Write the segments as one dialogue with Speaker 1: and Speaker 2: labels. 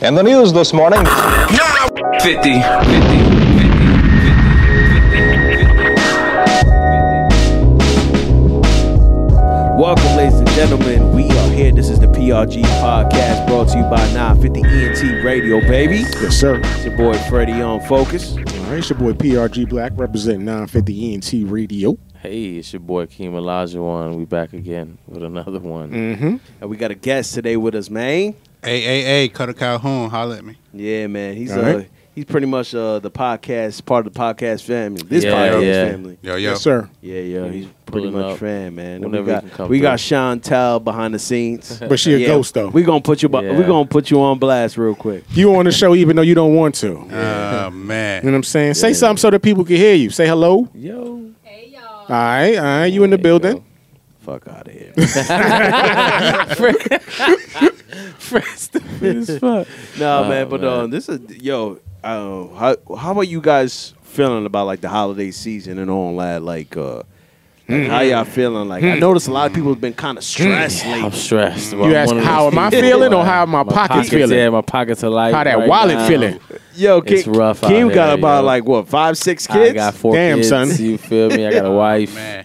Speaker 1: In the news this morning,
Speaker 2: 50, 50, 50,
Speaker 3: Welcome, ladies and gentlemen. We are here. This is the PRG podcast brought to you by 950 ENT Radio, baby.
Speaker 4: Yes, sir.
Speaker 3: It's your boy Freddie on Focus.
Speaker 4: All right, it's your boy PRG Black representing 950 ENT Radio.
Speaker 5: Hey, it's your boy Keem Olajuwon. We back again with another one.
Speaker 4: Mm, Mm-hmm.
Speaker 3: And we got a guest today with us, man.
Speaker 6: Hey, hey, hey, Cutter Calhoun, holla at me.
Speaker 3: Yeah, man. He's
Speaker 4: All
Speaker 3: uh,
Speaker 4: right.
Speaker 3: he's pretty much uh, the podcast part of the podcast family. This
Speaker 5: Yeah,
Speaker 3: podcast
Speaker 5: yeah.
Speaker 3: family.
Speaker 6: Yo, yo.
Speaker 4: Yes, sir.
Speaker 3: Yeah, yeah. He's pretty
Speaker 5: Pulling
Speaker 3: much
Speaker 5: up
Speaker 3: fan, man. And
Speaker 5: whenever he
Speaker 3: we got
Speaker 5: can come
Speaker 3: we got
Speaker 5: through.
Speaker 3: Chantel behind the scenes.
Speaker 4: But she a ghost, though.
Speaker 3: We gonna put you bu-
Speaker 5: Yeah.
Speaker 3: Uh, we gonna put you on blast real quick.
Speaker 4: You on the show even though you don't want to. You know
Speaker 6: Oh,
Speaker 4: what
Speaker 6: man.
Speaker 4: I'm saying? Say something so that people can hear you. Say hello. All
Speaker 5: Yo.
Speaker 7: Hey y'all.
Speaker 4: right, all right. You in the building.
Speaker 3: Fuck out of here. No
Speaker 5: Oh,
Speaker 3: man, but
Speaker 5: man.
Speaker 3: um, this is yo. Um, how how are you guys feeling about like the holiday season and all that? Like, uh, like, how y'all feeling? Like, I noticed a lot of people have been kind of stressed
Speaker 5: Mm, I'm
Speaker 3: lately.
Speaker 5: stressed.
Speaker 4: You ask how am I feeling or how my pockets feeling?
Speaker 5: Yeah, my pockets are light.
Speaker 4: How that
Speaker 5: right
Speaker 4: wallet
Speaker 5: now.
Speaker 4: feeling?
Speaker 3: Yo, Kim,
Speaker 5: It's rough out
Speaker 3: Kim got
Speaker 5: there,
Speaker 3: about
Speaker 5: yo.
Speaker 3: like what five, six kids.
Speaker 5: I got four
Speaker 4: Damn,
Speaker 5: kids.
Speaker 4: son.
Speaker 5: You feel me? I got a wife.
Speaker 6: Oh, Man.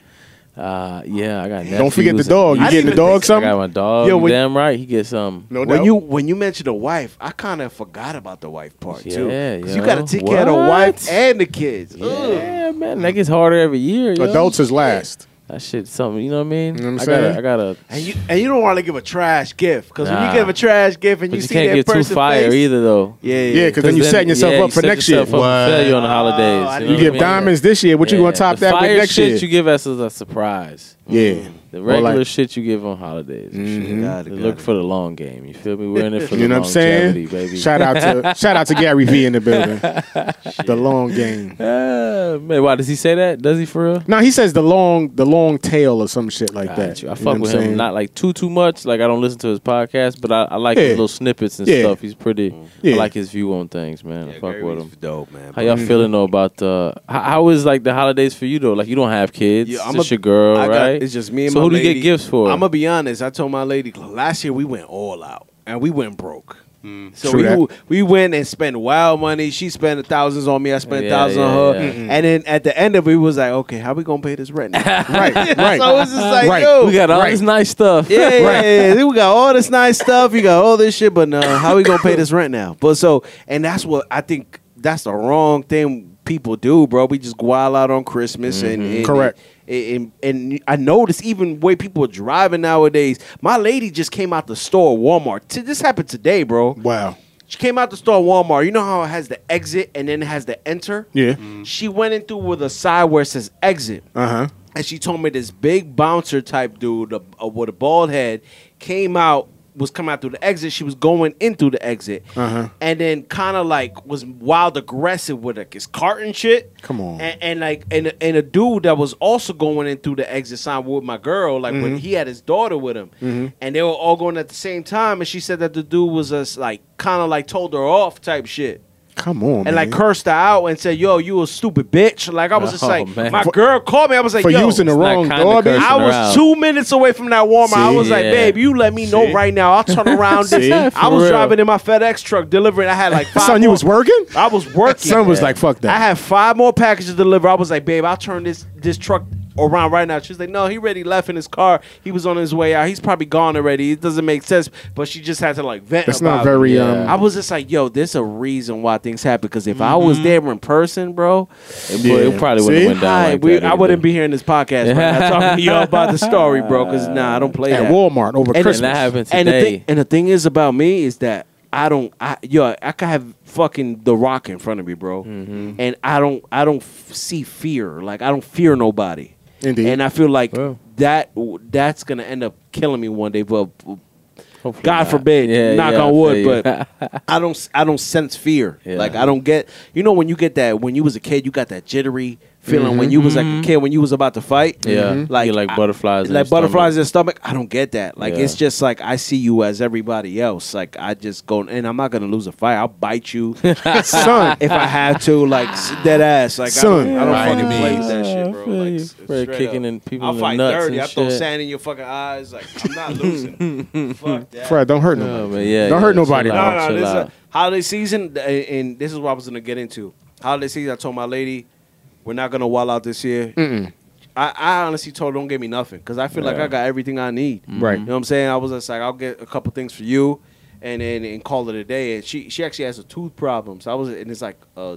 Speaker 5: Uh, yeah, I got. Nephews.
Speaker 4: Don't forget the dog. You
Speaker 3: I
Speaker 4: getting the
Speaker 3: didn't
Speaker 4: dog
Speaker 5: I
Speaker 4: something?
Speaker 5: got my dog.
Speaker 3: Yo,
Speaker 5: You
Speaker 3: when-
Speaker 5: damn right. He gets some.
Speaker 4: No
Speaker 3: when
Speaker 4: doubt.
Speaker 3: you when you mentioned the wife, I kind of forgot about the wife part too.
Speaker 5: Yeah,
Speaker 3: 'Cause
Speaker 5: yo.
Speaker 3: you got to take care of the wife
Speaker 5: What?
Speaker 3: and the kids. Ugh.
Speaker 5: Yeah, man, that gets harder every year. Yo.
Speaker 4: Adults is last.
Speaker 5: That shit, something. You know what I mean?
Speaker 4: know what I'm
Speaker 5: I gotta,
Speaker 4: saying?
Speaker 5: I gotta.
Speaker 3: And you and you don't want to give a trash gift because when
Speaker 5: Nah.
Speaker 3: you give a trash gift and
Speaker 5: But
Speaker 3: you,
Speaker 5: you,
Speaker 3: see
Speaker 5: can't
Speaker 3: that
Speaker 5: get too
Speaker 3: person
Speaker 5: fire
Speaker 3: face,
Speaker 5: either, though.
Speaker 3: Yeah,
Speaker 4: Yeah, because then you setting yourself
Speaker 5: yeah,
Speaker 4: up for
Speaker 5: set
Speaker 4: next year.
Speaker 5: yourself up for failure on the
Speaker 3: Oh, I
Speaker 5: holidays.
Speaker 3: didn't
Speaker 5: know
Speaker 4: You
Speaker 5: what I
Speaker 4: give
Speaker 5: mean?
Speaker 4: diamonds this year. What you
Speaker 5: Yeah.
Speaker 4: gonna top
Speaker 5: the
Speaker 4: that
Speaker 5: fire
Speaker 4: with next
Speaker 5: shit
Speaker 4: year?
Speaker 5: you give us is a surprise.
Speaker 4: yeah.
Speaker 5: The
Speaker 4: Or like-
Speaker 5: regular shit you give on holidays. and shit.
Speaker 3: Got
Speaker 5: They
Speaker 3: it, got
Speaker 5: Look
Speaker 3: it.
Speaker 5: for the long game. You feel me? We're in it for the
Speaker 4: You know what I'm
Speaker 5: longevity,
Speaker 4: saying?
Speaker 5: baby.
Speaker 4: Shout out to shout out to Gary V in the building. the long game.
Speaker 5: Ah, man, why does he say that? Does he for real?
Speaker 4: No, he says the long the long tail or some shit like
Speaker 5: Got
Speaker 4: that.
Speaker 5: you. I
Speaker 4: You know
Speaker 5: fuck
Speaker 4: what
Speaker 5: with
Speaker 4: I'm
Speaker 5: him.
Speaker 4: saying?
Speaker 5: Not like too too much. Like I don't listen to his podcast, but I, I like
Speaker 4: Yeah.
Speaker 5: his little snippets and
Speaker 4: Yeah.
Speaker 5: stuff. He's pretty.
Speaker 3: Mm-hmm.
Speaker 4: Yeah.
Speaker 5: I like his view on things, man. I fuck with him.
Speaker 3: Dope, man.
Speaker 5: How y'all feeling though about uh how, how is like the holidays for you though? Like you don't have kids.
Speaker 3: Yeah, I'm
Speaker 5: it's just
Speaker 3: a-
Speaker 5: your girl,
Speaker 3: I got-
Speaker 5: right?
Speaker 3: it's just me and
Speaker 5: so
Speaker 3: my
Speaker 5: who do you
Speaker 3: lady.
Speaker 5: get gifts for?
Speaker 3: I'm gonna be honest. I told my lady last year we went all out and we went broke. So
Speaker 4: True
Speaker 3: we
Speaker 4: that.
Speaker 3: w- we went and spent wild money. She spent thousands on me. I spent
Speaker 5: Yeah,
Speaker 3: thousands
Speaker 5: yeah,
Speaker 3: on her.
Speaker 5: yeah.
Speaker 3: And then at the end of it, we was like, okay, how we gonna pay this rent? now?
Speaker 4: Right, right.
Speaker 3: so it's just like,
Speaker 4: Right.
Speaker 3: yo,
Speaker 5: we got all
Speaker 4: Right.
Speaker 5: this nice stuff.
Speaker 3: yeah, yeah, yeah, yeah. We got all this nice stuff. We got all this shit, but uh, how we gonna pay this rent now? But so, and that's what I think. That's the wrong thing people do, bro. We just go all out on Christmas and, and
Speaker 4: Mm-hmm. Correct.
Speaker 3: And, and, and I notice even way people are driving nowadays. My lady just came out the store, Walmart. T- This happened today, bro.
Speaker 4: Wow.
Speaker 3: She came out the store, Walmart. You know how it has the exit and then it has the enter.
Speaker 4: Yeah.
Speaker 3: She went in through with a side where it says exit
Speaker 4: Uh huh.
Speaker 3: and she told me this big bouncer type dude uh, uh, with a bald head came out was coming out through the exit she was going in through the exit
Speaker 4: Uh-huh.
Speaker 3: and then kind of like was wild aggressive with like his cart and shit
Speaker 4: Come on.
Speaker 3: and, and like and, and a dude that was also going in through the exit sign with my girl like when he had his daughter with him
Speaker 4: Mm-hmm.
Speaker 3: and they were all going at the same time and she said that the dude was just like kind of like told her off type shit
Speaker 4: Come on.
Speaker 3: and like
Speaker 4: man.
Speaker 3: cursed her out and said, "Yo, you a stupid bitch!" Like I was just
Speaker 5: Oh,
Speaker 3: like,
Speaker 5: man.
Speaker 3: my
Speaker 5: For-
Speaker 3: girl called me. I was like,
Speaker 4: for
Speaker 3: "Yo,
Speaker 4: using the
Speaker 5: it's not
Speaker 4: wrong
Speaker 5: kinda
Speaker 4: doorbell.
Speaker 5: cursing.
Speaker 3: I
Speaker 5: her
Speaker 3: was
Speaker 5: out.
Speaker 3: two minutes away from that Walmart. I
Speaker 4: See?
Speaker 3: was like,
Speaker 5: Yeah.
Speaker 3: babe, you let me know
Speaker 4: See?
Speaker 3: right now. I'll turn around this.
Speaker 4: See?
Speaker 3: I
Speaker 5: For
Speaker 3: was
Speaker 5: real.
Speaker 3: driving in my FedEx truck delivering. I had like five.
Speaker 4: Son, you
Speaker 3: more-
Speaker 4: was working.
Speaker 3: I was working.
Speaker 4: Son was like, fuck
Speaker 3: I
Speaker 4: that.
Speaker 3: had five more packages to deliver. I was like, babe, I'll turn this this truck around right now. She was like, no, he already left in his car. He was on his way out. He's probably gone already. It doesn't make sense. But she just had to like vent.
Speaker 4: That's
Speaker 3: about
Speaker 4: not
Speaker 3: it.
Speaker 4: very
Speaker 5: Yeah.
Speaker 4: um.
Speaker 3: I was just like, yo, there's a reason why things happen. Because if I was there in person, bro,
Speaker 5: Mm-hmm. It, would- it
Speaker 4: Yeah.
Speaker 5: probably
Speaker 4: See?
Speaker 5: wouldn't have went down
Speaker 3: I,
Speaker 5: like
Speaker 3: we,
Speaker 5: that
Speaker 3: I
Speaker 5: either.
Speaker 3: wouldn't be here in this podcast right now talking to y'all about the story, bro. Because nah, I don't play
Speaker 4: at
Speaker 3: that.
Speaker 4: Walmart over
Speaker 3: And-
Speaker 4: Christmas.
Speaker 5: And that happened
Speaker 3: and the thing,
Speaker 5: today.
Speaker 3: and the thing is about me is that I don't, I yo, I could have fucking the rock in front of me, bro,
Speaker 5: Mm-hmm.
Speaker 3: and I don't, I don't f- see fear. Like I don't fear nobody.
Speaker 4: Indeed.
Speaker 3: And I feel like
Speaker 5: Well.
Speaker 3: that that's gonna end up killing me one day, but.
Speaker 5: Hopefully
Speaker 3: God
Speaker 5: not.
Speaker 3: forbid,
Speaker 5: Yeah,
Speaker 3: knock
Speaker 5: yeah, I
Speaker 3: on
Speaker 5: feel
Speaker 3: wood,
Speaker 5: you.
Speaker 3: but I don't, I don't sense fear.
Speaker 5: Yeah.
Speaker 3: Like I don't get, you know, when you get that, when you was a kid, you got that jittery feeling when you was like a kid when you was about to fight.
Speaker 5: Mm-hmm. Yeah.
Speaker 4: Mm-hmm.
Speaker 5: Mhm.
Speaker 3: like
Speaker 5: You like
Speaker 3: I-
Speaker 5: butterflies in
Speaker 3: like
Speaker 5: your
Speaker 3: butterflies in your stomach. I don't get that. Like
Speaker 5: Yeah.
Speaker 3: it's just like I see you as everybody else. Like I just go and I'm not gonna lose a fight. I'll bite you if
Speaker 4: son.
Speaker 3: I have to. Like s- dead ass. Like
Speaker 4: Son.
Speaker 3: I
Speaker 6: By
Speaker 3: don't, I don't fucking
Speaker 6: any
Speaker 3: play with
Speaker 6: means.
Speaker 3: that
Speaker 5: Yeah,
Speaker 3: shit,
Speaker 5: I
Speaker 3: bro.
Speaker 5: feel
Speaker 3: Like
Speaker 5: you.
Speaker 3: s-
Speaker 5: Right,
Speaker 3: straight
Speaker 5: kicking
Speaker 3: up.
Speaker 5: in people
Speaker 3: I'll
Speaker 5: in the
Speaker 3: fight
Speaker 5: nuts
Speaker 3: dirty.
Speaker 5: and
Speaker 3: I throw
Speaker 5: shit.
Speaker 3: sand in your fucking eyes. Like I'm not losing. Fuck that.
Speaker 4: Fred, don't hurt
Speaker 5: Oh,
Speaker 4: nobody.
Speaker 5: man, yeah,
Speaker 4: Don't
Speaker 5: yeah,
Speaker 4: hurt nobody.
Speaker 5: chill
Speaker 4: bro.
Speaker 5: out.
Speaker 3: No, no,
Speaker 5: chill
Speaker 3: this is
Speaker 5: out.
Speaker 3: a holiday season, uh, and this is what I was gonna get into. Holiday season, I told my lady, we're not gonna wall out this year. I, I honestly told her, don't give me nothing because I feel like
Speaker 5: Yeah.
Speaker 3: I got everything I need.
Speaker 4: Mm-hmm. Right.
Speaker 3: You know what I'm saying? I was just like, I'll get a couple things for you, and then and call it a day. And she she actually has a tooth problem, so I was and it's like uh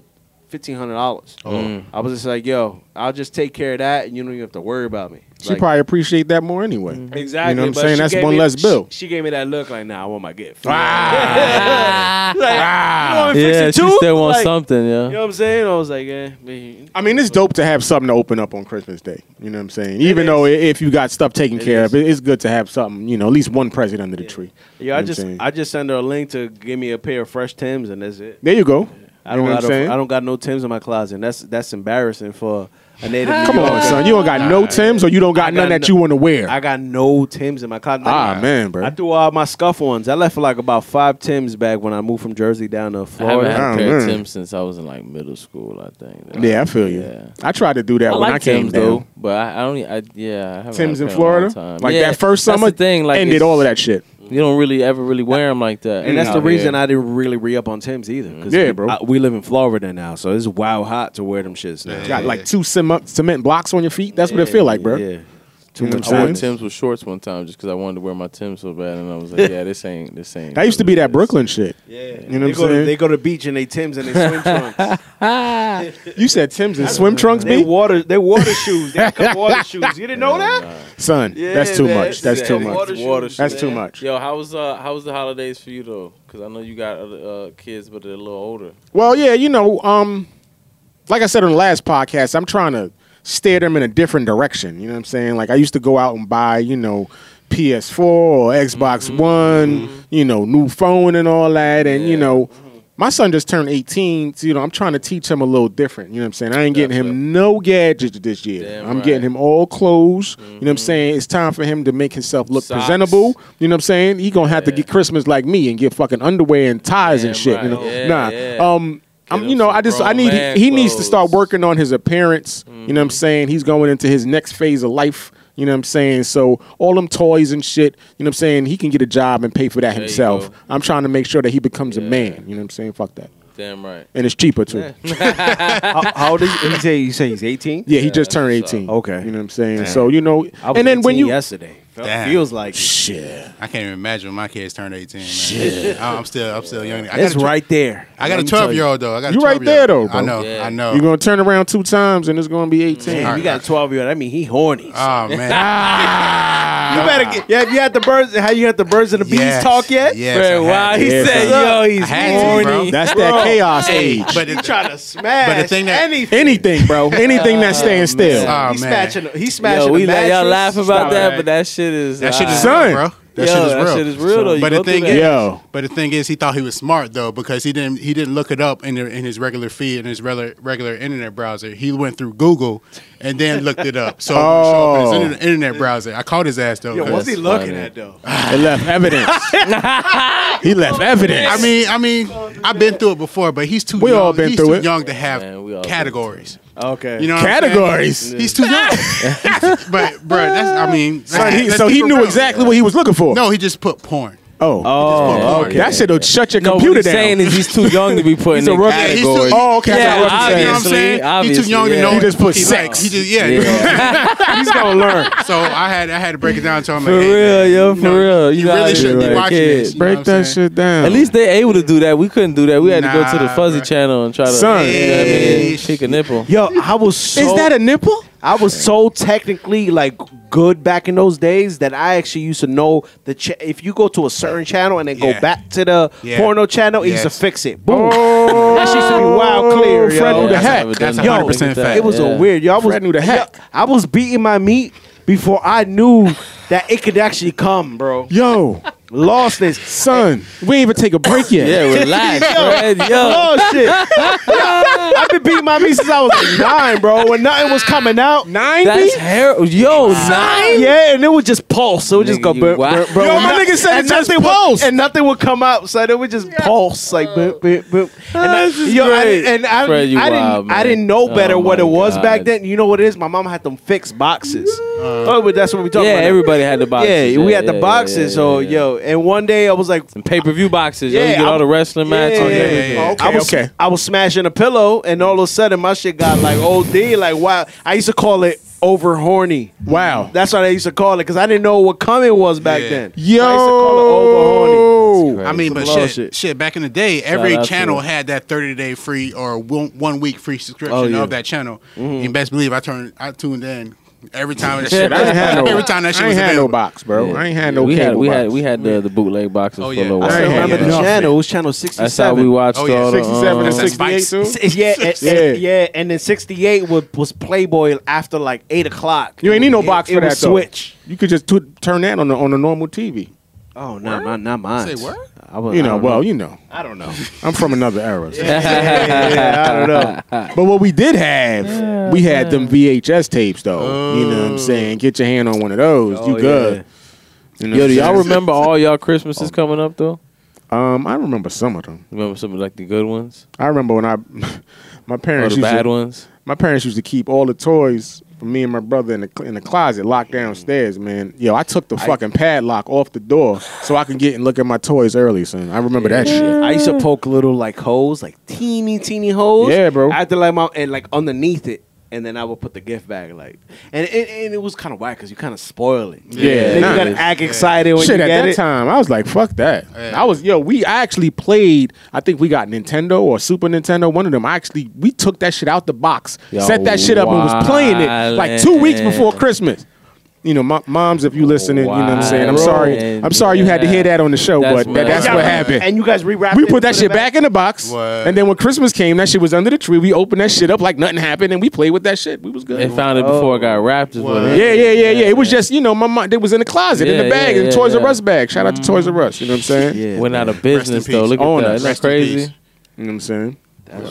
Speaker 3: fifteen hundred dollars.
Speaker 4: Oh. Mm.
Speaker 3: I was just like, yo, I'll just take care of that, and you don't even have to worry about me.
Speaker 4: She
Speaker 3: Like,
Speaker 4: probably appreciate that more anyway.
Speaker 3: Exactly.
Speaker 4: You know what I'm
Speaker 3: but
Speaker 4: saying?
Speaker 3: she
Speaker 4: That's
Speaker 3: gave
Speaker 4: one
Speaker 3: me-
Speaker 4: less bill.
Speaker 3: She, she gave me that look like, nah, I want my gift.
Speaker 4: Ah.
Speaker 3: like, You want me to fix
Speaker 5: Yeah,
Speaker 3: it
Speaker 5: she
Speaker 3: too?
Speaker 5: still wants
Speaker 3: Like,
Speaker 5: something.
Speaker 3: You
Speaker 5: Yeah.
Speaker 3: know what I'm saying? I was like, eh, man.
Speaker 4: I mean, it's dope to have something to open up on Christmas Day. You know what I'm saying? Even
Speaker 3: is.
Speaker 4: though i- if you got stuff taken
Speaker 3: It
Speaker 4: care
Speaker 3: is.
Speaker 4: of, it- it's good to have something. You know, at least one present under the tree. You know
Speaker 3: Yeah,
Speaker 4: what
Speaker 3: I
Speaker 4: I'm
Speaker 3: just
Speaker 4: saying?
Speaker 3: I just send her a link to give me a pair of fresh Tims and that's it.
Speaker 4: there you go.
Speaker 3: I don't
Speaker 4: You know
Speaker 3: got
Speaker 4: what I'm
Speaker 3: a-
Speaker 4: saying?
Speaker 3: I don't got no Tims in my closet. And that's that's embarrassing for a native. New
Speaker 4: Come on,
Speaker 3: Yorker.
Speaker 4: son. You don't got no Tim's or you don't
Speaker 3: I
Speaker 4: got
Speaker 3: got
Speaker 4: none that
Speaker 3: no-
Speaker 4: you want to wear.
Speaker 3: I got no Tims in my closet.
Speaker 4: Ah, man, bro.
Speaker 3: I threw all my scuff ones. I left like about five Tims back when I moved from Jersey down to
Speaker 5: I haven't had
Speaker 3: Florida.
Speaker 5: a
Speaker 4: Oh,
Speaker 5: pair of
Speaker 4: man.
Speaker 5: Tim's since I was in like middle school. I think.
Speaker 4: yeah, I feel you.
Speaker 5: Yeah.
Speaker 4: I tried to do that
Speaker 5: I
Speaker 4: when
Speaker 5: like
Speaker 4: I came
Speaker 5: Tim's
Speaker 4: down.
Speaker 5: though, but I, I don't. e- I, yeah, I haven't
Speaker 4: Tim's
Speaker 5: had a pair a
Speaker 4: in
Speaker 5: long
Speaker 4: Florida,
Speaker 5: time.
Speaker 4: like
Speaker 5: Yeah,
Speaker 4: that first
Speaker 5: that's
Speaker 4: summer
Speaker 5: the thing. Like
Speaker 4: ended
Speaker 5: it's-
Speaker 4: all of that shit.
Speaker 5: You don't really ever really wear them like that.
Speaker 3: And that's the
Speaker 5: out here.
Speaker 3: reason I didn't really re up on Tims either. 'cause
Speaker 4: Yeah,
Speaker 3: we,
Speaker 4: bro.
Speaker 3: I- we live in Florida now, so it's wild hot to wear them shits now.
Speaker 6: Yeah.
Speaker 4: Got like two cement cement blocks on your feet. That's what it feel like, bro.
Speaker 3: Yeah.
Speaker 4: You know what
Speaker 5: I wore
Speaker 4: I'm saying?
Speaker 5: Tim's with shorts one time just because I wanted to wear my Tim's so bad, and I was like, "Yeah, this ain't this ain't."
Speaker 4: That used to be that
Speaker 5: this-
Speaker 4: Brooklyn shit. You know
Speaker 3: they
Speaker 4: what
Speaker 3: go
Speaker 4: I'm
Speaker 3: To, they
Speaker 4: saying?
Speaker 3: go to the beach and they Tims and they swim trunks.
Speaker 4: You said Tim's and swim trunks,
Speaker 3: they
Speaker 4: B?
Speaker 3: water they water shoes. They come water shoes. You didn't know that?
Speaker 4: Son, that's too much. That's too much.
Speaker 5: Water
Speaker 4: That's too much.
Speaker 5: Yo, how was uh how was the holidays for you though? Because I know you got other uh, kids, but they're a little older.
Speaker 4: Well, yeah, you know, um, like I said on the last podcast, I'm trying to steer them in a different direction. You know what I'm saying? Like I used to go out and buy, you know, PS4 or Xbox One, you know, new phone and all that, and you
Speaker 5: Mm-hmm. Yeah. Mm-hmm.
Speaker 4: know. My son just turned 18, so you know I'm trying to teach him a little different. You know what I'm saying? I ain't getting him no gadgets this year.
Speaker 5: Damn
Speaker 4: I'm
Speaker 5: right. Mm-hmm.
Speaker 4: getting him all clothes. You know what I'm saying? It's time for him to make himself look
Speaker 5: Socks.
Speaker 4: presentable. You know what I'm saying? He gonna have to get Christmas like me and get fucking underwear and ties and
Speaker 5: Damn
Speaker 4: shit. You
Speaker 5: right.
Speaker 4: know?
Speaker 5: Yeah,
Speaker 4: nah.
Speaker 5: yeah.
Speaker 4: Um, I'm,
Speaker 5: Get
Speaker 4: you
Speaker 5: him
Speaker 4: know,
Speaker 5: some
Speaker 4: I just I
Speaker 5: grown
Speaker 4: need
Speaker 5: man
Speaker 4: he, he needs to start
Speaker 5: clothes. Mm.
Speaker 4: working on his appearance. You know what I'm saying? He's going into his next phase of life. You know what I'm saying? So all them toys and shit. You know what I'm saying? He can get a job and pay for that
Speaker 5: There you
Speaker 4: himself.
Speaker 5: go.
Speaker 4: I'm trying to make sure that he becomes a
Speaker 5: Yeah.
Speaker 4: man. You know what I'm saying? Fuck that.
Speaker 5: Damn right.
Speaker 4: And it's cheaper too. Yeah,
Speaker 3: How, how old is he? You say you say he's eighteen?
Speaker 4: he just turned 18.
Speaker 3: Okay.
Speaker 4: You know what I'm saying? So you know,
Speaker 3: I was
Speaker 4: and then when
Speaker 3: 18
Speaker 4: you
Speaker 3: yesterday. Felt-
Speaker 6: Damn.
Speaker 3: Feels like it.
Speaker 4: shit,
Speaker 6: I can't even imagine when my kids turned 18. Man. Shit. I'm still, I'm still young. I got
Speaker 3: it's
Speaker 6: a tw-
Speaker 3: right there.
Speaker 6: I got a
Speaker 4: Let me tell you.
Speaker 6: 12 year old though. I got
Speaker 4: You
Speaker 6: a
Speaker 4: right
Speaker 6: 12
Speaker 4: there, though,
Speaker 6: I
Speaker 4: bro.
Speaker 6: know.
Speaker 5: Yeah. Mm.
Speaker 6: I know.
Speaker 4: you're gonna turn around two times and it's gonna be 18.
Speaker 3: Man,
Speaker 6: Alright.
Speaker 3: you got a twelve year old. I mean, he horny.
Speaker 6: oh man.
Speaker 3: you better get. Yeah, you had the birds. How you had the birds and the bees
Speaker 6: Yes.
Speaker 3: talk yet?
Speaker 6: Yes, I had
Speaker 5: wow,
Speaker 6: to.
Speaker 5: he
Speaker 4: Yes,
Speaker 5: said,
Speaker 3: I-
Speaker 5: "Yo, he's
Speaker 6: I had to, bro.
Speaker 5: horny."
Speaker 4: That's that chaos age.
Speaker 6: But it,
Speaker 3: Trying to smash.
Speaker 6: But the thing that-
Speaker 3: anything.
Speaker 4: Anything, bro. Anything that's staying still.
Speaker 6: Oh,
Speaker 3: he's
Speaker 6: man.
Speaker 3: smashing. He's smashing.
Speaker 5: Yo, we
Speaker 3: the
Speaker 5: let y'all
Speaker 3: mattress.
Speaker 5: laugh about
Speaker 6: Stop
Speaker 5: that,
Speaker 6: it.
Speaker 5: but that shit is uh,
Speaker 6: that shit is
Speaker 4: Ah.
Speaker 6: real, bro. That
Speaker 5: Yo,
Speaker 6: shit is real.
Speaker 5: That shit is real though. You
Speaker 6: But the
Speaker 5: go through
Speaker 6: thing
Speaker 5: that.
Speaker 6: is-
Speaker 4: Yo.
Speaker 6: But the thing is, he thought he was smart though because he didn't he didn't look it up in the, in his regular feed in his regular regular internet browser. He went through Google and then looked it up. So, oh.
Speaker 4: Oh.
Speaker 6: in his internet, internet browser, I caught his ass though.
Speaker 3: Yo,
Speaker 6: 'cause-
Speaker 3: what's he
Speaker 5: That's
Speaker 3: looking
Speaker 5: funny.
Speaker 3: at though?
Speaker 4: It left evidence. he left evidence.
Speaker 6: I mean, I mean, I've been through it before, but he's too.
Speaker 4: We
Speaker 6: young,
Speaker 4: all been
Speaker 6: he's
Speaker 4: through
Speaker 6: too
Speaker 4: it.
Speaker 6: Young to have
Speaker 5: Man, we all been
Speaker 6: categories.
Speaker 3: Okay.
Speaker 6: You know, what I'm saying?
Speaker 4: categories.
Speaker 6: He's too young. but bro, that's I mean,
Speaker 4: So
Speaker 6: that's-
Speaker 4: he,
Speaker 6: let's
Speaker 4: so he
Speaker 6: keep it
Speaker 4: knew
Speaker 6: real.
Speaker 4: exactly what he was looking for.
Speaker 6: No, he just put porn.
Speaker 4: Oh.
Speaker 5: Oh, okay.
Speaker 4: That shit'll shut your
Speaker 5: No, what
Speaker 4: computer
Speaker 5: he's
Speaker 4: down.
Speaker 5: saying is he's too young to be put in
Speaker 4: He's a
Speaker 5: the
Speaker 4: rookie.
Speaker 6: Yeah, he's
Speaker 5: category.
Speaker 6: too,
Speaker 4: oh, okay.
Speaker 5: Yeah,
Speaker 4: that's what I'm
Speaker 6: you know what I'm
Speaker 4: saying.
Speaker 5: obviously,
Speaker 6: saying? He's too
Speaker 5: obviously,
Speaker 6: young
Speaker 5: yeah.
Speaker 6: to know.
Speaker 4: He just put
Speaker 6: he
Speaker 4: sex.
Speaker 6: likes. He just, yeah.
Speaker 4: He's gonna learn.
Speaker 6: So I had I had to break it down to him. like,
Speaker 5: For
Speaker 6: hey, man,
Speaker 5: real, yo, for
Speaker 6: know,
Speaker 5: real.
Speaker 6: you really
Speaker 5: gotta
Speaker 6: shouldn't be
Speaker 5: like,
Speaker 6: watching
Speaker 5: kid.
Speaker 6: this. You know
Speaker 4: Break
Speaker 6: what I'm
Speaker 4: that
Speaker 6: saying?
Speaker 4: shit down.
Speaker 5: At least they able to do that. We couldn't do that. We had to go to the
Speaker 6: Nah,
Speaker 5: fuzzy
Speaker 6: bruh.
Speaker 5: channel and try to you
Speaker 4: Son.
Speaker 5: know what I mean?
Speaker 6: Hey,
Speaker 5: Shake a nipple.
Speaker 3: Yo, I was so
Speaker 4: is that a nipple?
Speaker 3: I was so technically like good back in those days that I actually used to know the ch- if you go to a certain channel and then go
Speaker 6: Yeah.
Speaker 3: back to the
Speaker 6: Yeah.
Speaker 3: porno channel, it used
Speaker 6: Yes.
Speaker 3: to fix it. Boom. that shit used to be wild clear, yo.
Speaker 4: Fred knew the
Speaker 6: That's
Speaker 4: hack.
Speaker 6: a- that's a
Speaker 3: Yo,
Speaker 6: 100% fact.
Speaker 3: It was a weird. Yo, I was
Speaker 4: Fred knew the hack.
Speaker 3: yo, I was beating my meat before I knew that it could actually come, bro.
Speaker 4: Yo,
Speaker 3: Lostness.
Speaker 4: Son, we ain't even take a break yet.
Speaker 5: Yeah, relax, Fred. Yo,
Speaker 3: Oh shit! I've been beating my meat since I was like nine, bro. When nothing was coming out,
Speaker 4: Nine
Speaker 5: that's
Speaker 4: beats?
Speaker 5: hair. Yo, nine.
Speaker 3: yeah, and it would just pulse. So it would just
Speaker 5: Nigga,
Speaker 3: go,
Speaker 5: you
Speaker 3: bur-
Speaker 5: wild.
Speaker 3: bur- bro.
Speaker 4: Yo, my
Speaker 3: and
Speaker 4: nigga said
Speaker 3: and
Speaker 4: it just
Speaker 3: nothing would-
Speaker 4: pulsed.
Speaker 3: and nothing would come out. So it would just pulse, like, boop, boop, boop. And I-
Speaker 5: Uh, This is
Speaker 3: yo, I,
Speaker 5: great.
Speaker 3: didn't- and I,
Speaker 5: Fred, you
Speaker 3: I didn't,
Speaker 5: wild,
Speaker 3: I
Speaker 5: man.
Speaker 3: didn't know
Speaker 5: Oh
Speaker 3: better what
Speaker 5: my
Speaker 3: it was back
Speaker 5: God.
Speaker 3: then. You know what it is? My mom had them fixed boxes. oh, but that's what we
Speaker 5: Yeah,
Speaker 3: talking about. now.
Speaker 5: everybody had the boxes.
Speaker 3: Yeah, we had the
Speaker 5: yeah,
Speaker 3: boxes.
Speaker 5: yeah,
Speaker 3: so
Speaker 5: yeah.
Speaker 3: yo, and one day I was like,
Speaker 5: Some pay per view boxes. Yeah, yo, you
Speaker 3: Yeah,
Speaker 5: get all
Speaker 3: I'm-
Speaker 5: the wrestling matches.
Speaker 3: yeah,
Speaker 5: and
Speaker 3: yeah, yeah.
Speaker 5: everything.
Speaker 4: Oh,
Speaker 3: I
Speaker 4: Okay,
Speaker 3: was
Speaker 4: okay.
Speaker 3: I was smashing a pillow, and all of a sudden my shit got like OD. Like wow, I used to call it over horny.
Speaker 4: Wow.
Speaker 3: That's what I used to call it because I didn't know what coming was back
Speaker 6: Yeah.
Speaker 3: then.
Speaker 4: Yo.
Speaker 3: I used to call it over horny.
Speaker 5: crazy.
Speaker 6: I mean,
Speaker 3: Some
Speaker 6: but
Speaker 3: law
Speaker 6: shit,
Speaker 3: shit.
Speaker 6: shit, Back in the day, every
Speaker 5: out to
Speaker 6: channel
Speaker 5: it.
Speaker 6: had that thirty day free or one, one week free subscription
Speaker 3: Oh, yeah.
Speaker 6: of that channel. You best believe I turned, I tuned in every time that
Speaker 4: Shit,
Speaker 6: shit.
Speaker 4: Mm-hmm. I ain't had no,
Speaker 6: every time that shit
Speaker 4: I ain't
Speaker 6: was
Speaker 4: had no
Speaker 6: available.
Speaker 4: box, bro. I ain't had no
Speaker 5: we
Speaker 4: cable
Speaker 5: had, we
Speaker 4: box.
Speaker 5: had we had the, the bootleg boxes
Speaker 6: Oh,
Speaker 5: for
Speaker 6: yeah.
Speaker 5: a little
Speaker 3: I
Speaker 5: while.
Speaker 4: I
Speaker 3: still
Speaker 4: ain't
Speaker 3: remember
Speaker 4: had
Speaker 3: the
Speaker 4: that.
Speaker 3: channel. It was channel
Speaker 5: That's how we
Speaker 3: sixty-seven.
Speaker 5: watched
Speaker 6: Oh, yeah.
Speaker 5: all the
Speaker 4: 67
Speaker 5: um,
Speaker 4: and
Speaker 6: That's
Speaker 4: 68
Speaker 6: Spikes.
Speaker 4: too.
Speaker 3: S- Yeah, and,
Speaker 4: Yeah.
Speaker 3: and- yeah, and then '68 was, was Playboy after like eight o'clock.
Speaker 4: You ain't need no
Speaker 3: It-
Speaker 4: box
Speaker 3: it
Speaker 4: for that
Speaker 3: was
Speaker 4: though.
Speaker 3: Switch.
Speaker 4: You could just tu- turn that on the, on a normal TV.
Speaker 3: Oh no, not, not mine.
Speaker 6: Say what?
Speaker 3: I was,
Speaker 4: You know, well, you know,
Speaker 3: I don't know.
Speaker 4: I'm from another era. so-
Speaker 3: yeah, I don't know.
Speaker 4: But what we did have, we had them VHS tapes though. You know what I'm saying? Get your hand on one of those.
Speaker 3: Oh,
Speaker 4: you good. You know
Speaker 5: Yo,
Speaker 4: what
Speaker 5: do
Speaker 4: I'm
Speaker 5: y'all
Speaker 4: saying?
Speaker 5: remember all y'all Christmases coming up though?
Speaker 4: Um, I remember some of them.
Speaker 5: Remember some of like the good ones
Speaker 4: I remember when I, my
Speaker 5: or
Speaker 4: parents
Speaker 5: the
Speaker 4: used
Speaker 5: bad
Speaker 4: to,
Speaker 5: ones?
Speaker 4: my parents used to keep all the toys for me and my brother in the cl- in the closet locked downstairs. Man, yo, I took the fucking padlock off the door so I could get and look at my toys early. Son, I remember that shit.
Speaker 3: I used to poke little like holes, like teeny teeny holes.
Speaker 4: Yeah, bro.
Speaker 3: I had to like my and like underneath it, and then I would put the gift bag like, and and, and it was kind of whack because you kind of spoil it.
Speaker 4: Yeah,
Speaker 3: Then
Speaker 4: nah.
Speaker 3: you gotta act excited when
Speaker 4: Shit,
Speaker 3: you
Speaker 4: at
Speaker 3: get
Speaker 4: that
Speaker 3: it.
Speaker 4: time, I was like, fuck that.
Speaker 6: Yeah.
Speaker 4: I was, yo, we I actually played, I think we got Nintendo or Super Nintendo, one of them. I actually, we took that shit out the box,
Speaker 5: Yo,
Speaker 4: set that shit up, and was playing it like two weeks before Christmas. You know, mo- moms, if you listening, you know what I'm saying? I'm
Speaker 5: Wow.
Speaker 4: sorry. I'm sorry you had to hear that on the show,
Speaker 5: That's
Speaker 4: but that,
Speaker 5: wild.
Speaker 4: that's
Speaker 5: Yeah,
Speaker 4: what
Speaker 5: but-
Speaker 4: happened.
Speaker 3: And you guys rewrapped.
Speaker 4: we
Speaker 3: it
Speaker 4: put that
Speaker 3: and
Speaker 4: shit
Speaker 3: it
Speaker 4: back in the box,
Speaker 6: What?
Speaker 4: and then when Christmas came, that shit was under the tree. We opened that shit up like nothing happened, and we played with that shit. We was good.
Speaker 5: They found it before it got wrapped. Is what it
Speaker 4: Yeah, yeah, yeah, yeah. It was just you know my mom. It was in the closet, in
Speaker 5: Yeah,
Speaker 4: the bag,
Speaker 5: yeah,
Speaker 4: in the
Speaker 5: yeah,
Speaker 4: Toys R
Speaker 5: yeah.
Speaker 4: Us bag. Shout out to Toys R Us. You know what I'm saying?
Speaker 3: Yeah,
Speaker 5: went out of
Speaker 6: in
Speaker 5: business though.
Speaker 6: peace.
Speaker 5: Look at
Speaker 4: Own
Speaker 5: that.
Speaker 4: us.
Speaker 5: Isn't that
Speaker 6: Rest in peace.
Speaker 5: crazy?
Speaker 4: You know what I'm saying?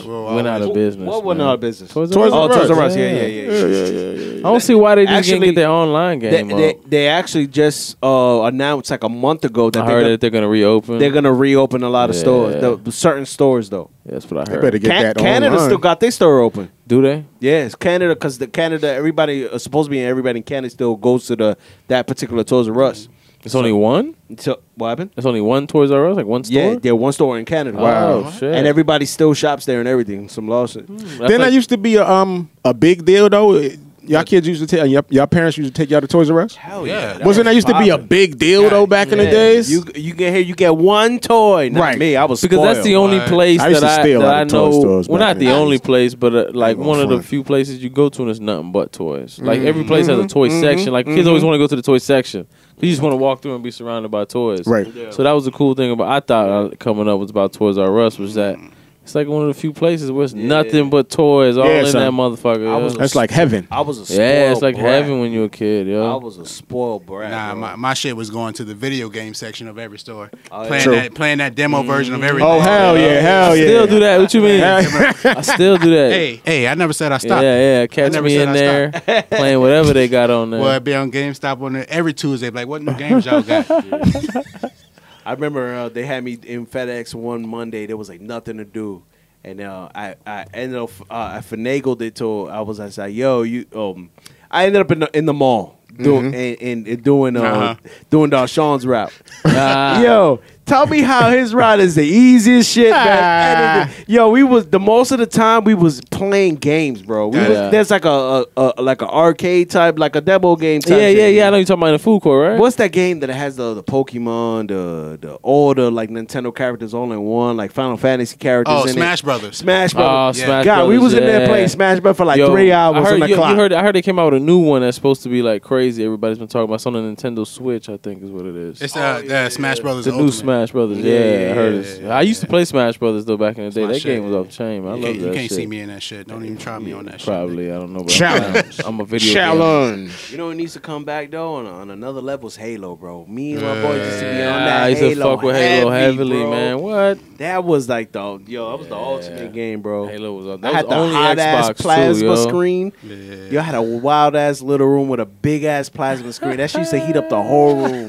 Speaker 6: Well,
Speaker 5: Went out of business.
Speaker 3: What went
Speaker 5: man.
Speaker 3: out of business? Oh,
Speaker 5: Toys R
Speaker 4: Toys
Speaker 5: Us.
Speaker 4: R Us.
Speaker 3: Toys R Us, Yeah, yeah, yeah. yeah.
Speaker 5: I don't see why they just
Speaker 3: Actually,
Speaker 5: didn't get their online
Speaker 3: They,
Speaker 5: game.
Speaker 3: they,
Speaker 5: up.
Speaker 3: they actually just uh, announced like a month ago that
Speaker 5: I
Speaker 3: they're
Speaker 5: heard
Speaker 3: gonna,
Speaker 5: that they're gonna reopen.
Speaker 3: they're gonna reopen a lot of stores,
Speaker 5: Yeah.
Speaker 3: the, certain stores though.
Speaker 5: That's what I
Speaker 4: They
Speaker 5: heard.
Speaker 4: better get
Speaker 3: Can-
Speaker 4: that
Speaker 3: Canada
Speaker 4: online.
Speaker 3: still got their store open.
Speaker 5: Do they?
Speaker 3: Yes, Canada, because the Canada, everybody uh, supposed to be in everybody in Canada still goes to the that particular Toys R Us.
Speaker 5: It's only one.
Speaker 3: So what happened?
Speaker 5: It's only one Toys R Us, like one store.
Speaker 3: Yeah, they're one store in Canada.
Speaker 5: Wow, Wow. shit. Hmm.
Speaker 3: And everybody still shops there and everything. Some lawsuit.
Speaker 5: That's
Speaker 4: Then I
Speaker 5: like-
Speaker 4: used to be a um a big deal though. It- Y'all kids used to take y'all, y'all parents used to take y'all to Toys R Us.
Speaker 3: Hell
Speaker 6: yeah. That
Speaker 4: Wasn't that used to be a big deal though back in the days?
Speaker 3: You you get here, you get one toy. Not
Speaker 4: Right.
Speaker 3: me, I was
Speaker 5: because that's the
Speaker 3: spoiled.
Speaker 5: only
Speaker 6: Right.
Speaker 5: place
Speaker 4: I
Speaker 5: that
Speaker 4: used to
Speaker 5: I
Speaker 4: steal
Speaker 5: that
Speaker 4: out
Speaker 5: I
Speaker 4: of toy
Speaker 5: know.
Speaker 4: stores
Speaker 5: Well,
Speaker 4: back
Speaker 5: not the
Speaker 4: then.
Speaker 5: only place, but uh, like
Speaker 4: gonna
Speaker 5: one of the
Speaker 4: front. Mm-hmm.
Speaker 5: few places you go to and it's nothing but toys. Like every place has a toy section. Like kids always want to go to the toy section. You just want to walk through and be surrounded by toys.
Speaker 4: Right.
Speaker 5: So that was the cool thing about I thought uh, coming up was about Toys R Us was that.
Speaker 3: Mm.
Speaker 5: It's like one of the few places where it's nothing but toys all
Speaker 4: Yeah,
Speaker 5: in
Speaker 4: son.
Speaker 5: that motherfucker.
Speaker 3: I
Speaker 5: yo.
Speaker 3: was a
Speaker 4: That's like heaven.
Speaker 3: I was a spoiled
Speaker 5: yeah, it's like
Speaker 3: brat.
Speaker 5: heaven when you were a kid, yo.
Speaker 3: I was a spoiled brat.
Speaker 6: Nah,
Speaker 3: bro.
Speaker 6: my, my shit was going to the video game section of every store,
Speaker 3: Oh, yeah.
Speaker 6: playing
Speaker 4: True.
Speaker 6: that playing that demo version of everything.
Speaker 4: Oh hell yeah, hell
Speaker 5: I
Speaker 4: yeah.
Speaker 5: still do that. What you mean? I still do that.
Speaker 6: Hey, hey, I never said I
Speaker 5: yeah,
Speaker 6: stopped.
Speaker 5: yeah. Catch
Speaker 6: never
Speaker 5: me
Speaker 6: said
Speaker 5: in
Speaker 6: I
Speaker 5: there playing whatever they got on there.
Speaker 6: Well, I'd be on GameStop on there every Tuesday. Like, what new games y'all got?
Speaker 3: I remember uh, they had me in FedEx one Monday. There was like nothing to do, and uh, I I ended up uh, I finagled it till I was I said, "Yo, you." Um, I ended up in the, in the mall
Speaker 5: Mm-hmm.
Speaker 3: doing and, and, and doing uh,
Speaker 6: Uh-huh.
Speaker 3: doing Darshawn's route.
Speaker 5: Ah.
Speaker 3: Yo, tell me how his route is the easiest shit.
Speaker 5: Ah.
Speaker 3: man. And it- Yo, we was the most of the time we was playing games, bro. We
Speaker 6: Yeah.
Speaker 3: was, there's like a, a, a like an arcade type, like a demo game type.
Speaker 5: Yeah,
Speaker 3: shit.
Speaker 5: yeah, yeah. I know you're talking about in the food court, right?
Speaker 3: What's that game that has the the Pokemon, the the all the like Nintendo characters all in one, like Final Fantasy characters?
Speaker 6: Oh,
Speaker 3: in
Speaker 6: Smash
Speaker 3: it?
Speaker 6: Brothers.
Speaker 3: Smash
Speaker 5: Oh,
Speaker 3: Brothers.
Speaker 5: Smash
Speaker 6: Yeah.
Speaker 5: Brothers.
Speaker 3: God, we was in there
Speaker 5: yeah.
Speaker 3: playing Smash Brothers for like
Speaker 5: Yo,
Speaker 3: three
Speaker 5: I
Speaker 3: hours
Speaker 5: heard,
Speaker 3: on the
Speaker 5: you, you
Speaker 3: clock.
Speaker 5: heard, I heard they came out with a new one that's supposed to be like crazy. Everybody's been talking about. It's on the Nintendo Switch, I think, is what it is.
Speaker 3: Oh,
Speaker 6: It's uh, the Smash Brothers.
Speaker 5: the new
Speaker 6: Ultimate.
Speaker 5: Smash Brothers. Yeah, I heard it. I used to play Smash Brothers though back in the day.
Speaker 6: my
Speaker 5: That
Speaker 6: shit.
Speaker 5: game was off chain. Man. I
Speaker 6: you
Speaker 5: love
Speaker 6: can't,
Speaker 5: that
Speaker 6: you can't
Speaker 5: shit.
Speaker 6: see me in that shit. Don't even try me on that shit.
Speaker 5: Probably, I don't know. But
Speaker 4: Challenge.
Speaker 5: I'm a video. game.
Speaker 4: Challenge.
Speaker 3: You know what needs to come back though on, on another level is Halo, bro. Me and my boys used to be on that.
Speaker 5: Nah, I used to
Speaker 3: Halo
Speaker 5: fuck with Halo
Speaker 3: heavy,
Speaker 5: heavily,
Speaker 3: bro.
Speaker 5: man. What?
Speaker 3: That was like the yo, that was the ultimate game, bro.
Speaker 5: Halo was on.
Speaker 3: I
Speaker 5: That
Speaker 3: had
Speaker 5: was
Speaker 3: the
Speaker 5: only
Speaker 3: hot ass
Speaker 5: Xbox
Speaker 3: plasma
Speaker 5: too, yo.
Speaker 3: screen. Yo, I had a wild ass little room with a big ass plasma screen. That shit used to heat up the whole room.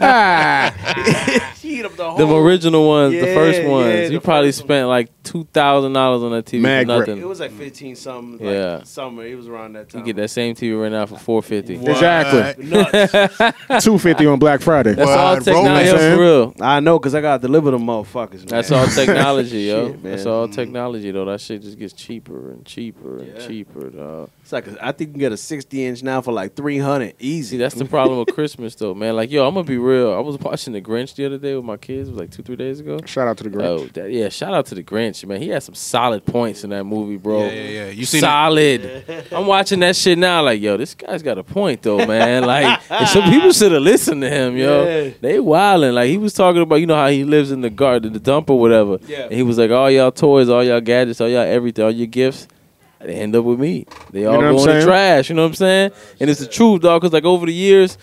Speaker 3: She heat up the whole
Speaker 5: Ah. Them original ones, the
Speaker 3: Yeah,
Speaker 5: first
Speaker 3: yeah,
Speaker 5: ones.
Speaker 3: the
Speaker 5: you probably
Speaker 3: first one.
Speaker 5: spent like two thousand dollars on that TV
Speaker 4: Mag
Speaker 5: for
Speaker 4: grip.
Speaker 5: nothing.
Speaker 3: It was like fifteen something.
Speaker 5: Yeah.
Speaker 3: like, summer. It was around that time.
Speaker 5: you get that same TV right now for four fifty.
Speaker 6: What?
Speaker 4: Exactly.
Speaker 3: Nuts.
Speaker 4: Two fifty on Black Friday.
Speaker 5: That's all
Speaker 6: Wide
Speaker 5: technology
Speaker 4: rolling,
Speaker 5: for real.
Speaker 3: I know, cause I gotta deliver them motherfuckers. Man.
Speaker 5: That's all technology, yo.
Speaker 3: Shit, man. Mm.
Speaker 5: That's all technology, though. That shit just gets cheaper and cheaper and
Speaker 3: Yeah.
Speaker 5: cheaper, dog.
Speaker 3: It's like a, I think you can get a sixty inch now for like three hundred
Speaker 5: See,
Speaker 3: easy.
Speaker 5: that's the problem with Christmas, though, man. Like, yo, I'm gonna be real. I was watching The Grinch the other day with my kids. It was like two, three days ago.
Speaker 4: Shout out to the Grinch.
Speaker 5: Oh, that, yeah! Shout out to the Grinch, man. He had some solid points in that movie, bro.
Speaker 6: Yeah, yeah, yeah. You seen it?
Speaker 5: solid. I'm watching that shit now. Like, yo, this guy's got a point though, man. Like, and some people should have listened to him, yo.
Speaker 3: Yeah.
Speaker 5: They wilding. Like, he was talking about, you know, how he lives in the garden, the dump or whatever.
Speaker 3: Yeah.
Speaker 5: And he was like, all y'all toys, all y'all gadgets, all y'all everything, all your gifts. They end up with me. They all
Speaker 4: know what I'm
Speaker 5: go in the
Speaker 4: saying?
Speaker 5: trash. You know what I'm saying? And it's the truth, dog. Because like over the years,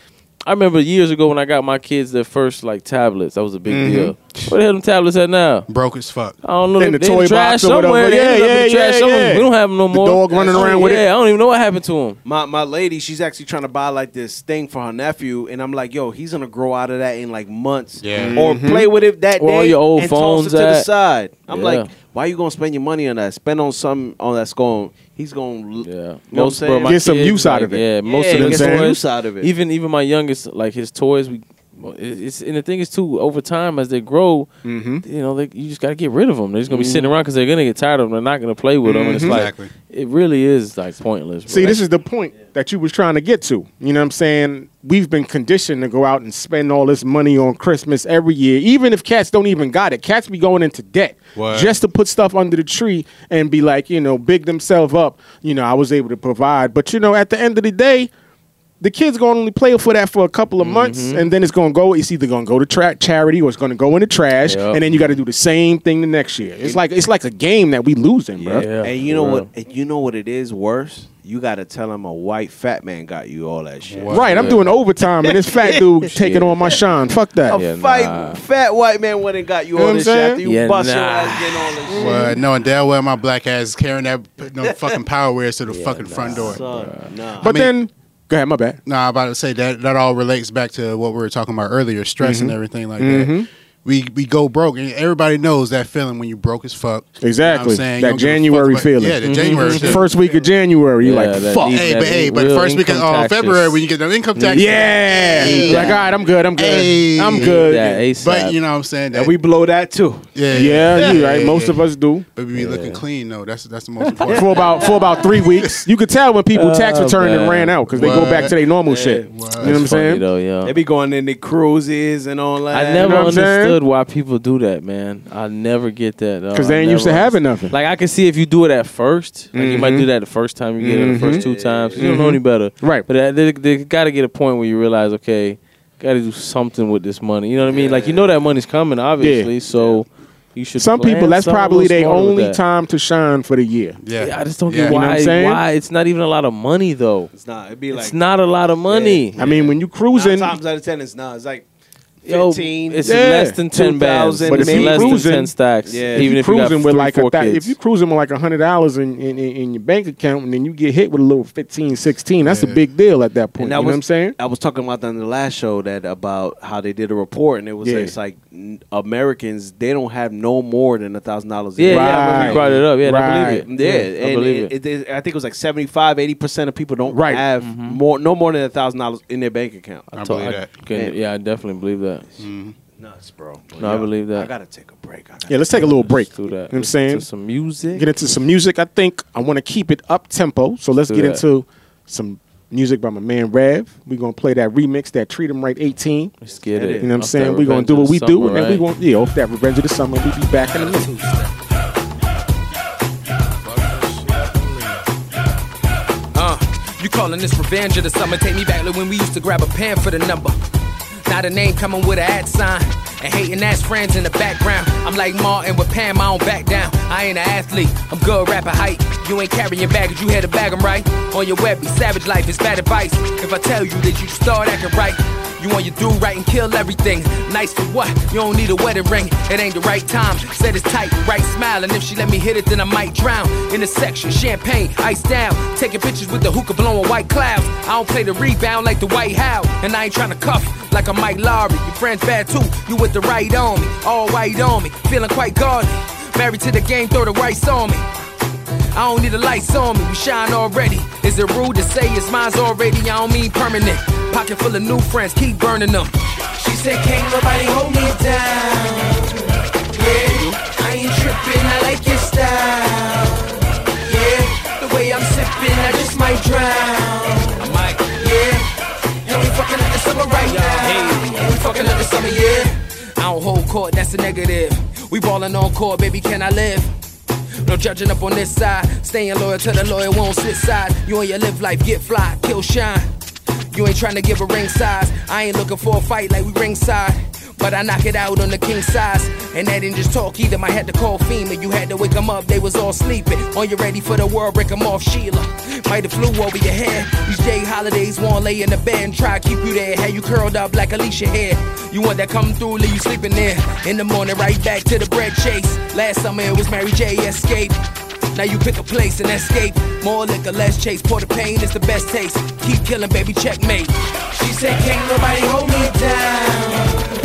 Speaker 5: I remember years ago when I got my kids their first like tablets. That was a big
Speaker 4: Mm-hmm.
Speaker 5: deal. Where the hell them tablets at now?
Speaker 6: Broke as fuck.
Speaker 5: I don't know.
Speaker 4: In
Speaker 5: they-
Speaker 4: the
Speaker 5: they in
Speaker 4: toy
Speaker 5: trash
Speaker 4: box or whatever.
Speaker 5: somewhere. They
Speaker 4: Yeah,
Speaker 5: ended up in
Speaker 4: yeah,
Speaker 5: the trash
Speaker 4: yeah,
Speaker 5: somewhere.
Speaker 4: yeah.
Speaker 5: We don't have them no
Speaker 4: The
Speaker 5: more. Oh,
Speaker 4: dog running around with it.
Speaker 5: yeah, I don't even know what happened to him.
Speaker 3: my my lady, she's actually trying to buy like this thing for her nephew, and I'm like, yo, he's gonna grow out of that in like months,
Speaker 6: Yeah.
Speaker 3: or
Speaker 4: Mm-hmm.
Speaker 3: play with it that
Speaker 5: Where all
Speaker 3: day
Speaker 5: your old
Speaker 3: and toss
Speaker 5: phones
Speaker 3: it to the
Speaker 5: at.
Speaker 3: side. I'm
Speaker 5: Yeah.
Speaker 3: like, why you gonna spend your money on that? Spend on something on that's going. He's gonna
Speaker 5: Yeah,
Speaker 3: most
Speaker 5: bro, my
Speaker 4: Get some
Speaker 5: kids,
Speaker 4: use out
Speaker 5: like,
Speaker 4: of it.
Speaker 5: Yeah, most
Speaker 3: Yeah,
Speaker 5: of them
Speaker 4: get some
Speaker 5: toys,
Speaker 3: use out of it.
Speaker 5: Even even my youngest, like his toys, we. well, it- It's and the thing is too. Over time, as they grow, you know, they, you just gotta get rid of them. They're just gonna be sitting around because they're gonna get tired of them. They're not gonna play with them, and it's like
Speaker 6: Exactly.
Speaker 5: it really is like pointless. Bro.
Speaker 4: See, this is the point that you was trying to get to. You know what I'm saying? We've been conditioned to go out and spend all this money on Christmas every year, even if cats don't even got it. Cats be going into debt
Speaker 6: Word.
Speaker 4: just to put stuff under the tree and be like, you know, big themselves up. You know, I was able to provide, but you know, at the end of the day. The kid's gonna only play for that for a couple of months,
Speaker 5: Mm-hmm.
Speaker 4: and then it's gonna go. It's either gonna go to tra- charity or it's gonna go in the trash,
Speaker 5: Yep.
Speaker 4: and then you got to do the same thing the next year. It's like it's like a game that we losing, bro.
Speaker 5: Yeah,
Speaker 3: and you know
Speaker 5: for
Speaker 3: what?
Speaker 5: real.
Speaker 3: And you know what it is worse. You gotta tell him a white fat man got you all that shit.
Speaker 6: Wow.
Speaker 4: Right, I'm
Speaker 5: Yeah.
Speaker 4: doing overtime and this fat dude taking on my shine. Fuck that.
Speaker 3: A
Speaker 5: Yeah,
Speaker 3: fight,
Speaker 5: nah.
Speaker 3: fat white man went and got you,
Speaker 4: You know
Speaker 3: all
Speaker 4: what
Speaker 3: this
Speaker 4: I'm
Speaker 3: shit
Speaker 4: saying?
Speaker 3: after you
Speaker 5: Yeah,
Speaker 3: bust your
Speaker 5: nah.
Speaker 3: ass getting all this shit.
Speaker 6: Well, knowing damn well my black ass is carrying that no fucking power wears to the fucking front door.
Speaker 3: Son, nah.
Speaker 4: But
Speaker 6: I mean-
Speaker 4: then, go ahead, my bad.
Speaker 6: No, I'm about to say that that all relates back to what we were talking about earlier, stress
Speaker 4: Mm-hmm.
Speaker 6: and everything like that. We we go broke, and everybody knows that feeling when you broke as fuck. You know what I'm
Speaker 4: Exactly.
Speaker 6: saying? You don't
Speaker 4: That
Speaker 6: give a fuck
Speaker 4: January
Speaker 6: about-
Speaker 4: feeling. Mm-hmm.
Speaker 6: Yeah, the January feeling.
Speaker 4: First week of January, you
Speaker 5: Yeah,
Speaker 4: like,
Speaker 5: that
Speaker 4: fuck.
Speaker 5: deep-
Speaker 6: Hey, but hey, but
Speaker 5: real
Speaker 6: first week of
Speaker 5: income
Speaker 4: oh,
Speaker 6: uh,
Speaker 5: taxes.
Speaker 6: February when you get the income tax.
Speaker 4: yeah.
Speaker 6: Hey.
Speaker 4: Like, all right, I'm good, I'm good.
Speaker 6: Hey.
Speaker 4: I'm
Speaker 5: Yeah,
Speaker 4: good. Yeah,
Speaker 5: ASAP.
Speaker 6: But you know what I'm saying? That,
Speaker 3: and we blow that too.
Speaker 6: yeah,
Speaker 4: you right. Most of us do.
Speaker 6: But we be looking clean though. That's that's the most important.
Speaker 4: For about for about three weeks, you could tell when people tax
Speaker 5: Oh,
Speaker 4: return and
Speaker 5: man.
Speaker 4: ran out because they go
Speaker 6: Word.
Speaker 4: back to their normal shit. You know
Speaker 6: Word.
Speaker 4: what I'm
Speaker 5: It's funny,
Speaker 4: saying?
Speaker 5: though, yo.
Speaker 3: They be going in the cruises and all that.
Speaker 5: I never
Speaker 4: what I'm saying?
Speaker 5: understood why people do that, man. I never get that. dog.
Speaker 4: Because they
Speaker 5: I
Speaker 4: ain't used to
Speaker 5: never
Speaker 4: having nothing. Mm-hmm.
Speaker 5: Like I can see if you do it at first, like you might do that the first time you get it, the first two times. 'cause You don't know any better,
Speaker 4: Right.
Speaker 5: But that- they, they got to get a point where you realize, okay, got to do something with this money. You know what I mean? Like you know that money's coming, obviously. So you should.
Speaker 4: Some
Speaker 5: plan
Speaker 4: people, that's
Speaker 5: something a
Speaker 4: probably
Speaker 5: little
Speaker 4: their
Speaker 5: smarter with
Speaker 4: only
Speaker 5: that.
Speaker 4: time to shine for the year.
Speaker 6: Yeah.
Speaker 5: Yeah, I just don't get
Speaker 6: Yeah.
Speaker 4: You know what
Speaker 5: why.
Speaker 4: I'm saying?
Speaker 5: why it's not even a lot of money though.
Speaker 3: It's not. It'd be like
Speaker 5: it's not a lot of money.
Speaker 4: I mean, when you
Speaker 3: nine
Speaker 4: cruising,
Speaker 3: times out of ten. It's not. It's like
Speaker 5: Yo,
Speaker 3: fifteen.
Speaker 5: it's
Speaker 4: Yeah.
Speaker 5: less than ten bands,
Speaker 3: 2,000,
Speaker 5: but it's
Speaker 4: maybe.
Speaker 5: less
Speaker 4: Cruising.
Speaker 5: than ten stacks.
Speaker 3: Yeah.
Speaker 5: Yeah, even if you got
Speaker 4: cruising with
Speaker 5: three,
Speaker 4: like
Speaker 5: four
Speaker 4: a thou-
Speaker 5: kids.
Speaker 4: if you cruising with like a hundred dollars in, in, in in your bank account and then you get hit with a little 15 16 that's a big deal at that point
Speaker 3: that
Speaker 4: you know
Speaker 3: was-
Speaker 4: what i'm saying
Speaker 3: I was talking about that in the last show that about how they did a report and it was
Speaker 4: Yeah.
Speaker 3: it's like n- Americans they don't have no more than a thousand dollars.
Speaker 5: Yeah,
Speaker 4: Right.
Speaker 5: yeah, I remember you brought it up. Yeah, and I
Speaker 4: Right.
Speaker 5: believe
Speaker 3: Yeah,
Speaker 5: it.
Speaker 3: and
Speaker 5: I believe
Speaker 3: it-
Speaker 5: it.
Speaker 3: it- it- I think it was like 75, 80 percent of people don't
Speaker 4: Right.
Speaker 3: have more, no more than a thousand dollars in their bank account.
Speaker 6: I
Speaker 5: So
Speaker 6: believe that.
Speaker 5: can- yeah, Mm-hmm. I definitely believe that.
Speaker 3: Nuts, bro. But
Speaker 5: No, I
Speaker 3: yo,
Speaker 5: believe that.
Speaker 3: I gotta take a break. I gotta-
Speaker 4: yeah let's take a little break
Speaker 5: Let's do that.
Speaker 4: you know what i'm
Speaker 5: Listen
Speaker 4: saying
Speaker 5: to some music.
Speaker 4: get into some music i think i want to keep it up tempo so let's
Speaker 5: Do
Speaker 4: get
Speaker 5: that.
Speaker 4: into some music by my man rev we're gonna play that remix that treat 'em right 18
Speaker 5: Let's get
Speaker 3: You
Speaker 5: it.
Speaker 3: know
Speaker 4: you know what i'm
Speaker 5: Off
Speaker 4: saying
Speaker 5: that
Speaker 4: we're gonna do what we
Speaker 5: Revenge of the
Speaker 4: do and then
Speaker 5: Summer,
Speaker 4: we're
Speaker 5: right?
Speaker 4: gonna yeah off that revenge of the summer we'll be back in a minute
Speaker 1: Uh, you calling this revenge of the summer? Take me back to when we used to grab a pen for the number. Not a name coming with an ad sign. And hating ass friends in the background. I'm like Martin with Pam, I don't back down. I ain't an athlete, I'm good rapper height. You ain't carrying baggage, you had to bag 'em right. On your web, be savage life, it's bad advice. If I tell you that you should start acting right, you want your do right and kill everything. Nice for what? You don't need a wedding ring. It ain't the right time. Said it's tight, right smile. And if she let me hit it, then I might drown. In the section, champagne, ice down. Taking pictures with the hookah blowing white clouds. I don't play the rebound like the White House. And I ain't tryna cuff like a Mike Lowry. Your friend's bad too. You with the right on me. All white on me. Feeling quite gaudy. Married to the game, throw the rice on me. I don't need the lights on me, we shine already. Is it rude to say it's mine's already? I don't mean permanent. Pocket full of new friends, keep burning them. She said, Can't nobody hold me down. Yeah, I ain't tripping, I like your style. Yeah, the way I'm sipping, I just might drown. I might, yeah. And we fucking up the summer right now. Hey, we fucking up the summer, yeah. I don't hold court, that's a negative. We ballin' on court, baby, can I live? No judging up on this side. Staying loyal to the lawyer won't switch sides. You on your live life, get fly, kill shine. You ain't tryna give a ring size. I ain't looking for a fight like we ringside. But I knock it out on the king size. And that ain't just talk either. I had to call FEMA. You had to wake 'em up, they was all sleeping. Are you ready for the world? Break 'em off, Sheila. Might have flew over your head. These day holidays won't lay in the bed and try to keep you there. Had you curled up like Alicia here. You want that come through, leave you sleeping there. In the morning, right back to the bread chase. Last summer it was Mary J. Escape. Now you pick a place and escape. More liquor, less chase. Pour the pain, it's the best taste. Keep killing, baby, checkmate. She said, Can't nobody hold me down.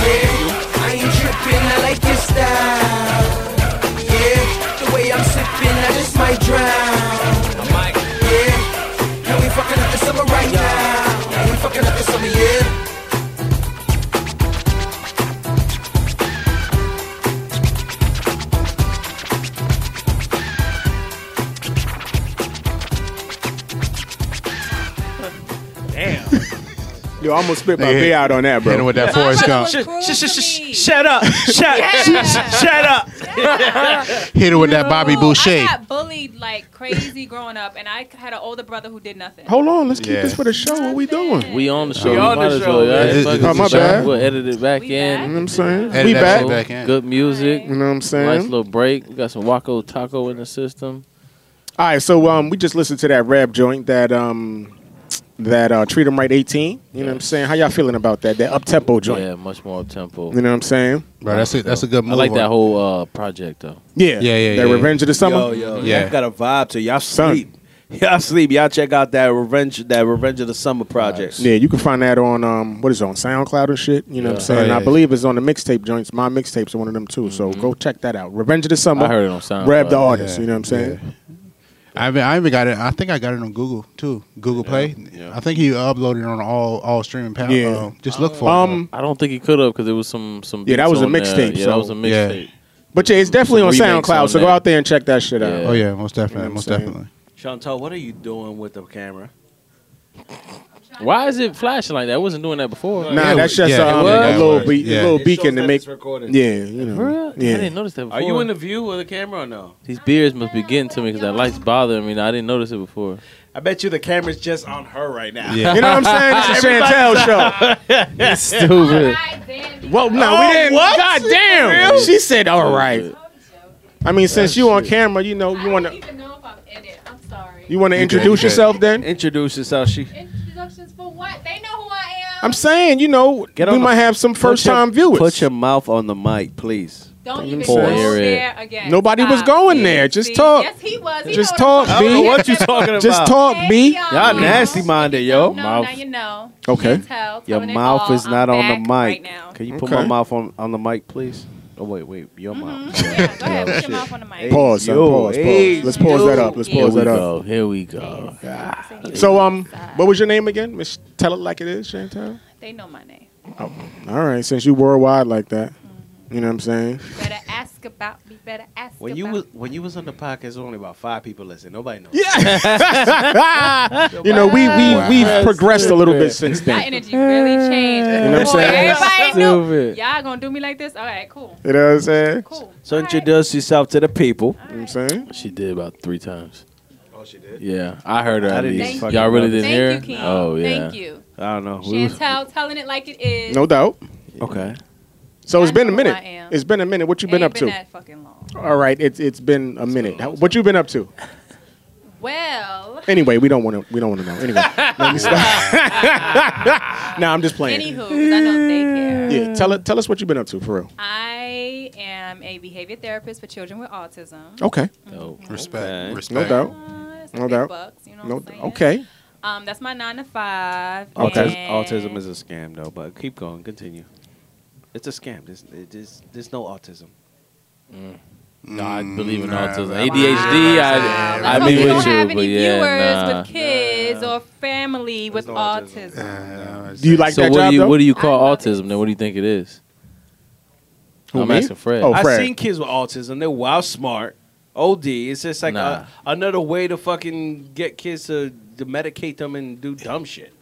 Speaker 1: Yeah, I ain't tripping, I like your style. Yeah, the way I'm sipping, I just might drown. I might, yeah. And we fucking up the summer right now. And we fucking up the summer, yeah.
Speaker 4: Yo, I almost spit my
Speaker 6: They hit-
Speaker 4: beer out on that,
Speaker 6: Hit him
Speaker 4: bro.
Speaker 6: with that Forrest Gump.
Speaker 3: Sh-
Speaker 7: Cruel
Speaker 3: sh- sh-
Speaker 7: to
Speaker 3: sh-
Speaker 7: me.
Speaker 3: shut up! Shut! sh- shut up!
Speaker 6: Hit him with that Bobby
Speaker 7: Ooh,
Speaker 6: Boucher.
Speaker 7: I got bullied like crazy growing up, and I had an older brother who did nothing.
Speaker 4: Hold on, let's keep
Speaker 6: Yeah.
Speaker 4: this for the show. What we doing? You know
Speaker 5: Uh, We on the show.
Speaker 3: We on
Speaker 5: might
Speaker 3: the
Speaker 5: as
Speaker 3: show,
Speaker 5: well,
Speaker 3: man.
Speaker 5: yeah,
Speaker 6: This is-
Speaker 5: fuck
Speaker 6: this
Speaker 5: it.
Speaker 6: is my
Speaker 4: Oh, bad.
Speaker 5: We'll edit it back
Speaker 7: We
Speaker 5: in.
Speaker 4: what I'm saying?
Speaker 6: Edit
Speaker 4: we
Speaker 6: that
Speaker 4: back.
Speaker 6: shit back in.
Speaker 5: Good music.
Speaker 7: Right.
Speaker 4: You know what I'm saying?
Speaker 5: Nice little break. We got some Waco Taco in the system.
Speaker 4: All right, so um, we just listened to that rap joint that um, that uh, Treat 'em Right 18. You know what I'm saying? How y'all feeling about that? That up tempo joint.
Speaker 5: Yeah, much more tempo.
Speaker 4: You know what I'm saying?
Speaker 6: Bro, that's a, that's a good
Speaker 5: I
Speaker 6: move.
Speaker 5: like that whole uh, project though.
Speaker 4: Yeah,
Speaker 6: Yeah, yeah,
Speaker 4: That
Speaker 6: yeah.
Speaker 4: Revenge of the Summer.
Speaker 3: Yo, yo,
Speaker 6: Yeah.
Speaker 3: yeah. got a vibe to it. y'all
Speaker 4: Son.
Speaker 3: sleep. Y'all sleep. Y'all check out that revenge, that revenge of the summer project.
Speaker 4: Yeah, you can find that on um, what is it, on SoundCloud and shit. You know what I'm
Speaker 5: Yeah.
Speaker 4: saying?
Speaker 6: Oh, yeah.
Speaker 4: I believe it's on the mixtape joints. My mixtapes are one of them too. So go check that out. Revenge of the Summer.
Speaker 5: Mm-hmm. I heard it on SoundCloud.
Speaker 4: Grab the artist.
Speaker 6: Yeah,
Speaker 4: You know what I'm saying?
Speaker 6: I even, I even got it. I think I got it on Google too. Google Play. I think he uploaded it on all all streaming pal-
Speaker 4: Yeah.
Speaker 6: uh, just look for it.
Speaker 4: Um,
Speaker 5: I don't think he could have because there was some some.
Speaker 4: Yeah, that
Speaker 5: beats
Speaker 4: was a
Speaker 5: on there.
Speaker 4: mixtape,
Speaker 5: Yeah,
Speaker 4: so-
Speaker 5: that was a mixtape.
Speaker 4: but yeah, it's definitely
Speaker 5: Some
Speaker 4: on
Speaker 5: remakes
Speaker 4: SoundCloud.
Speaker 5: on
Speaker 4: so go
Speaker 5: there.
Speaker 4: out there and check that shit out.
Speaker 5: Yeah.
Speaker 6: oh yeah, most definitely,
Speaker 4: You know
Speaker 6: most
Speaker 4: what I'm saying?
Speaker 6: definitely.
Speaker 3: Chantel, what are you doing with the camera?
Speaker 5: Why is it flashing like that? I wasn't doing that before.
Speaker 4: Nah,
Speaker 6: Yeah,
Speaker 4: that's just
Speaker 6: yeah, it
Speaker 4: um,
Speaker 5: was.
Speaker 4: a little, be-
Speaker 6: Yeah.
Speaker 4: a little
Speaker 6: It
Speaker 4: beacon to make.
Speaker 3: recording.
Speaker 4: Yeah, you know.
Speaker 5: For real? I
Speaker 4: Yeah.
Speaker 5: didn't notice that before.
Speaker 3: Are you in the view of the camera or no?
Speaker 5: These beards must be getting to me because that light's bothering me. Now, I didn't notice it before.
Speaker 3: I bet you the camera's just on her right now.
Speaker 6: Yeah.
Speaker 4: You know what I'm saying? This is Chantel show.
Speaker 7: All
Speaker 5: Stupid.
Speaker 7: right, then.
Speaker 4: Well, no, we didn't.
Speaker 3: what?
Speaker 4: God damn. She said, "All right." I mean, since you on camera, you know, you
Speaker 7: I
Speaker 4: want
Speaker 7: don't
Speaker 4: to
Speaker 7: even know if I'm in it. I'm sorry.
Speaker 4: you want to
Speaker 6: You good,
Speaker 4: introduce
Speaker 6: you good.
Speaker 4: yourself then.
Speaker 3: Introduce yourself. She
Speaker 7: Introductions for what? They know who I am.
Speaker 4: I'm saying, you know,
Speaker 3: Get
Speaker 4: we
Speaker 3: on the-
Speaker 4: might have some
Speaker 3: Put
Speaker 4: first
Speaker 3: your-
Speaker 4: time viewers.
Speaker 3: Put your mouth on the mic, please.
Speaker 7: Don't
Speaker 4: Don't
Speaker 7: even
Speaker 4: say
Speaker 7: go
Speaker 5: it.
Speaker 7: there again.
Speaker 4: Nobody was
Speaker 7: Stop.
Speaker 4: going
Speaker 7: See,
Speaker 4: there. Just
Speaker 7: see.
Speaker 4: talk.
Speaker 7: Yes, he was. He
Speaker 4: Just
Speaker 7: know what
Speaker 4: talk,
Speaker 7: I'm
Speaker 4: B.
Speaker 7: talking about.
Speaker 3: What you talking about?
Speaker 4: Just talk,
Speaker 7: Hey,
Speaker 4: B.
Speaker 7: y'all.
Speaker 3: Y'all nasty minded,
Speaker 7: No,
Speaker 3: yo.
Speaker 7: now you know.
Speaker 4: Okay.
Speaker 7: Chantel,
Speaker 3: Your
Speaker 7: coming in
Speaker 3: mouth
Speaker 7: all.
Speaker 3: is not
Speaker 7: I'm
Speaker 3: on the mic.
Speaker 7: back right now.
Speaker 3: Can you put
Speaker 4: Okay.
Speaker 3: my mouth on, on the mic, please? Oh wait, wait, your mouth.
Speaker 7: Mm-hmm. Yeah, go ahead. Put your mouth on the mic.
Speaker 4: Pause. son,
Speaker 3: Yo,
Speaker 4: pause.
Speaker 3: hey,
Speaker 4: Pause. Let's pause that up. Let's
Speaker 7: yo.
Speaker 5: Here
Speaker 4: pause
Speaker 5: we
Speaker 4: that up.
Speaker 5: go. Here we go. God.
Speaker 4: Oh, So, um, what was your name again? Miss, tell it like it is, Chantel.
Speaker 7: They know my name.
Speaker 4: All right, since you worldwide like that,
Speaker 7: Mm-hmm.
Speaker 4: you know what I'm saying.
Speaker 7: Better ask about me. Better ask
Speaker 3: When
Speaker 7: about
Speaker 3: you
Speaker 7: me.
Speaker 3: was when you was on the podcast, only about five people listened. Nobody knows.
Speaker 4: Yeah. you know, we we we've progressed a little bit since
Speaker 7: My
Speaker 4: then.
Speaker 7: energy really changed.
Speaker 4: know what I'm
Speaker 7: Boy,
Speaker 4: saying?
Speaker 7: Everybody knew.
Speaker 5: Stupid.
Speaker 7: Y'all gonna do me like this? All right, cool,
Speaker 4: You know what I'm saying?
Speaker 7: cool.
Speaker 3: So
Speaker 7: All right.
Speaker 3: introduce yourself to the people.
Speaker 4: You know what I'm saying.
Speaker 5: She did about three times.
Speaker 3: Oh, she did.
Speaker 5: Yeah, I heard her
Speaker 3: I
Speaker 5: at
Speaker 3: didn't
Speaker 5: least.
Speaker 7: even
Speaker 5: Y'all really
Speaker 7: Thank
Speaker 5: didn't hear?
Speaker 7: you, King.
Speaker 5: Oh yeah.
Speaker 7: Thank you.
Speaker 5: I don't know. We-
Speaker 7: Chantel telling it like it is.
Speaker 4: No doubt.
Speaker 5: okay.
Speaker 4: So it's
Speaker 7: I
Speaker 4: been a
Speaker 7: know who
Speaker 4: minute.
Speaker 7: I am.
Speaker 4: It's been a minute. What you
Speaker 7: Ain't
Speaker 4: been
Speaker 7: been
Speaker 4: up to?
Speaker 7: that fucking long.
Speaker 4: All right, it's it's been a minute. How- What you been up to?
Speaker 7: Well,
Speaker 4: Anyway, we don't want to we don't want to know. Anyway, let me stop. nah, I'm just playing.
Speaker 7: anywho, 'cause I know they care.
Speaker 4: Yeah, tell it tell us what you've been up to for real.
Speaker 7: I am a behavior therapist for children with autism.
Speaker 4: Okay,
Speaker 5: Dope.
Speaker 6: Respect.
Speaker 5: Okay.
Speaker 6: Respect.
Speaker 4: no doubt,
Speaker 7: Uh, it's
Speaker 4: No
Speaker 7: big
Speaker 4: doubt.
Speaker 7: Bucks, you know
Speaker 4: no
Speaker 7: what I'm
Speaker 4: doubt.
Speaker 7: saying?
Speaker 4: Okay,
Speaker 7: Um, that's my nine to five.
Speaker 5: Autism,
Speaker 7: and-
Speaker 5: autism is a scam, though. But keep going, continue. It's a scam. There's, there's, there's no autism. No, I Mm. believe in
Speaker 6: nah,
Speaker 5: autism.
Speaker 6: Mm, nah.
Speaker 5: ADHD,
Speaker 7: Wow.
Speaker 5: I,
Speaker 7: Let's
Speaker 5: I
Speaker 7: hope
Speaker 5: be
Speaker 7: we don't
Speaker 5: with
Speaker 7: have
Speaker 5: you,
Speaker 7: any
Speaker 5: but yeah,
Speaker 7: viewers
Speaker 5: nah.
Speaker 7: with kids or family with
Speaker 5: no autism.
Speaker 7: autism.
Speaker 6: Uh,
Speaker 4: do you like
Speaker 5: so
Speaker 4: that
Speaker 5: what
Speaker 4: job
Speaker 5: do you
Speaker 4: though?
Speaker 5: what do you
Speaker 7: I
Speaker 5: call
Speaker 7: love
Speaker 5: autism?
Speaker 7: it.
Speaker 5: Then what do you think it is?
Speaker 4: Who,
Speaker 5: I'm
Speaker 4: me?
Speaker 5: asking Fred.
Speaker 4: Oh,
Speaker 3: I've
Speaker 4: Fred.
Speaker 3: seen kids with autism. They're wild smart. OD. It's just like
Speaker 5: Nah.
Speaker 3: a, another way to fucking get kids to, to medicate them and do dumb shit.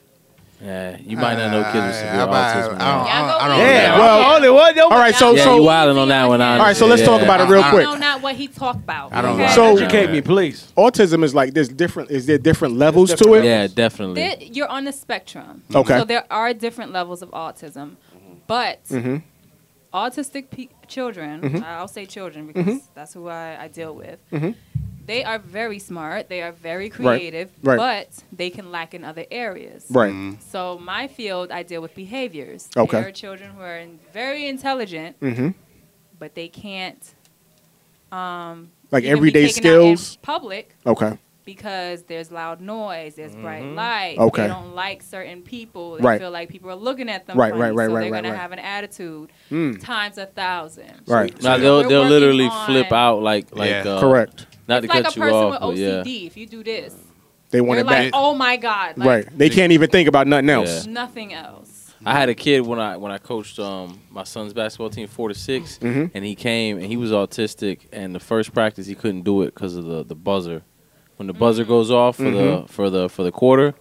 Speaker 5: yeah, you might not know
Speaker 4: Uh,
Speaker 5: kids with severe autism.
Speaker 6: I don't,
Speaker 5: man.
Speaker 6: I don't, I
Speaker 7: Y'all
Speaker 6: don't
Speaker 7: go
Speaker 6: know.
Speaker 7: Yeah,
Speaker 4: well,
Speaker 3: I'm the only one.
Speaker 4: all right, so
Speaker 5: yeah,
Speaker 4: so
Speaker 5: you wilding on that one. I
Speaker 7: All
Speaker 4: right, so
Speaker 5: understand.
Speaker 4: let's talk
Speaker 5: Yeah.
Speaker 4: about it real
Speaker 6: I- I
Speaker 4: quick.
Speaker 7: I don't know what he talk about.
Speaker 6: I don't
Speaker 7: okay?
Speaker 6: know.
Speaker 4: So-
Speaker 3: Educate me, please.
Speaker 4: Autism is like there's different. Is there different levels to it?
Speaker 5: Yeah, definitely.
Speaker 7: There- you're on the spectrum.
Speaker 4: Okay.
Speaker 7: So there are different levels of autism, but
Speaker 4: Mm-hmm.
Speaker 7: autistic pe- children, I'll say children because
Speaker 4: Mm-hmm.
Speaker 7: that's who I, I deal with. They are very smart. They are very creative,
Speaker 4: Right.
Speaker 7: but they can lack in other areas.
Speaker 4: Right.
Speaker 7: So my field, I deal with behaviors.
Speaker 4: Okay.
Speaker 7: There are children who are in- very intelligent,
Speaker 4: Mm-hmm.
Speaker 7: but they can't um,
Speaker 4: Like
Speaker 7: even be
Speaker 4: everyday
Speaker 7: taken out in
Speaker 4: skills.
Speaker 7: public
Speaker 4: Okay.
Speaker 7: because there's loud noise, there's bright lights.
Speaker 4: Okay.
Speaker 7: They don't like certain people. They
Speaker 4: Right.
Speaker 7: feel like people are looking at them.
Speaker 4: Right,
Speaker 7: funny,
Speaker 4: right, right,
Speaker 7: so
Speaker 4: right,
Speaker 7: They're
Speaker 4: right,
Speaker 7: gonna
Speaker 4: right.
Speaker 7: have an attitude
Speaker 4: Mm.
Speaker 7: times a thousand.
Speaker 4: Right.
Speaker 5: Now
Speaker 6: So
Speaker 5: they'll
Speaker 7: we're
Speaker 5: they'll
Speaker 7: working
Speaker 5: literally
Speaker 7: on-
Speaker 5: flip out like like
Speaker 6: Yeah.
Speaker 5: uh,
Speaker 4: Correct.
Speaker 5: Not to
Speaker 7: It's like a
Speaker 5: cut you
Speaker 7: person
Speaker 5: off,
Speaker 7: with
Speaker 5: but yeah.
Speaker 7: OCD. If you do this,
Speaker 4: They want
Speaker 7: they're
Speaker 4: it
Speaker 7: like,
Speaker 4: back.
Speaker 7: oh my god, like,
Speaker 4: Right. They can't even think about nothing else.
Speaker 7: Nothing else.
Speaker 5: I had a kid when I when I coached um my son's basketball team four to 6
Speaker 4: Mhm.
Speaker 5: and he came and he was autistic and the first practice he couldn't do it because of the the buzzer. When the
Speaker 7: Mm-hmm.
Speaker 5: buzzer goes off for
Speaker 4: Mm-hmm.
Speaker 5: the for the for the quarter,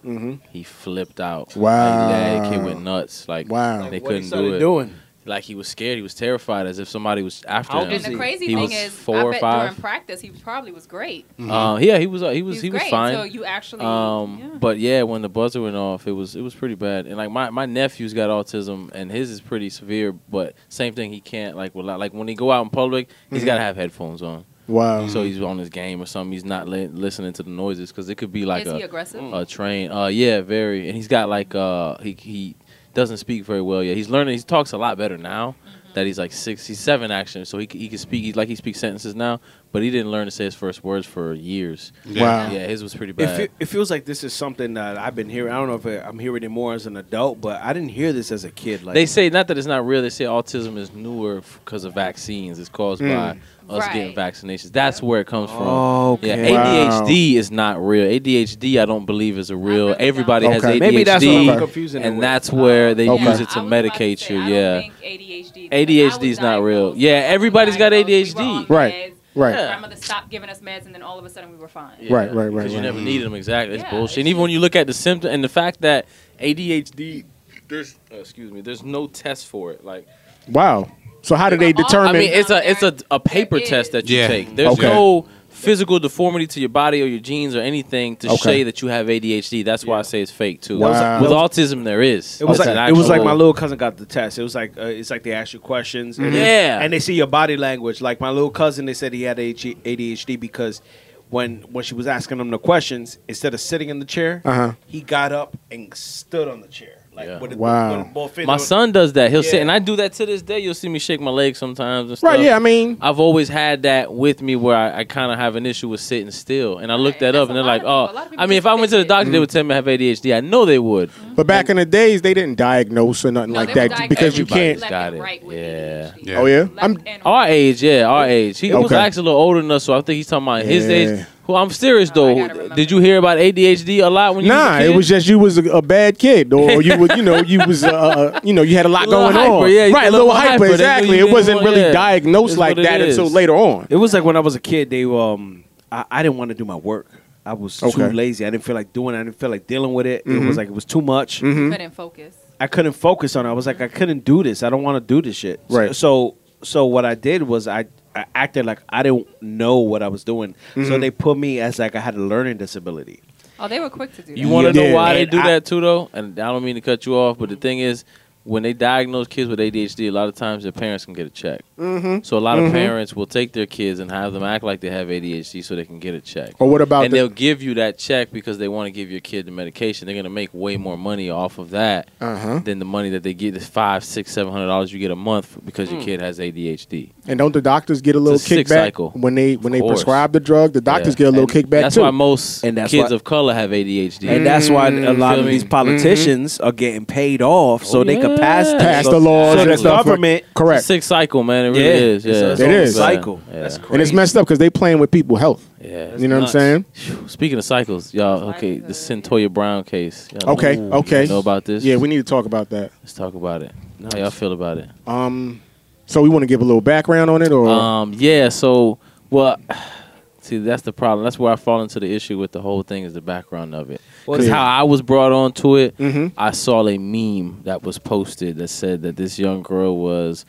Speaker 5: he flipped out.
Speaker 4: Wow.
Speaker 5: like, yeah, the kid went nuts. Like
Speaker 4: Wow.
Speaker 5: they
Speaker 3: What he
Speaker 5: couldn't
Speaker 3: started
Speaker 5: do it.
Speaker 3: doing.
Speaker 5: Like he was scared. He was terrified, as if somebody was after
Speaker 3: How
Speaker 5: him.
Speaker 3: old
Speaker 7: And
Speaker 3: is
Speaker 7: the
Speaker 3: he?
Speaker 7: crazy
Speaker 5: He
Speaker 7: thing
Speaker 5: was
Speaker 7: is,
Speaker 5: four
Speaker 7: I
Speaker 5: or
Speaker 7: bet
Speaker 5: five.
Speaker 7: during practice he probably was great.
Speaker 5: Uh, yeah, he was uh, he was
Speaker 7: He's
Speaker 5: he was
Speaker 7: great.
Speaker 5: fine.
Speaker 7: So you actually,
Speaker 5: Um,
Speaker 7: yeah.
Speaker 5: but yeah, when the buzzer went off, it was it was pretty bad. And like my, my nephew's got autism, and his is pretty severe. But same thing, he can't like without, like when he go out in public, he's got to have headphones on.
Speaker 4: Wow.
Speaker 5: So he's on his game or something. He's not li- listening to the noises because it could be like
Speaker 7: is he
Speaker 5: a,
Speaker 7: aggressive?
Speaker 5: a train. Uh, yeah, very. And he's got like uh, he he doesn't speak very well yet. He's learning. He talks a lot better now
Speaker 7: Mm-hmm.
Speaker 5: that he's like six, he's seven actually. So he c- he can speak. He's like he speaks sentences now, but he didn't learn to say his first words for years.
Speaker 4: Wow.
Speaker 5: Yeah, his was pretty
Speaker 3: It,
Speaker 5: bad.
Speaker 3: fe- it feels like this is something that I've been hearing. I don't know if I- I'm hearing it more as an adult, but I didn't hear this as a kid. Like
Speaker 5: They say not that it's not real. They say autism is newer because of vaccines. It's caused
Speaker 4: Hmm.
Speaker 5: by us
Speaker 7: Right.
Speaker 5: getting vaccinations. That's where it comes from.
Speaker 3: Okay.
Speaker 5: Yeah,
Speaker 4: Wow.
Speaker 5: ADHD is not real. ADHD, I don't believe is a real.
Speaker 7: really
Speaker 5: Everybody
Speaker 4: don't.
Speaker 5: has
Speaker 4: Okay.
Speaker 5: ADHD,
Speaker 3: maybe that's what I'm confusing. it
Speaker 5: and
Speaker 3: with.
Speaker 5: that's where they
Speaker 4: Okay.
Speaker 5: use it to
Speaker 7: I was about to
Speaker 5: medicate
Speaker 7: say,
Speaker 5: you.
Speaker 7: I
Speaker 5: yeah,
Speaker 7: don't think ADHD.
Speaker 5: ADHD is not real. Yeah, everybody's got ADHD.
Speaker 4: Right. Right.
Speaker 5: Yeah.
Speaker 7: Grandmother stopped giving us meds, and then all of a sudden we were fine.
Speaker 5: Yeah.
Speaker 4: Right, right, right,
Speaker 5: Because you
Speaker 4: right.
Speaker 5: never
Speaker 4: Mhm.
Speaker 5: needed them exactly. It's
Speaker 7: Yeah,
Speaker 5: bullshit.
Speaker 7: it's
Speaker 5: And even when you look at the symptom and the fact that ADHD, there's uh, excuse me, there's no test for it. Like
Speaker 4: Wow. So how do they
Speaker 7: I mean,
Speaker 4: determine?
Speaker 5: I mean, it's a it's a, a paper
Speaker 7: There
Speaker 5: test
Speaker 7: is.
Speaker 5: that you
Speaker 6: Yeah.
Speaker 5: take. There's
Speaker 4: Okay.
Speaker 5: no physical deformity to your body or your genes or anything to
Speaker 4: Okay.
Speaker 5: say that you have ADHD. That's why I say it's fake too.
Speaker 4: Wow.
Speaker 5: With autism, there is.
Speaker 3: It was
Speaker 5: It's
Speaker 3: like
Speaker 5: an
Speaker 3: it was like
Speaker 5: actual-
Speaker 3: my little cousin got the test. It was like uh, it's like they ask you questions, and they-
Speaker 5: Yeah.
Speaker 3: and they see your body language. Like my little cousin, they said he had ADHD because when when she was asking him the questions, instead of sitting in the chair,
Speaker 4: Uh-huh.
Speaker 3: he got up and stood on the chair, like
Speaker 5: Yeah.
Speaker 3: with the-
Speaker 4: Wow.
Speaker 3: with the ball fit
Speaker 5: My
Speaker 3: on-
Speaker 5: son does that. He'll sit,
Speaker 3: Yeah.
Speaker 5: and I do that to this day. You'll see me shake my legs sometimes and stuff.
Speaker 4: right. Yeah. I mean,
Speaker 5: I've always had that with me where I, I kind of have an issue with sitting still, and I look
Speaker 7: Right,
Speaker 5: that
Speaker 7: that's
Speaker 5: up, and
Speaker 7: a
Speaker 5: they're
Speaker 7: lot
Speaker 5: like,
Speaker 7: of people. A lot
Speaker 5: "Oh,
Speaker 7: of people
Speaker 5: I mean, if
Speaker 7: just
Speaker 5: I went
Speaker 7: think
Speaker 5: to the
Speaker 7: it-
Speaker 4: Mm.
Speaker 5: doctor, they would tell me I have ADHD. I know they would.
Speaker 4: but back in the days, they didn't diagnose or nothing
Speaker 7: No,
Speaker 4: like
Speaker 7: they would
Speaker 4: that because you
Speaker 7: diagnose
Speaker 5: Everybody's
Speaker 4: can't.
Speaker 7: left
Speaker 5: got
Speaker 7: and
Speaker 5: it.
Speaker 7: right with
Speaker 5: Yeah.
Speaker 7: ADHD.
Speaker 6: Yeah.
Speaker 4: Oh yeah.
Speaker 7: Left
Speaker 4: I'm.
Speaker 7: and
Speaker 5: Our
Speaker 7: right.
Speaker 5: age, yeah, our age. He was
Speaker 4: Okay.
Speaker 5: actually a little older than us, so I think he's talking about his
Speaker 4: Yeah.
Speaker 5: age. Who I'm serious
Speaker 7: Oh, I
Speaker 5: though.
Speaker 7: gotta remember.
Speaker 5: Did you hear about ADHD a lot when you was
Speaker 4: Nah,
Speaker 5: a kid?
Speaker 4: it was just you was a, a bad kid, or you was, you know, you was, uh, uh, you know, you had a lot
Speaker 5: A little
Speaker 4: going
Speaker 5: hyper,
Speaker 4: on,
Speaker 5: yeah, you
Speaker 4: right?
Speaker 5: a
Speaker 4: A little,
Speaker 5: little hyper,
Speaker 4: hyper,
Speaker 5: they knew
Speaker 4: exactly.
Speaker 5: you
Speaker 4: It
Speaker 5: didn't
Speaker 4: wasn't
Speaker 5: want-
Speaker 4: really
Speaker 5: yeah.
Speaker 4: diagnosed
Speaker 5: It's
Speaker 4: like
Speaker 5: what it
Speaker 4: that
Speaker 5: is.
Speaker 4: until later on.
Speaker 3: It was like when I was a kid, they um, I, I didn't want to do my work. I was
Speaker 4: Okay. Mm-hmm.
Speaker 3: too lazy. I didn't feel like doing. it. I didn't feel like dealing with it. It was like it was too much.
Speaker 4: Hmm?
Speaker 7: Couldn't focus.
Speaker 3: I couldn't focus on it. I was like, I couldn't do this. I don't want to do this shit. So-
Speaker 4: Right.
Speaker 3: So, so what I did was I, I
Speaker 4: Mm-hmm.
Speaker 3: acted like I didn't know what I was doing. So they put me as like I had a learning disability.
Speaker 7: Oh, they were quick to do that.
Speaker 5: You want to know
Speaker 4: Yeah.
Speaker 5: why they
Speaker 4: And
Speaker 5: do
Speaker 4: I-
Speaker 5: that too, though? And I don't mean to cut you off, but the thing is, when they diagnose kids with ADHD, a lot of times their parents can get a check. Mm-hmm. So a lot of parents will take their kids and have them act like they have ADHD so they can get a check.
Speaker 4: Or what about
Speaker 5: and
Speaker 4: the,
Speaker 5: they'll give you that check because they want to give your kid the medication. They're gonna make way more money off of that
Speaker 4: Uh-huh.
Speaker 5: than the money that they get the five, six, seven hundred dollars you get a month because
Speaker 4: Mm.
Speaker 5: your kid has ADHD.
Speaker 4: And don't the doctors get a little
Speaker 5: It's a sick
Speaker 4: kickback
Speaker 5: cycle.
Speaker 4: when they when they
Speaker 5: course.
Speaker 4: prescribe the drug? The doctors
Speaker 5: Yeah.
Speaker 4: get a little
Speaker 5: And
Speaker 4: kickback
Speaker 5: That's
Speaker 4: too.
Speaker 5: why most
Speaker 1: And that's
Speaker 5: kids
Speaker 1: why-
Speaker 5: of color have ADHD.
Speaker 1: And that's why a
Speaker 4: Mm-hmm.
Speaker 5: You
Speaker 1: lot
Speaker 5: feel
Speaker 1: of
Speaker 5: me?
Speaker 1: these politicians are getting paid off so
Speaker 5: Oh,
Speaker 1: they can pass
Speaker 5: yeah.
Speaker 1: things.
Speaker 4: Pass
Speaker 1: So-
Speaker 4: the laws
Speaker 1: So
Speaker 4: and
Speaker 1: the
Speaker 4: stuff like-
Speaker 1: government
Speaker 5: It's a
Speaker 4: correct.
Speaker 5: sick cycle, man. It really
Speaker 1: Yeah.
Speaker 5: is. Yeah,
Speaker 1: It's a-
Speaker 4: it's It a is.
Speaker 1: cycle.
Speaker 5: Yeah.
Speaker 1: That's
Speaker 4: And it's
Speaker 1: crazy.
Speaker 4: messed up because they playing with people health.
Speaker 5: Yeah.
Speaker 4: you know
Speaker 1: nuts.
Speaker 4: what I'm saying?
Speaker 5: Phew. Speaking of cycles, y'all. Okay, the Centoya Brown case. Y'all
Speaker 4: Okay,
Speaker 5: know-
Speaker 4: okay.
Speaker 5: you know about this?
Speaker 4: Yeah, we need to talk about that.
Speaker 5: Let's talk about it. How y'all feel about it?
Speaker 4: Um, so we want to give a little background on it, or
Speaker 5: Um, yeah. So, well, see, that's the problem. That's where I fall into the issue with the whole thing is the background of it. Because
Speaker 4: Yeah.
Speaker 5: how I was brought onto it,
Speaker 4: Mhm.
Speaker 5: I saw a meme that was posted that said that this young girl was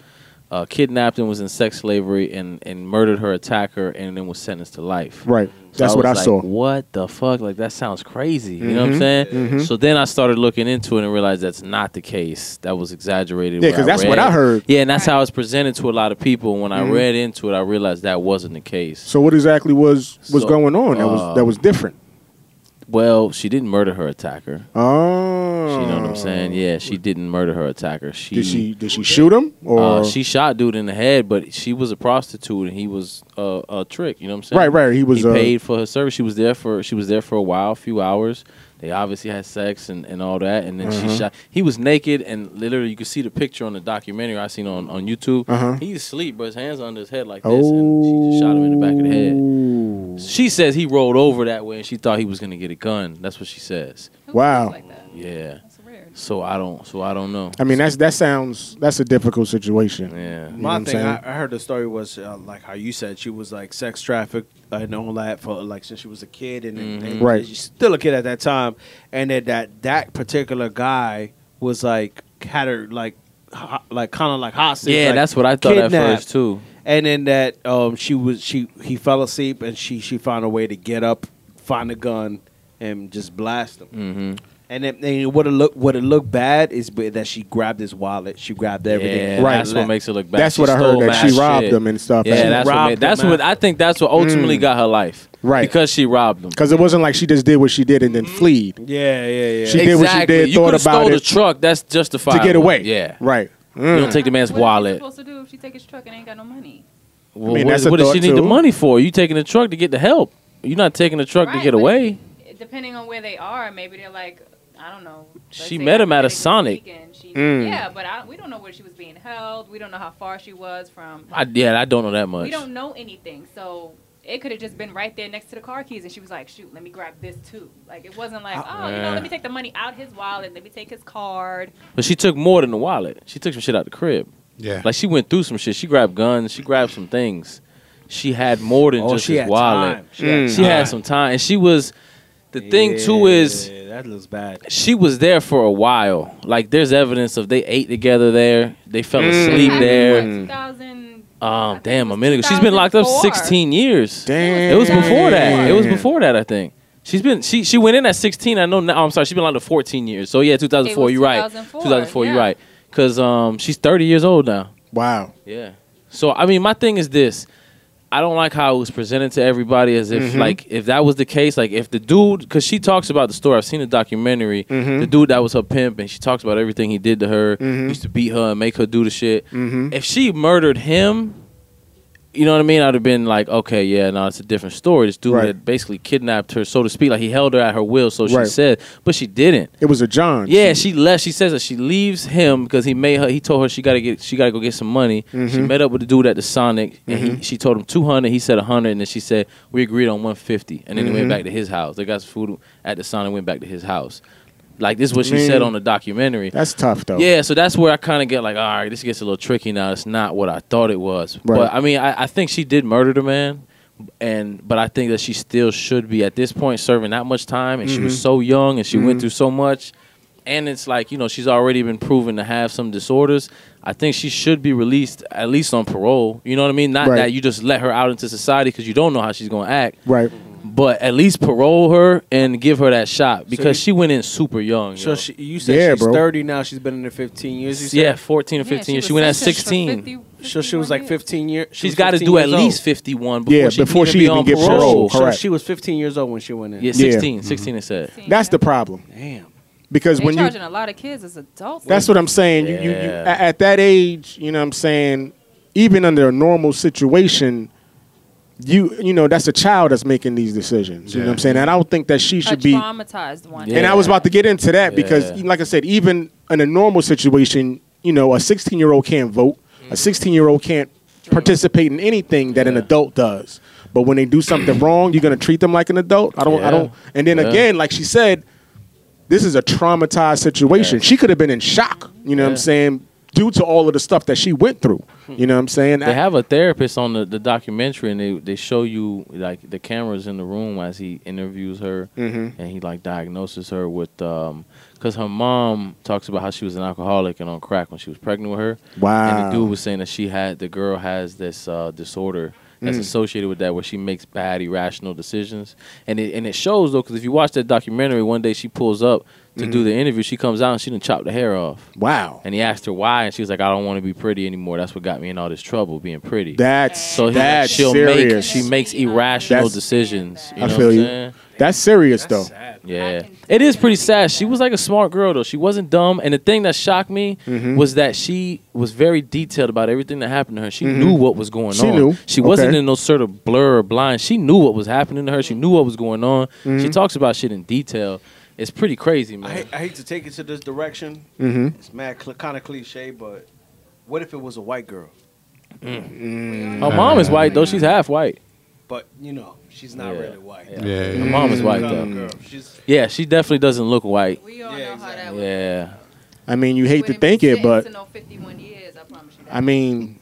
Speaker 5: uh, kidnapped and was in sex slavery and and murdered her attacker and then was sentenced to life.
Speaker 4: right?
Speaker 5: So
Speaker 4: That's what I
Speaker 5: was like,
Speaker 4: saw.
Speaker 5: What the fuck? Like that sounds crazy. You know
Speaker 4: Mm-hmm.
Speaker 5: what I'm saying? So then I started looking into it and realized that's not the case. That was exaggerated.
Speaker 4: Yeah, because that's what
Speaker 5: read.
Speaker 4: I heard. Mm-hmm.
Speaker 5: Yeah, and that's
Speaker 7: Right.
Speaker 5: how it's presented to a lot of people. When I read into it, I realized that wasn't the case.
Speaker 4: So what exactly was was
Speaker 5: So,
Speaker 4: going on?
Speaker 5: uh,
Speaker 4: That was that was different.
Speaker 5: Well, she didn't murder her attacker.
Speaker 4: Oh,
Speaker 5: You know what I'm saying? Yeah, she didn't murder her attacker. She
Speaker 4: Did she did she shoot him or
Speaker 5: uh, she shot dude in the head, but she was a prostitute and he was uh, a trick. You know what I'm saying?
Speaker 4: Right, right, he was,
Speaker 5: He
Speaker 4: uh,
Speaker 5: paid for her service. She was there for she was there for a while, a few hours. They obviously had sex and, and all that, and then
Speaker 4: Mm-hmm.
Speaker 5: she shot. He was naked and literally you could see the picture on the documentary I seen on on YouTube.
Speaker 4: Uh-huh.
Speaker 5: He's asleep, but his hands are under his head like this,
Speaker 4: oh
Speaker 5: and she just shot him in the back of the head.
Speaker 4: head?
Speaker 5: She says he rolled over that way, and she thought he was gonna get a gun. That's what she says.
Speaker 7: Who
Speaker 4: Wow.
Speaker 7: thinks Like that?
Speaker 5: Yeah.
Speaker 7: That's weird.
Speaker 5: So I don't. So I don't know.
Speaker 4: I mean that's that sounds that's a difficult situation.
Speaker 5: Yeah.
Speaker 4: You know what
Speaker 3: My
Speaker 4: I'm
Speaker 3: thing,
Speaker 4: saying?
Speaker 3: I, I heard the story was uh, like how you said she was like sex trafficked and all that for like since she was a kid and, and- and
Speaker 4: Right.
Speaker 5: Mm-hmm.
Speaker 3: she's still a kid at that time, and that that, that particular guy was like had her like ho- like kind of like hostage.
Speaker 5: Yeah,
Speaker 3: like,
Speaker 5: that's what I thought at
Speaker 3: kidnapped.
Speaker 5: first too.
Speaker 3: And then that um she was she he fell asleep and she she found a way to get up, find a gun, and just blast him.
Speaker 5: Mm-hmm.
Speaker 3: And it, and what it looked what it looked bad is b- that she grabbed his wallet, she grabbed everything,
Speaker 5: Yeah,
Speaker 4: Right.
Speaker 5: That's what makes it look bad.
Speaker 4: That's
Speaker 5: She
Speaker 4: what I
Speaker 5: stole
Speaker 4: heard that
Speaker 5: mad
Speaker 4: she robbed
Speaker 5: shit.
Speaker 4: him and stuff. Mm.
Speaker 5: Yeah,
Speaker 4: And-
Speaker 5: that's what.
Speaker 3: robbed
Speaker 5: Made, that's
Speaker 3: him
Speaker 5: what
Speaker 3: out.
Speaker 5: I think. That's what ultimately got her life.
Speaker 4: Right.
Speaker 5: Because she robbed him.
Speaker 4: Because it wasn't like she just did what she did and then fled
Speaker 3: Yeah, yeah, yeah.
Speaker 4: She did what she did,
Speaker 5: You
Speaker 4: thought
Speaker 5: could've
Speaker 4: about
Speaker 5: stole
Speaker 4: it
Speaker 5: the truck. That's
Speaker 4: to
Speaker 5: justifiable.
Speaker 4: get away. Mm.
Speaker 5: Yeah.
Speaker 4: right.
Speaker 5: You don't take the man's
Speaker 7: What Are you
Speaker 5: wallet.
Speaker 7: supposed to do if she take his truck and ain't got no money?
Speaker 5: Well,
Speaker 4: mean,
Speaker 5: what
Speaker 4: that's a
Speaker 5: what does she
Speaker 4: thought,
Speaker 5: need the
Speaker 4: too.
Speaker 5: money for? You taking the truck to get the help. You're not taking the truck to
Speaker 7: Right,
Speaker 5: get
Speaker 7: but
Speaker 5: away.
Speaker 7: Depending on where they are, maybe they're like, I don't know. let's
Speaker 5: She
Speaker 7: say
Speaker 5: met him at a
Speaker 7: Connecticut this
Speaker 5: Sonic.
Speaker 7: weekend, she-
Speaker 4: Mm.
Speaker 7: Yeah, but I, we don't know where she was being held. We don't know how far she was from.
Speaker 5: I, yeah, I don't know that much.
Speaker 7: We don't know anything, so it could have just been right there next to the car keys, and she was like, "Shoot, let me grab this too." Like it wasn't like,
Speaker 4: Ah.
Speaker 7: "Oh, you know,
Speaker 5: Yeah.
Speaker 7: let me take the money out his wallet, let me take his card."
Speaker 5: But she took more than the wallet. She took some shit out the crib.
Speaker 6: Yeah.
Speaker 5: Like she went through some shit. She grabbed guns. She grabbed some things. She had more than just his wallet.
Speaker 3: Oh, time. She had,
Speaker 5: She had some time, and she was. The thing too is
Speaker 3: Yeah, that looks bad.
Speaker 5: she was there for a while. Like there's evidence of they ate together there. They fell
Speaker 4: Mm.
Speaker 5: asleep
Speaker 7: Happened,
Speaker 5: there.
Speaker 7: what, 2000
Speaker 5: Um,
Speaker 7: think
Speaker 5: damn,
Speaker 7: it
Speaker 5: a
Speaker 7: was
Speaker 5: minute ago. She's been locked up
Speaker 7: 2004.
Speaker 5: 16 years.
Speaker 4: Damn.
Speaker 5: It was before that. It was
Speaker 4: Damn.
Speaker 5: before that. I think she's been she she went in at 16. I know now. I'm sorry. She's been locked up 14 years. So yeah, 2004.
Speaker 7: It was
Speaker 5: You're right.
Speaker 7: 2004,
Speaker 5: 2004. You're
Speaker 7: yeah.
Speaker 5: right. Cause um she's 30 years old now.
Speaker 4: Wow.
Speaker 5: Yeah. So I mean, my thing is this: I don't like how it was presented to everybody as if
Speaker 4: Mm-hmm.
Speaker 5: like if that was the case, like if the dude, because she talks about the story. I've seen the documentary.
Speaker 4: Mm-hmm.
Speaker 5: The dude that was her pimp, and she talks about everything he did to her. Used to beat her and make her do the shit.
Speaker 4: Mm-hmm.
Speaker 5: If she murdered him. You know what I mean? I'd have been like, okay, yeah, no, it's a different story. This dude
Speaker 4: Right.
Speaker 5: had basically kidnapped her, so to speak. Like he held her at her will, so she
Speaker 4: Right.
Speaker 5: said, but she didn't.
Speaker 4: It was a John.
Speaker 5: Yeah, she left. She says that she leaves him because he made her. He told her she gotta get. She gotta go get some money.
Speaker 4: Mm-hmm.
Speaker 5: She met up with the dude at the Sonic, and he, she told him two hundred. He said hundred, and then she said we agreed on one fifty, and then they
Speaker 4: Mm-hmm.
Speaker 5: went back to his house. They got some food at the Sonic, went back to his house. Like this is what she
Speaker 4: Man.
Speaker 5: said on the documentary.
Speaker 4: That's tough though.
Speaker 5: Yeah, so that's where I kind of get like, all right, this gets a little tricky now. It's not what I thought it was.
Speaker 4: Right.
Speaker 5: But I mean, I, I think she did murder the man, and but I think that she still should be at this point serving that much time, and she
Speaker 4: Mm-hmm.
Speaker 5: was so young and she went through so much, and it's like you know she's already been proven to have some disorders. I think she should be released at least on parole. You know what I mean? Not
Speaker 4: Right.
Speaker 5: that you just let her out into society because you don't know how she's gonna act.
Speaker 4: Right.
Speaker 5: But at least parole her and give her that shot because
Speaker 3: you-
Speaker 5: she went in super young.
Speaker 3: So
Speaker 5: yo.
Speaker 3: she, you said
Speaker 4: Yeah,
Speaker 3: she's
Speaker 4: bro.
Speaker 3: 30 now. She's been in there 15 years. You said?
Speaker 5: yeah, 14 or 15.
Speaker 7: Yeah,
Speaker 5: she, went at
Speaker 7: was sentenced for
Speaker 5: 16.
Speaker 7: 50
Speaker 3: So she was
Speaker 7: 51
Speaker 3: like
Speaker 7: years.
Speaker 3: 15 years.
Speaker 5: She's got to do at least 51 before
Speaker 4: Yeah,
Speaker 5: she
Speaker 4: before
Speaker 5: can
Speaker 4: she
Speaker 5: be
Speaker 4: even
Speaker 5: on
Speaker 4: get
Speaker 5: parole.
Speaker 4: parole.
Speaker 3: So
Speaker 4: Correct. Mm-hmm.
Speaker 3: she was 15 years old when she went in.
Speaker 5: Yeah, 16. 16 it said.
Speaker 4: That's the problem
Speaker 3: Damn.
Speaker 4: because
Speaker 7: They
Speaker 4: when you
Speaker 7: charging a lot of kids as adults.
Speaker 4: That's what I'm saying. You, you, you
Speaker 5: Yeah.
Speaker 4: a- at that age, you know what I'm saying, even under a normal situation, you you know, that's a child that's making these decisions. You know what I'm
Speaker 6: Yeah.
Speaker 4: saying? And I don't think that she should
Speaker 7: a
Speaker 4: be
Speaker 7: traumatized one.
Speaker 5: Yeah.
Speaker 4: and I was about to get into that because
Speaker 5: Yeah.
Speaker 4: like I said, even in a normal situation, you know, a sixteen year old can't vote. A sixteen year old can't participate in anything that an
Speaker 5: Mm-hmm. Yeah.
Speaker 4: adult does. But when they do something wrong, you're gonna treat them like an adult. I don't I
Speaker 5: Yeah.
Speaker 4: don't and then
Speaker 5: Yeah.
Speaker 4: again, like she said, this is a traumatized situation.
Speaker 5: Yeah.
Speaker 4: She could have been in shock, you know what I'm
Speaker 5: Yeah. Hmm.
Speaker 4: saying, due to all of the stuff that she went through. You know what I'm saying?
Speaker 5: They have a therapist on the, the documentary, and they, they show you like the cameras in the room as he interviews her,
Speaker 4: Mm-hmm.
Speaker 5: and he like diagnoses her with um, because her mom talks about how she was an alcoholic and on crack when she was pregnant with her. And
Speaker 4: Wow.
Speaker 5: the dude was saying that she had the girl has this uh, disorder
Speaker 4: Mm.
Speaker 5: that's associated with that, where she makes bad, irrational decisions, and it and it shows though, because if you watch that documentary, one day she pulls up to do the interview, she comes out and she done chopped the hair off.
Speaker 4: Mm-hmm. wow.
Speaker 5: And he asked her why, and she was like, "I don't want to be pretty anymore. That's what got me in all this trouble, being pretty."
Speaker 4: That's
Speaker 5: so
Speaker 4: so
Speaker 5: he-
Speaker 4: that's
Speaker 5: she'll make
Speaker 4: serious.
Speaker 5: she makes irrational
Speaker 4: That's-
Speaker 5: decisions. You
Speaker 4: I
Speaker 5: know
Speaker 4: feel
Speaker 5: what I'm
Speaker 4: you.
Speaker 5: saying?
Speaker 4: that's serious though.
Speaker 5: Yeah, it is pretty sad. She was like a smart girl though. She wasn't dumb, and the thing that shocked me was that she was very detailed about everything that happened to her. She knew what was going
Speaker 4: She
Speaker 5: on.
Speaker 4: knew.
Speaker 5: She wasn't
Speaker 4: Okay.
Speaker 5: in no sort of blur or blind. She knew what was happening to her. She knew what was going on. She talks about shit in detail. It's pretty crazy, man.
Speaker 3: I, I hate to take it to this direction.
Speaker 4: Mhm.
Speaker 3: It's mad, cl- kind of cliche, but what if it was a white girl?
Speaker 5: Mm. her mom is white though. She's half white.
Speaker 3: But you know, she's not
Speaker 5: Yeah.
Speaker 3: really white.
Speaker 5: Yeah.
Speaker 6: Yeah.
Speaker 5: Her mom is white
Speaker 3: Colored
Speaker 5: though.
Speaker 3: girl. She's
Speaker 5: Yeah, she definitely doesn't look white.
Speaker 7: We all
Speaker 3: Yeah,
Speaker 7: know how that was.
Speaker 5: Yeah.
Speaker 4: I mean, you hate to think it, but
Speaker 7: no 51 years, I promise you that.
Speaker 4: I mean,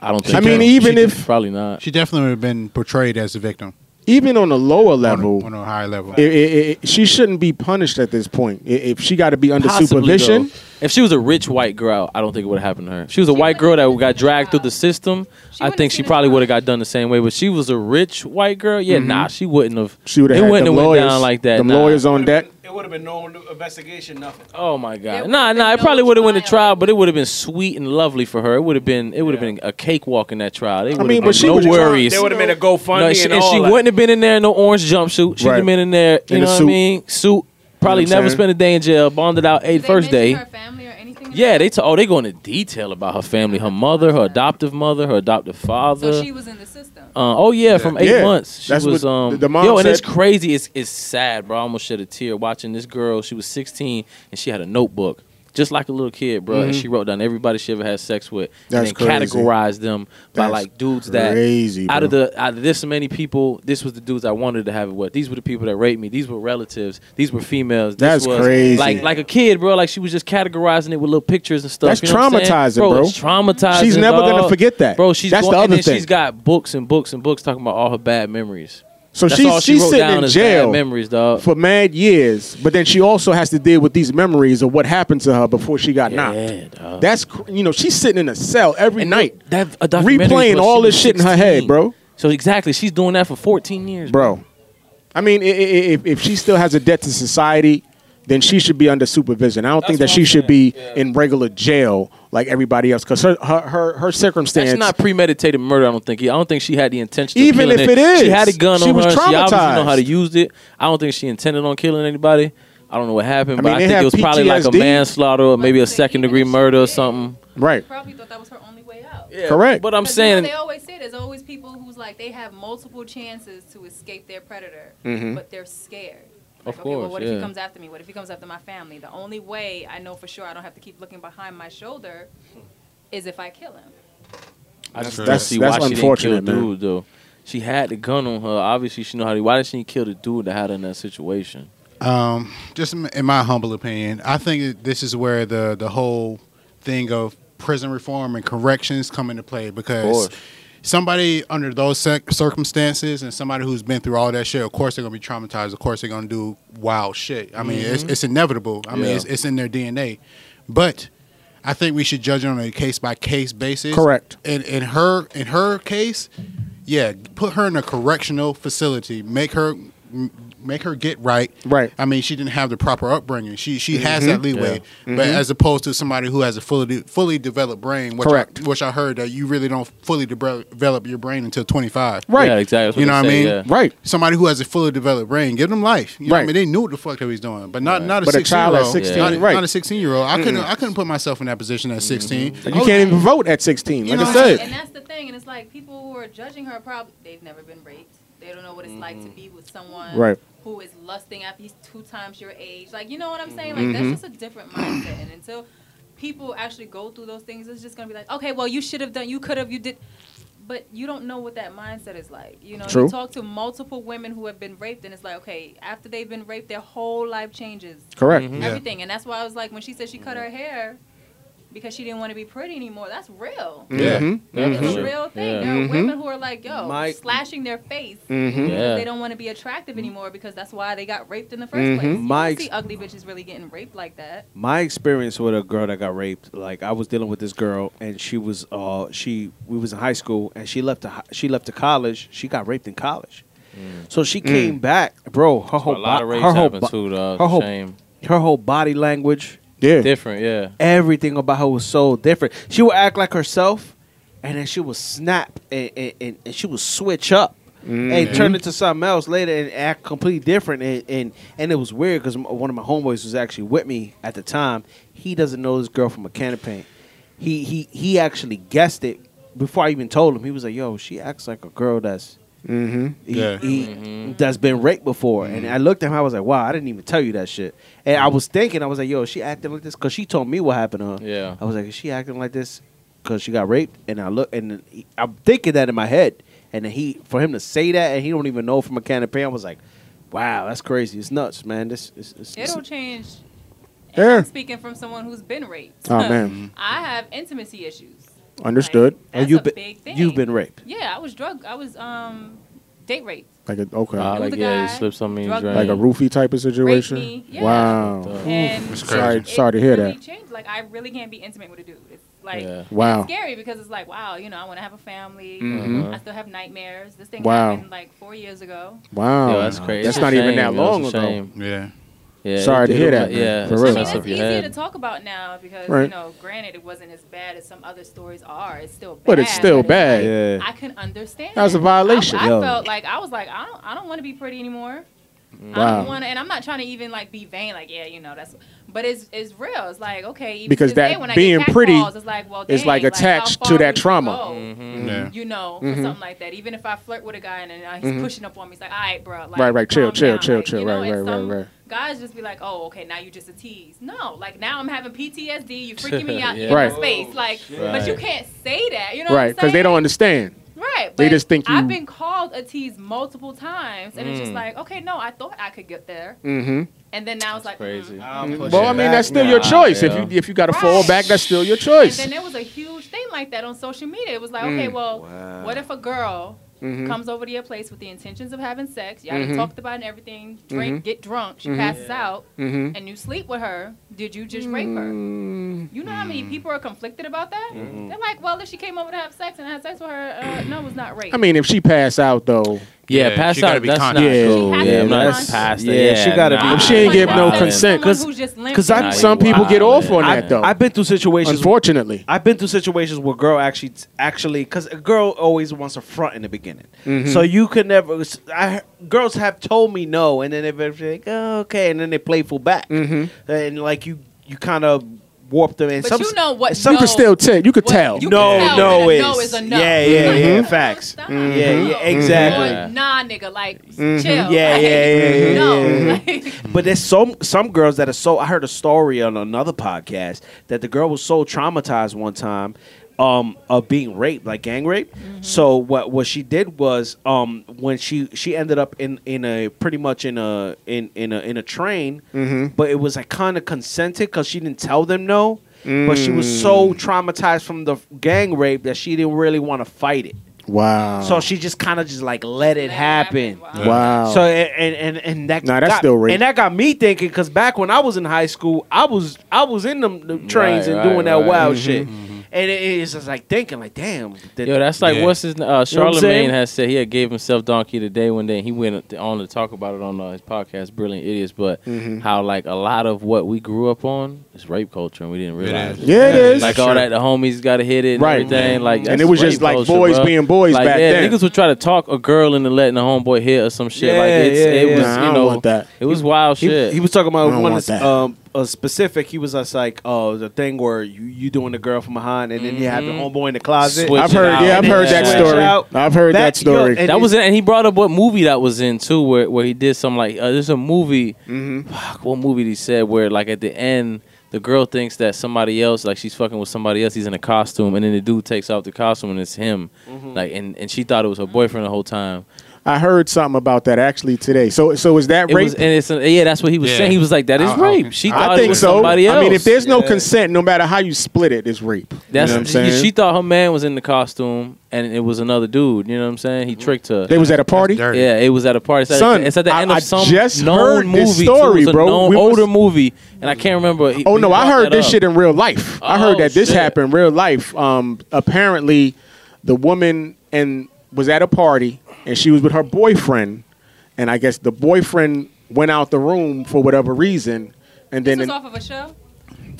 Speaker 5: I don't think.
Speaker 4: I mean,
Speaker 5: so.
Speaker 4: even
Speaker 5: She-
Speaker 4: if-
Speaker 5: probably not.
Speaker 6: She definitely would have been portrayed as a victim
Speaker 4: even on a lower
Speaker 6: on a-
Speaker 4: level,
Speaker 6: on a higher level.
Speaker 4: it- it- it- she shouldn't be punished at this point. I- If she got to be under
Speaker 5: Possibly,
Speaker 4: supervision,
Speaker 5: though. If she was a rich white girl, I don't think it would have happened to her. If she was a
Speaker 7: She
Speaker 5: white girl
Speaker 7: wouldn't
Speaker 5: that
Speaker 7: have
Speaker 5: got
Speaker 7: seen a
Speaker 5: dragged through
Speaker 7: trial.
Speaker 5: the system.
Speaker 7: She
Speaker 5: I
Speaker 7: wouldn't
Speaker 5: think
Speaker 7: have
Speaker 5: she
Speaker 7: seen a
Speaker 5: probably
Speaker 7: trial.
Speaker 5: would have got done the same way. But she was a rich white girl. Yeah, nah, she wouldn't have.
Speaker 4: Mm-hmm. she would have
Speaker 5: It
Speaker 4: had
Speaker 5: wouldn't
Speaker 4: them
Speaker 5: have went
Speaker 4: lawyers,
Speaker 5: down like that.
Speaker 4: them
Speaker 5: nah.
Speaker 4: lawyers on deck.
Speaker 3: It would have been no investigation, nothing.
Speaker 5: Oh my
Speaker 7: There
Speaker 5: god.
Speaker 7: would've
Speaker 5: Nah,
Speaker 7: been
Speaker 5: nah. It
Speaker 7: no
Speaker 5: probably would have went to
Speaker 7: trial.
Speaker 5: trial, but it would have been sweet and lovely for her. It would have been. It would have been a cakewalk in that trial. It
Speaker 4: I mean, but she
Speaker 5: no
Speaker 4: was just-
Speaker 5: worries.
Speaker 3: They would have made a GoFundMe
Speaker 5: No, she,
Speaker 3: and,
Speaker 5: and,
Speaker 3: all
Speaker 5: she
Speaker 3: that.
Speaker 5: wouldn't have been in there in no orange jumpsuit. She'd
Speaker 4: Right.
Speaker 5: have been in there, you
Speaker 4: In
Speaker 5: know
Speaker 4: a
Speaker 5: what I
Speaker 4: suit.
Speaker 5: mean? Suit. Probably
Speaker 4: You know what I'm
Speaker 5: never
Speaker 4: saying?
Speaker 5: spent a day in jail. Bonded out eight
Speaker 7: Did they
Speaker 5: first
Speaker 7: mention
Speaker 5: day.
Speaker 7: Her family or anything? in
Speaker 5: Yeah,
Speaker 7: that?
Speaker 5: they t- oh they go into detail about her family, her mother, her adoptive mother, her adoptive father.
Speaker 7: So she was in the system.
Speaker 5: Uh, oh yeah, from eight
Speaker 4: Yeah,
Speaker 5: months. She
Speaker 4: that's
Speaker 5: was
Speaker 4: what
Speaker 5: um
Speaker 4: the- the mom
Speaker 5: yo, and
Speaker 4: said-
Speaker 5: it's crazy. It's it's sad, bro. I almost shed a tear watching this girl. She was 16 and she had a notebook, just like a little kid, bro. And she wrote down everybody she ever had sex with,
Speaker 4: Mm-hmm. That's
Speaker 5: and then
Speaker 4: crazy.
Speaker 5: categorized them by
Speaker 4: That's
Speaker 5: like dudes
Speaker 4: crazy,
Speaker 5: that out of
Speaker 4: bro.
Speaker 5: the out of this many people, this was the dudes I wanted to have it with. These were the people that raped me. These were relatives. These were females. This
Speaker 4: That's
Speaker 5: was,
Speaker 4: crazy.
Speaker 5: Like like a kid, bro. Like she was just categorizing it with little pictures and stuff.
Speaker 4: That's
Speaker 5: you know what I'm saying?
Speaker 4: traumatizing, bro.
Speaker 5: It's traumatizing.
Speaker 4: She's never
Speaker 5: dog.
Speaker 4: gonna forget that.
Speaker 5: bro. She's
Speaker 4: That's
Speaker 5: going,
Speaker 4: the
Speaker 5: and
Speaker 4: other
Speaker 5: then
Speaker 4: thing.
Speaker 5: She's got books and books and books talking about all her bad memories.
Speaker 4: So
Speaker 5: That's all
Speaker 4: she's
Speaker 5: she
Speaker 4: she's
Speaker 5: wrote
Speaker 4: sitting
Speaker 5: down
Speaker 4: in
Speaker 5: is bad
Speaker 4: jail
Speaker 5: memories, dog.
Speaker 4: for mad years, but then she also has to deal with these memories of what happened to her before she got
Speaker 5: Yeah,
Speaker 4: knocked.
Speaker 5: dog.
Speaker 4: That's cr- you know she's sitting in a cell every night,
Speaker 5: that a documentary
Speaker 4: replaying
Speaker 5: was
Speaker 4: all
Speaker 5: she
Speaker 4: this
Speaker 5: was
Speaker 4: shit in her head,
Speaker 5: 16.
Speaker 4: bro.
Speaker 5: So exactly, she's doing that for 14 years,
Speaker 4: bro. I mean, i- i- i- if, if she still has a debt to society, then she should be under supervision. I don't think that she should be in regular jail like everybody else because her, her her her circumstance.
Speaker 5: That's not premeditated murder. I don't think. I don't think she had the intention. Of
Speaker 4: Even
Speaker 5: killing
Speaker 4: if
Speaker 5: it
Speaker 4: it
Speaker 5: she
Speaker 4: is,
Speaker 5: had a gun
Speaker 4: she
Speaker 5: on
Speaker 4: was
Speaker 5: her. She obviously know how to
Speaker 4: traumatized.
Speaker 5: use it. I don't think she intended on killing anybody. I don't know what happened,
Speaker 4: I
Speaker 5: but
Speaker 4: mean,
Speaker 5: I
Speaker 4: they
Speaker 5: think
Speaker 4: have
Speaker 5: it was probably like a
Speaker 4: PTSD.
Speaker 5: manslaughter or maybe a second degree murder or something.
Speaker 4: right.
Speaker 7: Probably thought that was her only way out.
Speaker 5: Yeah,
Speaker 4: Correct.
Speaker 5: But I'm
Speaker 7: 'Cause you know,
Speaker 5: saying
Speaker 7: they always say there's always people who's like they have multiple chances to escape their predator, but they're scared. Like,
Speaker 5: Of
Speaker 7: okay, well,
Speaker 5: course,
Speaker 7: what if
Speaker 5: yeah.
Speaker 7: he comes after me? What if he comes after my family? The only way I know for sure I don't have to keep looking behind my shoulder is if I kill him.
Speaker 5: I just
Speaker 6: That's-
Speaker 5: don't see
Speaker 4: that's
Speaker 5: why she didn't kill the
Speaker 4: unfortunate, man.
Speaker 5: dude though. She had the gun on her. Obviously, she know how to. Why did she kill the dude that had her in that situation?
Speaker 6: Um, just in in my humble opinion, I think that this is where the the whole thing of prison reform and corrections come into play because
Speaker 5: Of course.
Speaker 6: somebody under those cir- circumstances and somebody who's been through all that shit, of course they're gonna be traumatized. Of course they're gonna do wild shit. I mean, it's, it's inevitable. I mean,
Speaker 5: Mm-hmm. Yeah.
Speaker 6: it's, it's in their DNA. But I think we should judge it on a case by case basis.
Speaker 4: Correct.
Speaker 6: In in her in her case, yeah, put her in a correctional facility. Make her m- make her get right.
Speaker 4: Right. Mm-hmm.
Speaker 6: I mean, she didn't have the proper upbringing. She she has that leeway, but as opposed to somebody who has a fully fully developed brain, which
Speaker 4: Correct.
Speaker 6: I, which I heard that you really don't fully de- develop your brain until twenty five.
Speaker 4: Right.
Speaker 5: Yeah, exactly.
Speaker 6: You know what I mean?
Speaker 5: Yeah.
Speaker 4: Right.
Speaker 6: Somebody who has a fully developed brain, give them life. You know what I
Speaker 4: Right.
Speaker 6: mean? They knew what the fuck they was doing, but not not a
Speaker 4: But a
Speaker 6: sixteen
Speaker 4: child
Speaker 6: year
Speaker 4: at
Speaker 6: old.
Speaker 4: 16,
Speaker 6: not, a-
Speaker 4: right. Mm. Mm-hmm.
Speaker 6: not a sixteen year old. I couldn't I couldn't put myself in that position at sixteen.
Speaker 4: You
Speaker 6: I was-
Speaker 4: can't even vote at 16.
Speaker 6: You
Speaker 4: Like
Speaker 6: know
Speaker 4: I
Speaker 6: what I'm saying?
Speaker 4: said,
Speaker 7: And that's the thing, and it's like people who are judging her probably they've never been raped. They don't know what it's like to be with someone
Speaker 4: Right.
Speaker 7: who is lusting after you two times your age. Like you know what I'm saying? Like
Speaker 4: Mm-hmm.
Speaker 7: that's just a different mindset. And until people actually go through those things, it's just gonna be like, okay, well you should have done, you could have, you did. But you don't know what that mindset is like. You know,
Speaker 4: True.
Speaker 7: you talk to multiple women who have been raped, and it's like, okay, after they've been raped, their whole life changes
Speaker 4: correct.
Speaker 6: Yeah.
Speaker 7: everything. And that's why I was like, when she said she cut her hair because she didn't want to be pretty anymore, that's real.
Speaker 6: Yeah.
Speaker 3: Mm-hmm.
Speaker 7: It's a
Speaker 5: Sure.
Speaker 7: real thing.
Speaker 5: Yeah.
Speaker 7: There are women who are like, yo,
Speaker 3: Mike-
Speaker 7: slashing their face.
Speaker 5: Yeah.
Speaker 4: Mm-hmm.
Speaker 7: because They don't want to be attractive anymore because that's why they got raped in the 1st place. You
Speaker 3: My
Speaker 7: don't
Speaker 3: ex-
Speaker 7: see ugly bitches really getting raped like that.
Speaker 3: my experience with a girl that got raped like i was dealing with this girl and she was uh she we was in high school and she left to hi- she left to college she got raped in college so she came back bro her
Speaker 5: Mm. A
Speaker 3: whole
Speaker 5: lot
Speaker 3: bo-
Speaker 5: of rapes
Speaker 3: her whole
Speaker 5: happen
Speaker 3: bo-
Speaker 5: too, dog.
Speaker 3: her whole-
Speaker 5: Shame.
Speaker 3: her whole body language
Speaker 4: Yeah.
Speaker 5: Different, yeah.
Speaker 3: everything about her was so different she would act like herself and then she would snap and and, and, and she would switch up And turn into something else later and act completely different and and, and it was weird because one of my homeboys was actually with me at the time. He doesn't know this girl from a can of paint. he he he actually guessed it before I even told him. He was like, "Yo, she acts like a girl that's he-
Speaker 6: Yeah.
Speaker 3: he- that's been raped before." And I looked at him. I was like, "Wow, I didn't even tell you that shit." And I was thinking, I was like, "Yo, she acting like this because she told me what happened to her."
Speaker 5: Yeah.
Speaker 3: I was like, "Is she acting like this because she got raped?" And I look, and then he- I'm thinking that in my head. And then he, for him to say that, and he don't even know from a can of paint. I was like, "Wow, that's crazy. It's nuts, man. This, it's, it's, it's,
Speaker 7: It'll change. And
Speaker 4: Yeah.
Speaker 7: I'm speaking from someone who's been raped.
Speaker 4: Oh, man.
Speaker 7: I have intimacy issues.
Speaker 4: Understood.
Speaker 7: Like,
Speaker 3: Oh,
Speaker 7: that's
Speaker 3: you've
Speaker 7: a
Speaker 3: been-
Speaker 7: big thing.
Speaker 3: you've been raped."
Speaker 7: Yeah, I was drug. I was um, date raped.
Speaker 4: Like a, okay.
Speaker 5: Ah,
Speaker 7: It was
Speaker 5: like,
Speaker 7: a
Speaker 5: yeah,
Speaker 7: guy,
Speaker 5: he slips on me.
Speaker 7: drug
Speaker 5: drank.
Speaker 4: like a roofie type of situation.
Speaker 7: me, yeah.
Speaker 4: Wow.
Speaker 7: And
Speaker 4: Sorry,
Speaker 7: it
Speaker 4: sorry to hear
Speaker 7: really
Speaker 4: that.
Speaker 7: Changed. Like I really can't be intimate with a dude. It's like
Speaker 5: Yeah.
Speaker 4: Wow.
Speaker 7: scary because it's like, wow, you know, I want to have a family.
Speaker 5: Mm-hmm.
Speaker 7: I still have nightmares. This thing
Speaker 4: Wow.
Speaker 7: happened like four years ago.
Speaker 4: Wow.
Speaker 5: Yo, that's crazy.
Speaker 4: That's
Speaker 5: It's a
Speaker 4: not even
Speaker 5: shame,
Speaker 4: that
Speaker 5: yo. It's a
Speaker 4: long ago.
Speaker 5: shame.
Speaker 6: Yeah.
Speaker 5: Yeah,
Speaker 4: Sorry to
Speaker 5: it'll-
Speaker 4: hear that, man.
Speaker 5: Yeah,
Speaker 4: For
Speaker 5: it's
Speaker 7: I
Speaker 5: a
Speaker 4: real.
Speaker 7: mean,
Speaker 5: mess
Speaker 7: it's
Speaker 5: up your
Speaker 7: easier
Speaker 5: head.
Speaker 7: to talk about now because
Speaker 4: Right.
Speaker 7: you know, granted, it wasn't as bad as some other stories are. It's still bad.
Speaker 4: But it's still bad.
Speaker 3: Yeah.
Speaker 7: I can understand.
Speaker 4: That was a
Speaker 7: it.
Speaker 4: violation,
Speaker 7: I, I
Speaker 3: yo.
Speaker 7: felt like I was like, I don't, I don't want to be pretty anymore. I
Speaker 4: Wow.
Speaker 7: don't want to, and I'm not trying to even like be vain, like yeah, you know that's, but it's it's real. It's like okay, even
Speaker 4: Because
Speaker 7: to this
Speaker 4: that
Speaker 7: day when I
Speaker 4: being
Speaker 7: get
Speaker 4: pretty
Speaker 7: catcalls, it's like, well,
Speaker 4: is,
Speaker 7: dang,
Speaker 4: like,
Speaker 7: how
Speaker 4: attached
Speaker 7: far
Speaker 4: to that
Speaker 7: would you
Speaker 4: trauma. Mm-hmm.
Speaker 7: go?
Speaker 6: Yeah.
Speaker 7: you know, for something like that. Even if I flirt with a guy and then uh, he's pushing up on me, it's like, all right, bro. Like,
Speaker 4: Right, right, chill,
Speaker 7: calm
Speaker 4: chill,
Speaker 7: down,"
Speaker 4: chill,
Speaker 7: like,
Speaker 4: chill,
Speaker 7: you know,
Speaker 4: right,
Speaker 7: and
Speaker 4: right, right,
Speaker 7: some
Speaker 4: right.
Speaker 7: Guys just be like, oh, okay, now you just a tease. No, like now I'm having PTSD. You freaking me out in
Speaker 5: Yeah.
Speaker 7: my
Speaker 4: Right.
Speaker 7: space. Like, but
Speaker 5: Right.
Speaker 7: you can't say that. You know,
Speaker 4: Right, because
Speaker 7: because
Speaker 4: they don't understand.
Speaker 7: Right, but
Speaker 4: they just think you- Mm.
Speaker 7: I've been called a tease multiple times, and it's just like, okay, no, I thought I could get there,
Speaker 4: Mm-hmm.
Speaker 7: and then now it's like,
Speaker 5: Crazy.
Speaker 7: mm.
Speaker 4: Well, I mean, that's still your
Speaker 5: Nah,
Speaker 4: choice.
Speaker 5: yeah.
Speaker 4: If you if you got to
Speaker 7: Right.
Speaker 4: fall back, that's still your
Speaker 7: and
Speaker 4: choice.
Speaker 7: then there was a huge thing like that on social media. It was
Speaker 3: Mm.
Speaker 7: like, okay, well, what if a girl
Speaker 3: Mm-hmm.
Speaker 7: comes over to your place with the intentions of having sex? Y'all done talked about it and everything, drink,
Speaker 3: Mm-hmm.
Speaker 7: get drunk, she passes out,
Speaker 4: Mhm.
Speaker 7: and you sleep with her. Did you just rape her?
Speaker 4: Mm,
Speaker 3: Mm-hmm.
Speaker 7: You know how many people are conflicted about that? They're like, well, if she came over to have sex and I had sex with her,
Speaker 3: Mm.
Speaker 7: uh, no, it was not rape.
Speaker 4: I mean, if she pass out though,
Speaker 5: Yeah,
Speaker 6: Yeah,
Speaker 5: pass
Speaker 6: she gotta
Speaker 5: out.
Speaker 6: be
Speaker 5: That's not
Speaker 6: conscious.
Speaker 4: Yeah.
Speaker 3: Oh,
Speaker 5: cool.
Speaker 7: She has
Speaker 5: Yeah,
Speaker 7: to
Speaker 5: I'm
Speaker 7: be
Speaker 5: not
Speaker 7: conscious.
Speaker 5: past
Speaker 3: Yeah, she gotta be-
Speaker 5: nah.
Speaker 4: If she ain't give no
Speaker 7: Someone
Speaker 4: consent, 'cause-
Speaker 7: who's just
Speaker 3: Cause I,
Speaker 5: Nah,
Speaker 4: some people get
Speaker 5: wild,
Speaker 4: off on
Speaker 5: man.
Speaker 4: that though.
Speaker 3: I've been through situations.
Speaker 4: Unfortunately,
Speaker 3: I've been through situations where girl actually actually because a girl always wants a front in the beginning,
Speaker 7: Mm-hmm.
Speaker 3: so you could never. I girls have told me no, and then they're very like oh, okay, and then they playful back,
Speaker 7: Mm-hmm.
Speaker 3: and like you you kind of warp them. And
Speaker 7: But
Speaker 3: some,
Speaker 7: you know what?
Speaker 4: some
Speaker 7: no,
Speaker 4: could still tell. You could
Speaker 7: Well,
Speaker 4: tell.
Speaker 7: you
Speaker 3: no
Speaker 7: can tell
Speaker 3: no
Speaker 7: when
Speaker 3: is,
Speaker 7: a no is a no.
Speaker 3: yeah yeah
Speaker 7: Like,
Speaker 3: yeah
Speaker 7: no,
Speaker 3: facts
Speaker 7: stop.
Speaker 3: yeah
Speaker 7: No.
Speaker 3: yeah exactly.
Speaker 7: Or nah, nigga, like chill.
Speaker 3: Mm-hmm. Yeah,
Speaker 7: Like,
Speaker 3: yeah, Mm-hmm. yeah, yeah,
Speaker 7: no.
Speaker 3: yeah, yeah.
Speaker 7: Like,
Speaker 3: But there's some some girls that are so. I heard a story on another podcast that the girl was so traumatized one time um, of being raped, like gang rape. So what what she did was um, when she she ended up in in a pretty much in a in in a in a train, but it was like kind of consented because she didn't tell them Mm. no. But she was so traumatized from the gang rape that she didn't really want to fight it.
Speaker 4: Wow.
Speaker 3: So she just kind of just like let it happen.
Speaker 7: Wow.
Speaker 4: Um, wow.
Speaker 3: So and and and that
Speaker 4: Nah, that's
Speaker 3: got,
Speaker 4: still rape.
Speaker 3: and that got me thinking because back when I was in high school, I was I was in them, them trains
Speaker 5: Right,
Speaker 3: and
Speaker 5: right,
Speaker 3: doing that
Speaker 5: right. Mm-hmm.
Speaker 3: wild
Speaker 4: Mm-hmm.
Speaker 3: shit, and it, it's just like thinking like, damn, that-
Speaker 5: Yo, that's like
Speaker 6: Yeah.
Speaker 5: what's his uh,
Speaker 3: You know what I'm
Speaker 5: Charlemagne
Speaker 3: saying?
Speaker 5: has said he had gave himself donkey today one day. And he went on to talk about it on uh, his podcast, Brilliant Idiots. But
Speaker 4: Mm-hmm.
Speaker 5: how like a lot of what we grew up on is rape culture, and we didn't realize.
Speaker 6: is.
Speaker 5: it.
Speaker 4: yeah, it is.
Speaker 5: Like all that, the homies got to hit it, and
Speaker 4: Right.
Speaker 5: Everything like,
Speaker 4: And
Speaker 5: that's
Speaker 4: it was
Speaker 5: rape
Speaker 4: just like
Speaker 5: culture,
Speaker 4: boys
Speaker 5: bruh.
Speaker 4: being boys
Speaker 5: Like,
Speaker 4: back
Speaker 5: yeah,
Speaker 4: then.
Speaker 5: Niggas would try to talk a girl into letting a homeboy hit or some shit. like
Speaker 3: Yeah,
Speaker 5: it's,
Speaker 3: yeah,
Speaker 5: it
Speaker 3: yeah.
Speaker 5: was,
Speaker 4: Nah, I
Speaker 5: you
Speaker 4: don't
Speaker 5: know,
Speaker 4: want that.
Speaker 5: it was wild
Speaker 3: He-
Speaker 5: shit.
Speaker 3: He, was talking
Speaker 4: I
Speaker 3: about
Speaker 4: don't
Speaker 3: one
Speaker 4: want
Speaker 3: that's,
Speaker 4: that.
Speaker 3: um, a specific. He was just like, oh, the thing where you you doing the girl from behind, and then you have your homeboy in the closet.
Speaker 5: Switch
Speaker 4: I've heard.
Speaker 5: Mm-hmm. out.
Speaker 4: Yeah, I've
Speaker 5: And
Speaker 4: heard
Speaker 5: then
Speaker 4: that
Speaker 5: switch
Speaker 4: story.
Speaker 3: out.
Speaker 4: I've heard that,
Speaker 3: That- yo,
Speaker 4: story.
Speaker 3: and-
Speaker 5: that was it, and he brought up what movie that was in too, where where he did some like uh, there's a movie,
Speaker 4: Mm-hmm.
Speaker 5: fuck, what movie did he said where like at the end the girl thinks that somebody else like she's fucking with somebody else, he's in a costume, and then the dude takes off the costume and it's him, like and and she thought it was her boyfriend the whole time.
Speaker 4: I heard something about that actually today. So, so is that
Speaker 5: It
Speaker 4: rape?
Speaker 5: was and it's yeah, that's what he was
Speaker 6: Yeah.
Speaker 5: saying. He was like that is
Speaker 6: I- I-
Speaker 5: rape. she
Speaker 6: I
Speaker 5: thought
Speaker 4: I
Speaker 5: it
Speaker 4: think
Speaker 5: was
Speaker 4: so.
Speaker 5: somebody else.
Speaker 4: I mean, if there's no
Speaker 5: Yeah.
Speaker 4: consent, no matter how you split it, it's rape.
Speaker 5: That's
Speaker 4: you know what I'm
Speaker 5: she-
Speaker 4: saying.
Speaker 5: She thought her man was in the costume and it was another dude. You know what I'm saying? He tricked her.
Speaker 4: they was at a party.
Speaker 6: dirty.
Speaker 5: Yeah, it was at a party. It's at,
Speaker 4: Son,
Speaker 5: it's at the
Speaker 4: I-
Speaker 5: end of
Speaker 4: I
Speaker 5: some
Speaker 4: just
Speaker 5: known
Speaker 4: heard
Speaker 5: movie.
Speaker 4: this
Speaker 5: too.
Speaker 4: story,
Speaker 5: It was a
Speaker 4: bro.
Speaker 5: known
Speaker 4: We was-
Speaker 5: older movie, and I can't remember. He-
Speaker 4: Oh
Speaker 5: he
Speaker 4: no, I
Speaker 5: brought
Speaker 4: heard
Speaker 5: that
Speaker 4: this
Speaker 5: up.
Speaker 4: shit in real life. I heard
Speaker 5: Oh,
Speaker 4: that this
Speaker 5: shit.
Speaker 4: happened in real life. Um, apparently, the woman and was at a party and she was with her boyfriend, and I guess the boyfriend went out the room for whatever reason, and
Speaker 7: This
Speaker 4: then
Speaker 7: was off of a show,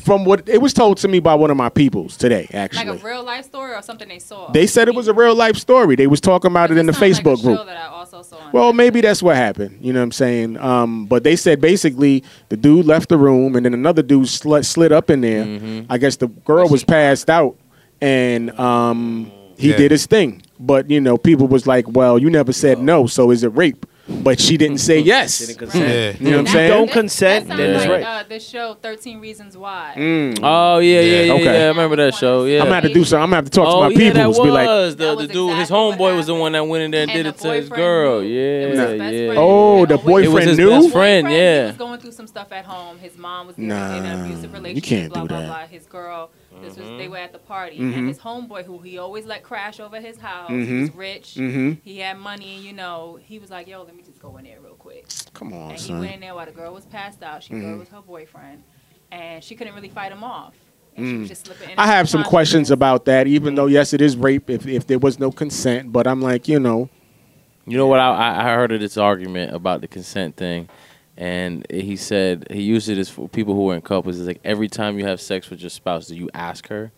Speaker 4: from what it was told to me by one of my peoples today,
Speaker 7: like
Speaker 4: actually.
Speaker 7: a real life story or something they saw.
Speaker 4: they said it was a real life story. They was talking about it in the
Speaker 7: That sounds like a
Speaker 4: Facebook
Speaker 7: show
Speaker 4: group.
Speaker 7: that I also saw on
Speaker 4: Well,
Speaker 7: Netflix.
Speaker 4: maybe that's what happened. You know what I'm saying? Um, but they said basically the dude left the room and then another dude sl- slid up in there. I guess the girl was passed out and um, he
Speaker 6: Yeah.
Speaker 4: did his thing. But, you know, people was like, well, you never said no, so is it rape? But she didn't say yes.
Speaker 3: Didn't
Speaker 4: You
Speaker 3: consent.
Speaker 6: Yeah.
Speaker 4: know what I'm
Speaker 7: That-
Speaker 4: saying?
Speaker 3: Don't
Speaker 7: that-
Speaker 3: consent,
Speaker 7: That
Speaker 3: then
Speaker 5: it's
Speaker 7: sounds like
Speaker 3: rape.
Speaker 7: uh, this show, Thirteen Reasons Why.
Speaker 5: Oh yeah, yeah, yeah.
Speaker 4: Okay.
Speaker 5: yeah, I remember that show. Yeah.
Speaker 4: I'm going to have to do something. I'm going to have to talk
Speaker 5: oh
Speaker 4: to my
Speaker 5: yeah,
Speaker 4: people.
Speaker 5: that was
Speaker 4: Be like,
Speaker 5: the,
Speaker 7: That
Speaker 5: the
Speaker 7: was
Speaker 5: dude. his
Speaker 7: exactly what
Speaker 5: homeboy was the
Speaker 7: happened.
Speaker 5: one that went in there and,
Speaker 7: And
Speaker 5: did
Speaker 7: the
Speaker 5: it to his
Speaker 7: boyfriend
Speaker 5: girl.
Speaker 7: knew.
Speaker 5: Yeah,
Speaker 7: It was his best
Speaker 5: yeah.
Speaker 7: friend. Yeah,
Speaker 4: oh, the
Speaker 7: oh, wait,
Speaker 5: It was
Speaker 4: boyfriend
Speaker 5: his
Speaker 4: knew?
Speaker 5: best friend.
Speaker 7: He
Speaker 5: Yeah.
Speaker 7: was going through some stuff at home. His mom was
Speaker 4: Nah,
Speaker 7: nah, in an abusive relationship.
Speaker 4: can't
Speaker 7: blah,
Speaker 4: do
Speaker 7: blah,
Speaker 4: that.
Speaker 7: Blah. His girl. This was
Speaker 4: Mm-hmm.
Speaker 7: they were at the party, and his homeboy, who he always let crash over his house, he
Speaker 4: Mm-hmm.
Speaker 7: was rich. He had money. You know, he was like, "Yo, let me just go in there real quick."
Speaker 4: come on,
Speaker 7: and he went
Speaker 4: son.
Speaker 7: in there while the girl was passed out.
Speaker 4: Mm-hmm.
Speaker 7: She was with her boyfriend, and she couldn't really fight him off. And
Speaker 4: Hmm.
Speaker 7: she was just slipping. in
Speaker 4: I
Speaker 7: and
Speaker 4: have some
Speaker 7: out.
Speaker 4: questions about that, even though, yes, it is rape if, if there was no consent. But I'm like, you know,
Speaker 5: You know what? I- I, I heard of this argument about the consent thing, and he said he used it as for people who are in couples. It's like every time you have sex with your spouse, do you ask her?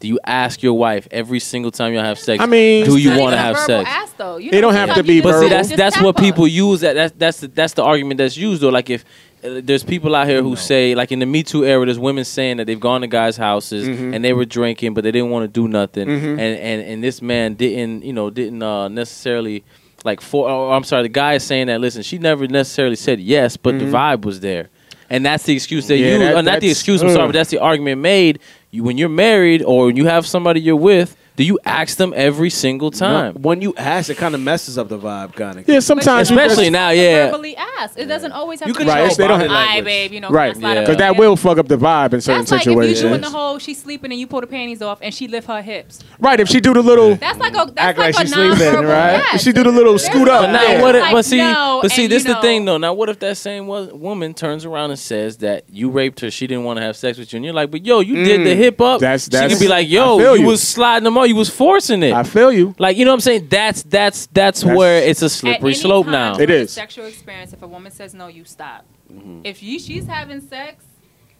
Speaker 5: Do you ask your wife every single time you have sex?
Speaker 4: I mean-
Speaker 5: do
Speaker 7: It's
Speaker 5: you
Speaker 7: not
Speaker 5: want
Speaker 7: even
Speaker 5: to
Speaker 7: a
Speaker 5: have
Speaker 7: verbal
Speaker 5: sex?
Speaker 7: ask, though. You
Speaker 4: It
Speaker 7: know,
Speaker 4: don't have
Speaker 7: sometimes
Speaker 4: to be
Speaker 7: you just-
Speaker 5: But see,
Speaker 4: verbal.
Speaker 5: that's
Speaker 7: just
Speaker 5: that's
Speaker 7: tap
Speaker 5: what
Speaker 7: her.
Speaker 5: people use. That that's that's the, that's the argument that's used though. Like if uh, there's people out here who say, like in the Me Too era, there's women saying that they've gone to guys' houses
Speaker 4: Mm-hmm.
Speaker 5: and they were drinking, but they didn't want to do nothing, and, and and this man didn't, you know, didn't uh, necessarily. Like for, oh, I'm sorry, the guy is saying that. Listen, she never necessarily said yes, but the vibe was there, and that's the excuse they
Speaker 4: Mm-hmm. Yeah,
Speaker 5: use.
Speaker 4: that-
Speaker 5: uh, not the
Speaker 4: that's-
Speaker 5: excuse. I'm sorry,
Speaker 4: ugh.
Speaker 5: but that's the argument made. You, when you're married or when you have somebody you're with, do you ask them every single time?
Speaker 3: When you ask, it kind of messes up the vibe, kind of.
Speaker 4: yeah, sometimes we
Speaker 5: Especially
Speaker 4: just-
Speaker 5: now, yeah.
Speaker 7: verbally ask. It doesn't always have
Speaker 3: You
Speaker 7: to
Speaker 3: can
Speaker 7: be
Speaker 4: Right,
Speaker 7: like,
Speaker 4: it's- they don't
Speaker 7: "All
Speaker 4: have-
Speaker 7: right, babe, you know,
Speaker 4: Right,
Speaker 7: can I slide
Speaker 5: Yeah.
Speaker 7: up
Speaker 4: because
Speaker 7: on
Speaker 4: that
Speaker 7: you?"
Speaker 4: will fuck up the vibe in certain
Speaker 7: That's like if
Speaker 4: situations.
Speaker 7: you doing the whole she's sleeping and you pull the panties off and she lift her hips.
Speaker 4: right, if she do the little,
Speaker 7: That's like a that's
Speaker 4: Act
Speaker 7: like,
Speaker 4: like
Speaker 7: a
Speaker 4: she sleeping,
Speaker 7: nonverbal-
Speaker 4: right?
Speaker 7: yes.
Speaker 4: If she do the little
Speaker 7: There's
Speaker 4: scoot
Speaker 7: no-
Speaker 4: up,
Speaker 5: But now
Speaker 4: Yeah.
Speaker 5: what? If,
Speaker 7: Like,
Speaker 5: but see,
Speaker 7: no,
Speaker 5: but see,
Speaker 7: and
Speaker 5: this
Speaker 7: you
Speaker 5: the
Speaker 7: know-
Speaker 5: thing though. Now, what if that same wo- woman turns around and says that you raped her? She didn't want to have sex with you, and you're like, "But yo, Oh, you did the hip up."
Speaker 4: Mm. That's-
Speaker 5: she
Speaker 4: that's-
Speaker 5: could be like,
Speaker 4: I feel
Speaker 5: "Yo, you,
Speaker 4: you.
Speaker 5: was sliding them on, you was forcing it."
Speaker 4: I feel you.
Speaker 5: like you know what I'm saying? That's that's that's,
Speaker 4: That's-
Speaker 5: where it's a
Speaker 7: At
Speaker 5: slippery
Speaker 7: any
Speaker 5: slope
Speaker 7: time
Speaker 5: now.
Speaker 4: It
Speaker 7: during
Speaker 4: is.
Speaker 7: sexual experience. If a woman says no, you stop.
Speaker 5: Mm-hmm.
Speaker 7: If you she's having sex,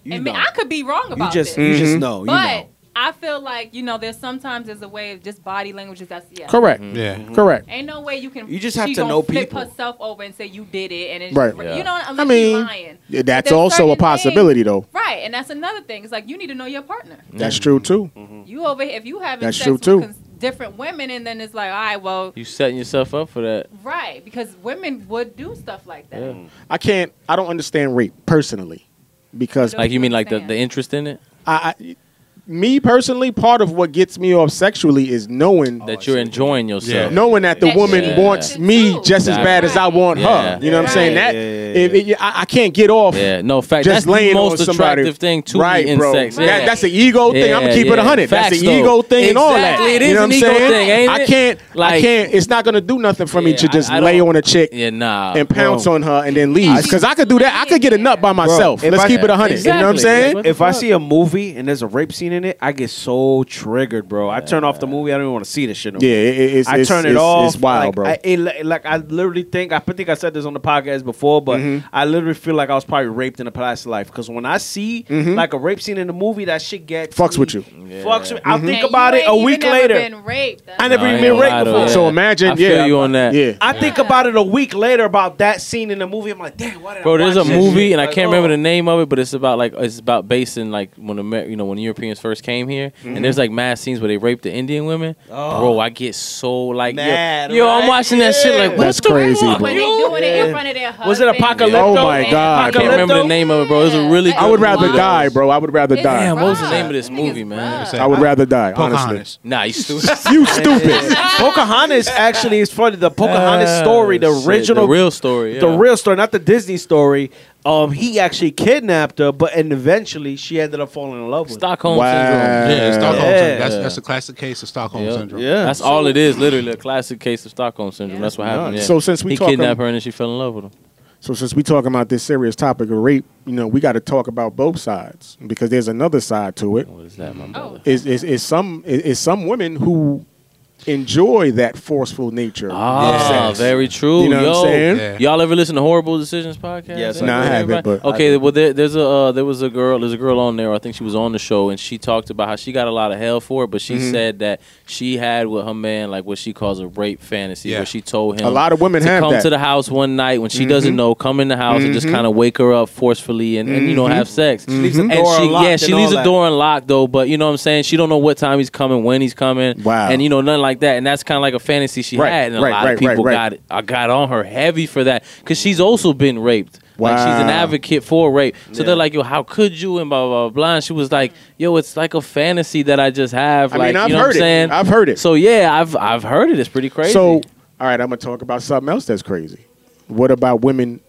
Speaker 3: You
Speaker 7: and
Speaker 3: know.
Speaker 7: me- I could be wrong
Speaker 3: you
Speaker 7: about
Speaker 3: just,
Speaker 7: this,
Speaker 3: you
Speaker 5: Mm-hmm.
Speaker 3: just know. You
Speaker 7: but
Speaker 3: know.
Speaker 7: I feel like you know there's sometimes there's a way of just body language that's yeah.
Speaker 4: correct,
Speaker 5: Mm-hmm.
Speaker 6: Yeah.
Speaker 4: correct.
Speaker 7: Ain't no way you can.
Speaker 3: You just have
Speaker 7: she
Speaker 3: to
Speaker 7: gonna
Speaker 3: know
Speaker 7: flip
Speaker 3: people.
Speaker 7: herself over and say you did it, and it's
Speaker 4: Right.
Speaker 5: Yeah.
Speaker 7: You know, unless
Speaker 4: I
Speaker 7: I
Speaker 4: mean,
Speaker 7: lying.
Speaker 4: Yeah, That's
Speaker 7: There's
Speaker 4: also a
Speaker 7: certain
Speaker 4: possibility, though.
Speaker 7: Right, and that's another thing. It's like you need to know your partner.
Speaker 5: Mm-hmm.
Speaker 4: That's true too.
Speaker 7: You over here, if you having
Speaker 4: That's
Speaker 7: sex
Speaker 4: true,
Speaker 7: with
Speaker 4: too.
Speaker 7: cons- different women, and then it's like, all right, well,
Speaker 5: You setting yourself up for that.
Speaker 7: right, because women would do stuff like that.
Speaker 5: Yeah.
Speaker 4: I can't. I don't understand rape personally because
Speaker 7: Don't
Speaker 5: Like you mean like the,
Speaker 7: understand.
Speaker 5: the interest in it?
Speaker 4: I, I me personally, part of what gets me off sexually is knowing
Speaker 5: that you're enjoying yourself.
Speaker 6: Yeah.
Speaker 4: knowing that the
Speaker 7: That
Speaker 4: woman
Speaker 5: she
Speaker 7: wants
Speaker 4: wants me
Speaker 7: it too.
Speaker 4: just as bad as I want
Speaker 5: Yeah.
Speaker 4: her. You know what I'm saying?
Speaker 7: Right.
Speaker 4: That
Speaker 3: Yeah, yeah,
Speaker 4: if it, I, I can't get off.
Speaker 5: Yeah, no fact.
Speaker 4: Just
Speaker 5: that's the
Speaker 4: laying on
Speaker 5: most
Speaker 4: somebody.
Speaker 5: attractive thing to
Speaker 4: right,
Speaker 5: me in
Speaker 4: bro.
Speaker 5: sex.
Speaker 4: That-
Speaker 5: Yeah.
Speaker 4: that's an ego thing. I'm
Speaker 5: Yeah,
Speaker 4: gonna keep it
Speaker 5: yeah.
Speaker 4: hundred. That's
Speaker 5: Facts,
Speaker 4: an
Speaker 5: though.
Speaker 4: ego thing and all that.
Speaker 5: Exactly, it
Speaker 4: you
Speaker 5: is
Speaker 4: know what
Speaker 5: an
Speaker 4: I'm
Speaker 5: ego
Speaker 4: saying?
Speaker 5: thing, ain't
Speaker 4: I
Speaker 5: it?
Speaker 4: can't. I
Speaker 5: Like-
Speaker 4: can't. It's not gonna do nothing for me
Speaker 5: Yeah,
Speaker 4: to just
Speaker 5: I- I
Speaker 4: lay
Speaker 5: don't-
Speaker 4: on a chick
Speaker 5: yeah, nah.
Speaker 4: and pounce on her and then leave. Because I could do that. I could get a nut by myself.
Speaker 3: if
Speaker 4: Let's
Speaker 3: I-
Speaker 4: keep it hundred. You know what I'm
Speaker 5: Exactly.
Speaker 4: saying?
Speaker 5: What the
Speaker 3: if I
Speaker 5: fuck?
Speaker 3: see a movie and there's a rape scene in it, I get so triggered, bro. I turn off the movie. I don't even want to see this shit. No more.
Speaker 4: Yeah, it- it- it's,
Speaker 3: I
Speaker 4: it's-
Speaker 3: turn it
Speaker 4: it's-
Speaker 3: off.
Speaker 4: It's wild,
Speaker 3: like,
Speaker 4: bro.
Speaker 3: I, it, li- like I literally think I think I said this on the podcast before, but
Speaker 4: Mm-hmm.
Speaker 3: I literally feel like I was probably raped in a past life because when I see
Speaker 4: Mm-hmm.
Speaker 3: like a rape scene in the movie, that shit gets
Speaker 4: Fucks
Speaker 3: me-
Speaker 4: with you.
Speaker 3: Fucks with.
Speaker 4: Mm-hmm.
Speaker 3: I'll think
Speaker 7: And
Speaker 3: about
Speaker 7: Mm-hmm. you
Speaker 3: it a
Speaker 7: ain't
Speaker 3: week
Speaker 7: even never
Speaker 3: later.
Speaker 7: Been raped.
Speaker 3: I never
Speaker 5: I ain't
Speaker 3: even been
Speaker 5: gonna lie
Speaker 3: raped
Speaker 5: to
Speaker 3: before.
Speaker 5: that.
Speaker 4: So imagine,
Speaker 5: I feel
Speaker 4: yeah.
Speaker 5: you on that.
Speaker 4: yeah.
Speaker 3: I think about it a week later about that scene in the movie. I'm like, damn, why did I
Speaker 5: Bro, there's a
Speaker 3: watch that
Speaker 5: movie
Speaker 3: shit?
Speaker 5: and I
Speaker 3: Like,
Speaker 5: can't
Speaker 3: oh.
Speaker 5: remember the name of it, but it's about like it's about basing like when Amer- you know when Europeans first came here, and there's like mad scenes where they rape the Indian women. Bro, I get so like yo-
Speaker 3: Mad,
Speaker 5: yo, I'm
Speaker 3: right?
Speaker 5: watching that shit like what
Speaker 4: That's
Speaker 5: the
Speaker 4: crazy,
Speaker 5: fuck?
Speaker 4: bro.
Speaker 7: But they doing it in front of their husband.
Speaker 3: Was it Apocalypto?
Speaker 4: Oh my God,
Speaker 5: I can't
Speaker 4: Apocalypto?
Speaker 5: remember the name of it, bro. It's a really. Good
Speaker 4: I would rather
Speaker 5: movie, though.
Speaker 4: die, bro. I would rather
Speaker 5: Damn,
Speaker 4: die.
Speaker 5: what was the name of this
Speaker 7: Niggas
Speaker 5: movie, man?
Speaker 7: rough.
Speaker 4: I would rather die, honestly.
Speaker 6: Pocahontas.
Speaker 5: Nah, you stupid.
Speaker 4: You stupid.
Speaker 3: Pocahontas actually is funny. The Pocahontas
Speaker 5: Ah,
Speaker 3: story, the
Speaker 5: shit,
Speaker 3: original,
Speaker 5: the real story, yeah.
Speaker 3: the real story, not the Disney story. Um, he actually kidnapped her, but and eventually she ended up falling in love with. him.
Speaker 5: Stockholm
Speaker 4: Wow.
Speaker 5: syndrome.
Speaker 6: Yeah,
Speaker 4: Yeah.
Speaker 6: Stockholm
Speaker 3: Yeah.
Speaker 6: syndrome. That's, that's a classic case of Stockholm
Speaker 5: Yep.
Speaker 6: syndrome.
Speaker 3: Yeah.
Speaker 5: That's all it is, literally a classic case of Stockholm syndrome.
Speaker 7: Yeah.
Speaker 5: That's what happened.
Speaker 4: Yeah.
Speaker 5: Yeah.
Speaker 4: So since we
Speaker 5: he
Speaker 4: talking-
Speaker 5: kidnapped her and then she fell in love with him.
Speaker 4: So since we talking about this serious topic of rape, you know, we got to talk about both sides because there's another side to it.
Speaker 5: What is that, my
Speaker 7: Oh,
Speaker 5: brother?
Speaker 4: Is is, is some is, is some women who enjoy that forceful nature. of
Speaker 5: Ah,
Speaker 4: sex.
Speaker 5: very true.
Speaker 4: You know
Speaker 5: Yo,
Speaker 4: what I'm saying?
Speaker 6: Yeah.
Speaker 5: Oh, Y'all ever listen to Horrible Decisions podcast?
Speaker 3: Yes,
Speaker 4: I No, I haven't,
Speaker 5: Everybody-
Speaker 4: but-
Speaker 5: okay. Well, there, there's a uh, there was a girl there's a girl on there. I think she was on the show and she talked about how she got a lot of hell for it, but
Speaker 4: Mm-hmm.
Speaker 5: she said that she had with her man like what she calls a rape fantasy,
Speaker 6: Yeah.
Speaker 5: where she told him
Speaker 4: A lot of women
Speaker 5: to
Speaker 4: have
Speaker 5: come
Speaker 4: that. Mm-hmm.
Speaker 5: to the house one night when she doesn't know, come in the house and just kind of wake her up forcefully and, and you
Speaker 4: Mm-hmm.
Speaker 5: know have sex. She
Speaker 3: leaves the
Speaker 5: Mm-hmm. and
Speaker 3: door
Speaker 5: she,
Speaker 3: unlocked
Speaker 5: yeah, she
Speaker 3: and all
Speaker 5: leaves the
Speaker 3: that.
Speaker 5: door unlocked though, but you know what I'm saying. She don't know what time he's coming, when he's coming,
Speaker 4: Wow.
Speaker 5: and you know nothing like that. And that's kind of like a fantasy she
Speaker 4: Right,
Speaker 5: had, and
Speaker 4: right,
Speaker 5: a lot
Speaker 4: right,
Speaker 5: of people
Speaker 4: right, right.
Speaker 5: got it. I got on her heavy for that because she's also been raped. Like she's an
Speaker 4: Wow.
Speaker 5: advocate for rape. So
Speaker 3: Yeah.
Speaker 5: they're like, yo, how could you? And blah, blah, blah, blah. And she was like, yo, it's like a fantasy that I just have.
Speaker 4: I
Speaker 5: like,
Speaker 4: mean, I've
Speaker 5: you know what
Speaker 4: heard
Speaker 5: I'm saying?
Speaker 4: it. I've heard it.
Speaker 5: So yeah, I've I've heard it. It's pretty crazy.
Speaker 4: So, all right, I'm gonna talk about something else that's crazy. What about women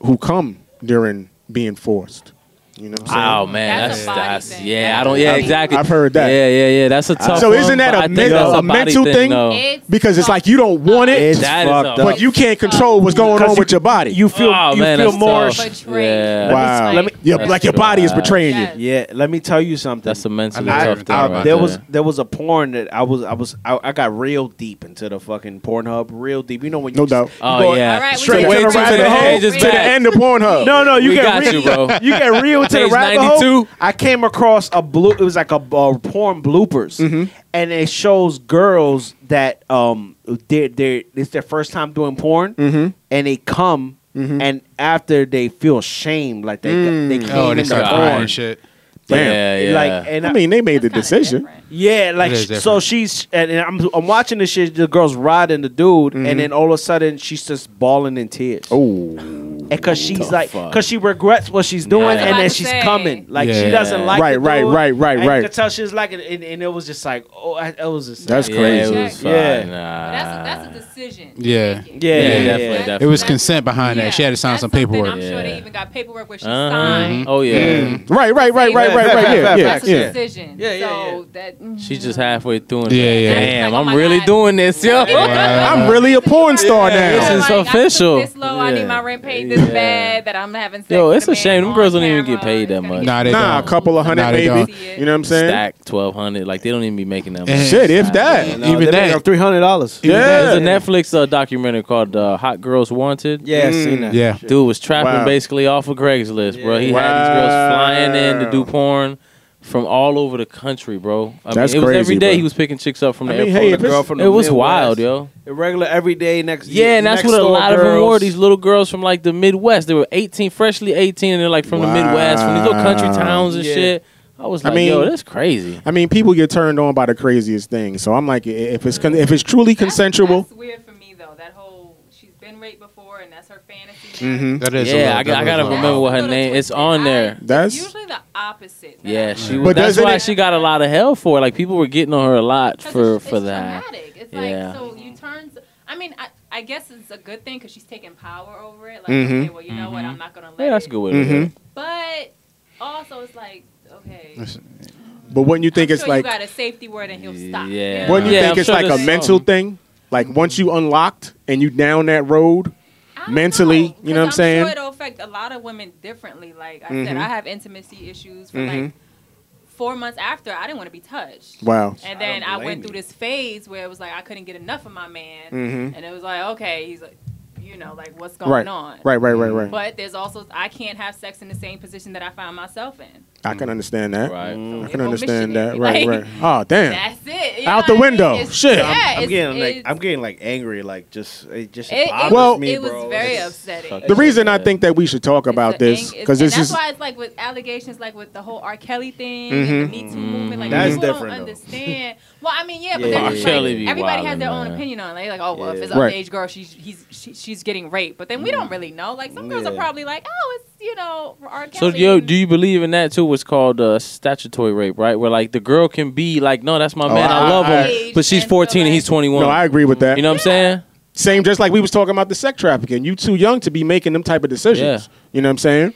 Speaker 4: who come during being forced? You know what
Speaker 5: Oh
Speaker 4: I'm
Speaker 5: man,
Speaker 7: That's
Speaker 5: that's
Speaker 7: a
Speaker 5: that's,
Speaker 7: body thing.
Speaker 5: yeah.
Speaker 7: That's
Speaker 5: I
Speaker 7: a
Speaker 5: don't. Yeah,
Speaker 7: body
Speaker 5: exactly.
Speaker 4: thing. I've heard that.
Speaker 5: Yeah, yeah, yeah. That's a tough.
Speaker 4: So isn't
Speaker 5: one,
Speaker 4: that
Speaker 5: but
Speaker 4: a
Speaker 5: I think
Speaker 4: men-
Speaker 5: that's
Speaker 4: a
Speaker 5: body
Speaker 4: mental thing?
Speaker 5: though.
Speaker 4: saying? Because it's like you don't want it,
Speaker 3: It's
Speaker 5: That is
Speaker 3: fucked
Speaker 5: a-
Speaker 3: up.
Speaker 4: but you can't control what's going on
Speaker 3: Because
Speaker 4: with your body.
Speaker 3: You feel
Speaker 5: Oh,
Speaker 3: you
Speaker 5: man,
Speaker 3: feel
Speaker 5: that's
Speaker 3: more.
Speaker 5: tough.
Speaker 7: Betrayed.
Speaker 5: Yeah.
Speaker 4: wow,
Speaker 7: Let me-
Speaker 4: Yeah,
Speaker 7: That's
Speaker 4: like your
Speaker 5: true.
Speaker 4: body is betraying you.
Speaker 7: Yes.
Speaker 3: Yeah, let me tell you something.
Speaker 5: That's a mentally
Speaker 6: I-
Speaker 5: tough thing.
Speaker 6: I-
Speaker 5: right
Speaker 3: there was
Speaker 5: there.
Speaker 3: there was a porn that I was I was I, I got real deep into the fucking Pornhub, real deep. You know when you
Speaker 4: No
Speaker 3: just-
Speaker 4: doubt.
Speaker 3: you
Speaker 5: Oh,
Speaker 3: go-
Speaker 5: yeah.
Speaker 7: All right, we
Speaker 3: Straight
Speaker 7: got
Speaker 3: away
Speaker 7: you.
Speaker 3: to the
Speaker 7: Rabbit
Speaker 3: end,
Speaker 7: hole.
Speaker 5: just
Speaker 4: To the
Speaker 5: Right.
Speaker 4: end of Pornhub.
Speaker 3: No, no, you
Speaker 5: We
Speaker 3: get
Speaker 5: got
Speaker 3: real,
Speaker 5: you, bro.
Speaker 3: You get real to the
Speaker 5: Page
Speaker 3: rabbit
Speaker 5: 92.
Speaker 3: hole. I came across a blue. It was like a, uh porn bloopers, and it shows girls that um they they it's their first time doing porn, and they come. And after they feel shame, like they
Speaker 4: Mm.
Speaker 3: they came
Speaker 6: Oh, and they
Speaker 3: in the
Speaker 6: start crying
Speaker 3: porn,
Speaker 6: and shit.
Speaker 5: Yeah, yeah.
Speaker 3: like and
Speaker 4: I mean they made the
Speaker 7: That's kinda
Speaker 4: decision.
Speaker 7: different.
Speaker 3: yeah, like
Speaker 6: is
Speaker 3: sh-
Speaker 6: different.
Speaker 3: so she's and, and I'm I'm watching this shit. The girl's riding the dude, and then all of a sudden she's just bawling in tears.
Speaker 4: Oh,
Speaker 3: because she's
Speaker 5: the
Speaker 3: like
Speaker 5: fuck?
Speaker 3: because she regrets what she's doing,
Speaker 5: Yeah.
Speaker 3: and
Speaker 7: About
Speaker 3: then
Speaker 7: to
Speaker 3: she's
Speaker 7: say.
Speaker 3: coming. Like
Speaker 5: Yeah.
Speaker 3: she doesn't like
Speaker 4: Right,
Speaker 3: the
Speaker 4: right,
Speaker 3: dude,
Speaker 4: right, right,
Speaker 3: and
Speaker 4: right.
Speaker 3: You could tell she was like, it, and, and it was just like, oh, I, it was just
Speaker 4: That's
Speaker 5: yeah,
Speaker 4: crazy.
Speaker 5: It was fine.
Speaker 3: Yeah.
Speaker 5: Nah.
Speaker 7: That's a, that's a decision.
Speaker 6: Yeah.
Speaker 7: Take it.
Speaker 3: yeah, yeah,
Speaker 5: Yeah,
Speaker 3: yeah.
Speaker 5: definitely,
Speaker 7: That's-
Speaker 5: definitely.
Speaker 6: It was
Speaker 7: that's-
Speaker 6: consent behind that. She had to sign
Speaker 7: that's
Speaker 6: some
Speaker 7: something
Speaker 6: paperwork. Mm-hmm.
Speaker 7: I'm sure they
Speaker 5: Yeah.
Speaker 7: even got paperwork where she
Speaker 5: Uh-huh.
Speaker 7: signed.
Speaker 5: Oh yeah.
Speaker 4: Mm-hmm. right, right, right, right, right, right. Yeah,
Speaker 3: That's
Speaker 4: yeah,
Speaker 7: That's a
Speaker 4: yeah.
Speaker 7: decision.
Speaker 3: Yeah, yeah, yeah.
Speaker 7: So that mm,
Speaker 5: She's just halfway through. it.
Speaker 6: Yeah, yeah.
Speaker 5: Damn,
Speaker 7: Like, oh
Speaker 5: I'm
Speaker 7: my
Speaker 5: really
Speaker 7: God.
Speaker 5: doing this, yo.
Speaker 4: I'm really a porn star
Speaker 5: Yeah.
Speaker 4: now.
Speaker 5: This is
Speaker 7: like, I took
Speaker 5: official.
Speaker 7: This low, I
Speaker 5: Yeah.
Speaker 7: need my rent paid this
Speaker 5: Yeah.
Speaker 7: bad that I'm having sex.
Speaker 5: Yo,
Speaker 7: with
Speaker 5: it's
Speaker 7: a
Speaker 5: a
Speaker 7: man
Speaker 5: shame. Them
Speaker 7: on
Speaker 5: girls don't even get
Speaker 7: camera.
Speaker 5: paid that
Speaker 7: It's
Speaker 5: much.
Speaker 7: gonna
Speaker 6: Nah,
Speaker 7: get-
Speaker 6: they
Speaker 4: Nah, a
Speaker 6: don't.
Speaker 4: couple of hundred
Speaker 6: Nah, they
Speaker 4: maybe.
Speaker 7: don't.
Speaker 4: You know what I'm saying?
Speaker 5: Stack twelve hundred. Like they don't even be making that
Speaker 6: Eh.
Speaker 5: much.
Speaker 4: Shit, if that.
Speaker 6: Even that.
Speaker 3: three hundred dollars.
Speaker 5: There's a
Speaker 4: Yeah.
Speaker 5: Netflix uh, documentary called uh, "Hot Girls Wanted."
Speaker 3: Yeah, I seen that.
Speaker 6: Yeah.
Speaker 5: Dude was trapping
Speaker 4: Wow.
Speaker 5: basically off of Craigslist, bro. He had these girls flying in to do
Speaker 4: Wow.
Speaker 5: porn from all over the country, bro. I
Speaker 4: That's
Speaker 5: mean, it was
Speaker 4: crazy,
Speaker 5: every day
Speaker 4: bro.
Speaker 5: he was picking chicks up from the
Speaker 4: I mean,
Speaker 5: airport.
Speaker 4: hey,
Speaker 3: The
Speaker 4: if it's-
Speaker 3: girl from the
Speaker 5: it was
Speaker 3: Midwest.
Speaker 5: wild, yo.
Speaker 3: The regular everyday next.
Speaker 5: Yeah, and that's
Speaker 3: next
Speaker 5: what a
Speaker 3: door
Speaker 5: lot of them
Speaker 3: girls-
Speaker 5: were. These little girls from like the Midwest. They were 18, freshly 18, and they're like from the Midwest, from these little country
Speaker 4: Wow.
Speaker 5: towns and
Speaker 3: Yeah.
Speaker 5: shit. I was
Speaker 4: I
Speaker 5: like,
Speaker 4: mean-
Speaker 5: yo, that's crazy.
Speaker 4: I mean, people get turned on by the craziest things. So I'm like, i- if it's con- if it's truly
Speaker 7: That's-
Speaker 4: consensual,
Speaker 7: That's weird for me though. That whole so she's been raped before, and that's her fantasy.
Speaker 4: Mhm.
Speaker 6: That is.
Speaker 5: yeah,
Speaker 6: a little-
Speaker 5: I,
Speaker 6: that
Speaker 5: got, I
Speaker 6: is
Speaker 5: gotta
Speaker 6: wild.
Speaker 5: remember what her
Speaker 7: Little
Speaker 5: name. It's
Speaker 7: twisted
Speaker 5: on
Speaker 7: eye.
Speaker 5: there.
Speaker 4: That's-
Speaker 7: usually the opposite. that
Speaker 5: Yeah,
Speaker 7: happens.
Speaker 5: she.
Speaker 4: But
Speaker 5: Was, that's
Speaker 4: doesn't
Speaker 5: why
Speaker 4: it-
Speaker 5: she got a lot of hell for. it. Like people were getting on her a lot
Speaker 7: 'Cause
Speaker 5: for
Speaker 7: it's,
Speaker 5: for
Speaker 7: it's
Speaker 5: that.
Speaker 7: Traumatic. It's
Speaker 5: Yeah.
Speaker 7: like so you turn. I mean, I, I guess it's a good thing because she's taking power over it. Like,
Speaker 4: Mhm.
Speaker 7: okay, well, you know what? I'm not gonna let.
Speaker 5: Mm-hmm. Yeah, that's a
Speaker 7: it.
Speaker 5: good way
Speaker 4: Mm-hmm.
Speaker 5: to put it.
Speaker 7: But also, it's like okay.
Speaker 6: That's-
Speaker 4: But wouldn't you think
Speaker 7: I'm
Speaker 4: it's
Speaker 7: sure
Speaker 4: like
Speaker 7: you got a safety word and he'll stop.
Speaker 5: Yeah.
Speaker 4: wouldn't you
Speaker 5: Yeah,
Speaker 4: think
Speaker 5: I'm
Speaker 4: it's
Speaker 5: sure
Speaker 4: like a
Speaker 5: there's
Speaker 4: mental
Speaker 5: some.
Speaker 4: thing? Like once you unlocked and you down that road,
Speaker 7: I don't
Speaker 4: mentally,
Speaker 7: know,
Speaker 4: you know what
Speaker 7: 'cause
Speaker 4: I'm saying?
Speaker 7: Sure it'll affect a lot of women differently. Like I said,
Speaker 4: Mhm.
Speaker 7: I have intimacy issues for
Speaker 4: Mhm.
Speaker 7: like four months after I didn't want to be touched.
Speaker 4: wow.
Speaker 7: And then
Speaker 3: don't
Speaker 7: I,
Speaker 3: blame
Speaker 7: went
Speaker 3: you.
Speaker 7: through this phase where it was like I couldn't get enough of my man,
Speaker 4: Mhm.
Speaker 7: and it was like okay, he's like, you know, like what's going
Speaker 4: Right.
Speaker 7: on?
Speaker 4: Right, right, right, right.
Speaker 7: But there's also I can't have sex in the same position that I found myself in.
Speaker 4: I can understand that.
Speaker 5: Mm. Right.
Speaker 4: I
Speaker 7: It
Speaker 4: can
Speaker 7: go
Speaker 4: understand that. Right,
Speaker 7: missionary.
Speaker 4: right. Oh, damn.
Speaker 7: That's it. you
Speaker 4: Out
Speaker 7: know
Speaker 4: the
Speaker 7: what I mean?
Speaker 4: window.
Speaker 7: It's-
Speaker 4: Shit.
Speaker 7: Yeah,
Speaker 4: I'm-
Speaker 7: it's-
Speaker 8: I'm getting like
Speaker 7: it's-
Speaker 8: I'm getting like angry, like just it just
Speaker 7: It,
Speaker 8: bothers
Speaker 7: it,
Speaker 4: Well-
Speaker 8: me,
Speaker 7: it was
Speaker 8: bro.
Speaker 7: very
Speaker 8: It's-
Speaker 7: upsetting.
Speaker 4: The reason I think that we should talk about
Speaker 7: It's the
Speaker 4: this
Speaker 7: ang- it's-
Speaker 4: because
Speaker 7: and
Speaker 4: this
Speaker 7: that's
Speaker 4: is
Speaker 7: why it's like with allegations, like with the whole R. Kelly thing
Speaker 4: Mhm.
Speaker 7: and the Me Too movement. Like
Speaker 8: That's
Speaker 7: people
Speaker 8: different,
Speaker 7: don't
Speaker 8: though.
Speaker 7: understand. Well, I mean, yeah, but
Speaker 5: Yeah,
Speaker 7: then
Speaker 5: R.
Speaker 7: it's
Speaker 5: Kelly be
Speaker 7: like, everybody has
Speaker 5: wildin',
Speaker 7: their own
Speaker 5: man.
Speaker 7: opinion on it. Like, like, oh, well, if
Speaker 8: Yeah.
Speaker 7: it's an
Speaker 4: Right.
Speaker 7: underage girl, she's he's she, she's getting raped. But then we
Speaker 5: Mm.
Speaker 7: don't really know. Like some girls are
Speaker 8: Yeah.
Speaker 7: probably like, oh, it's you know R. Kelly.
Speaker 5: So do you, do you believe in that too? What's called uh, statutory rape, right? Where like the girl can be like, no, that's my man, I,
Speaker 4: Oh, I-
Speaker 5: love
Speaker 4: I-
Speaker 5: him, but she's
Speaker 7: And feel
Speaker 5: 14 and
Speaker 7: like-
Speaker 5: he's 21.
Speaker 4: no, I agree with that.
Speaker 5: you know what I'm saying?
Speaker 4: Same, just like we was talking about the sex trafficking. You too young to be making them type of decisions.
Speaker 5: Yeah.
Speaker 4: You know what I'm saying?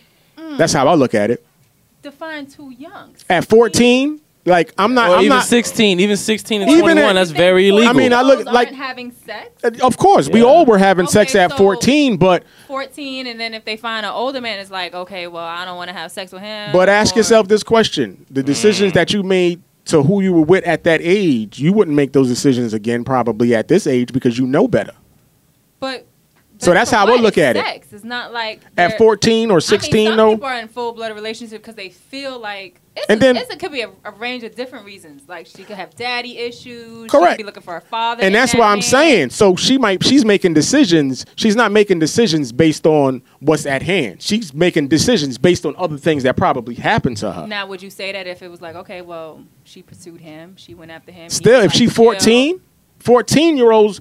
Speaker 4: That's how I look at it.
Speaker 7: Mm. define too young?
Speaker 4: At 14, like I'm not.
Speaker 5: Or
Speaker 4: I'm
Speaker 5: even
Speaker 4: not.
Speaker 5: 16, even 16 and
Speaker 4: Even
Speaker 5: 21,
Speaker 4: at-
Speaker 5: that's very illegal.
Speaker 4: I mean, I look
Speaker 7: Girls
Speaker 4: like- uh,
Speaker 7: aren't having sex.
Speaker 4: Of course, we
Speaker 5: Yeah.
Speaker 4: all were having sex
Speaker 7: Okay,
Speaker 4: at
Speaker 7: so-
Speaker 4: 14, but
Speaker 7: 14 and then if they find an older man it's like okay well i don't want to have sex with him
Speaker 4: but ask
Speaker 7: or-
Speaker 4: yourself this question:
Speaker 7: Mm.
Speaker 4: the decisions that you made to who you were with at that age, you wouldn't make those decisions again, probably at this age, because you know better.
Speaker 7: but
Speaker 4: So that's how I
Speaker 7: what?
Speaker 4: look
Speaker 7: It's
Speaker 4: at it.
Speaker 7: sex. it's not like
Speaker 4: At
Speaker 7: they're-
Speaker 4: 14 or
Speaker 7: I mean,
Speaker 4: 16,
Speaker 7: some
Speaker 4: though,
Speaker 7: people are in full-blooded relationship because they feel like it's
Speaker 4: And
Speaker 7: a,
Speaker 4: then-
Speaker 7: it's a, could be a, a range of different reasons like she could have daddy issues she
Speaker 4: Correct.
Speaker 7: could be looking for a father
Speaker 4: and
Speaker 7: in
Speaker 4: that's
Speaker 7: that
Speaker 4: why I'm
Speaker 7: man.
Speaker 4: saying. So she might she's making decisions. She's not making decisions based on what's at hand. She's making decisions based on other things that probably happened to her.
Speaker 7: now would you say that if it was like okay well she pursued him she went after him he
Speaker 4: Still,
Speaker 7: was
Speaker 4: if
Speaker 7: like,
Speaker 4: she
Speaker 7: chill.
Speaker 4: 14, 14 year olds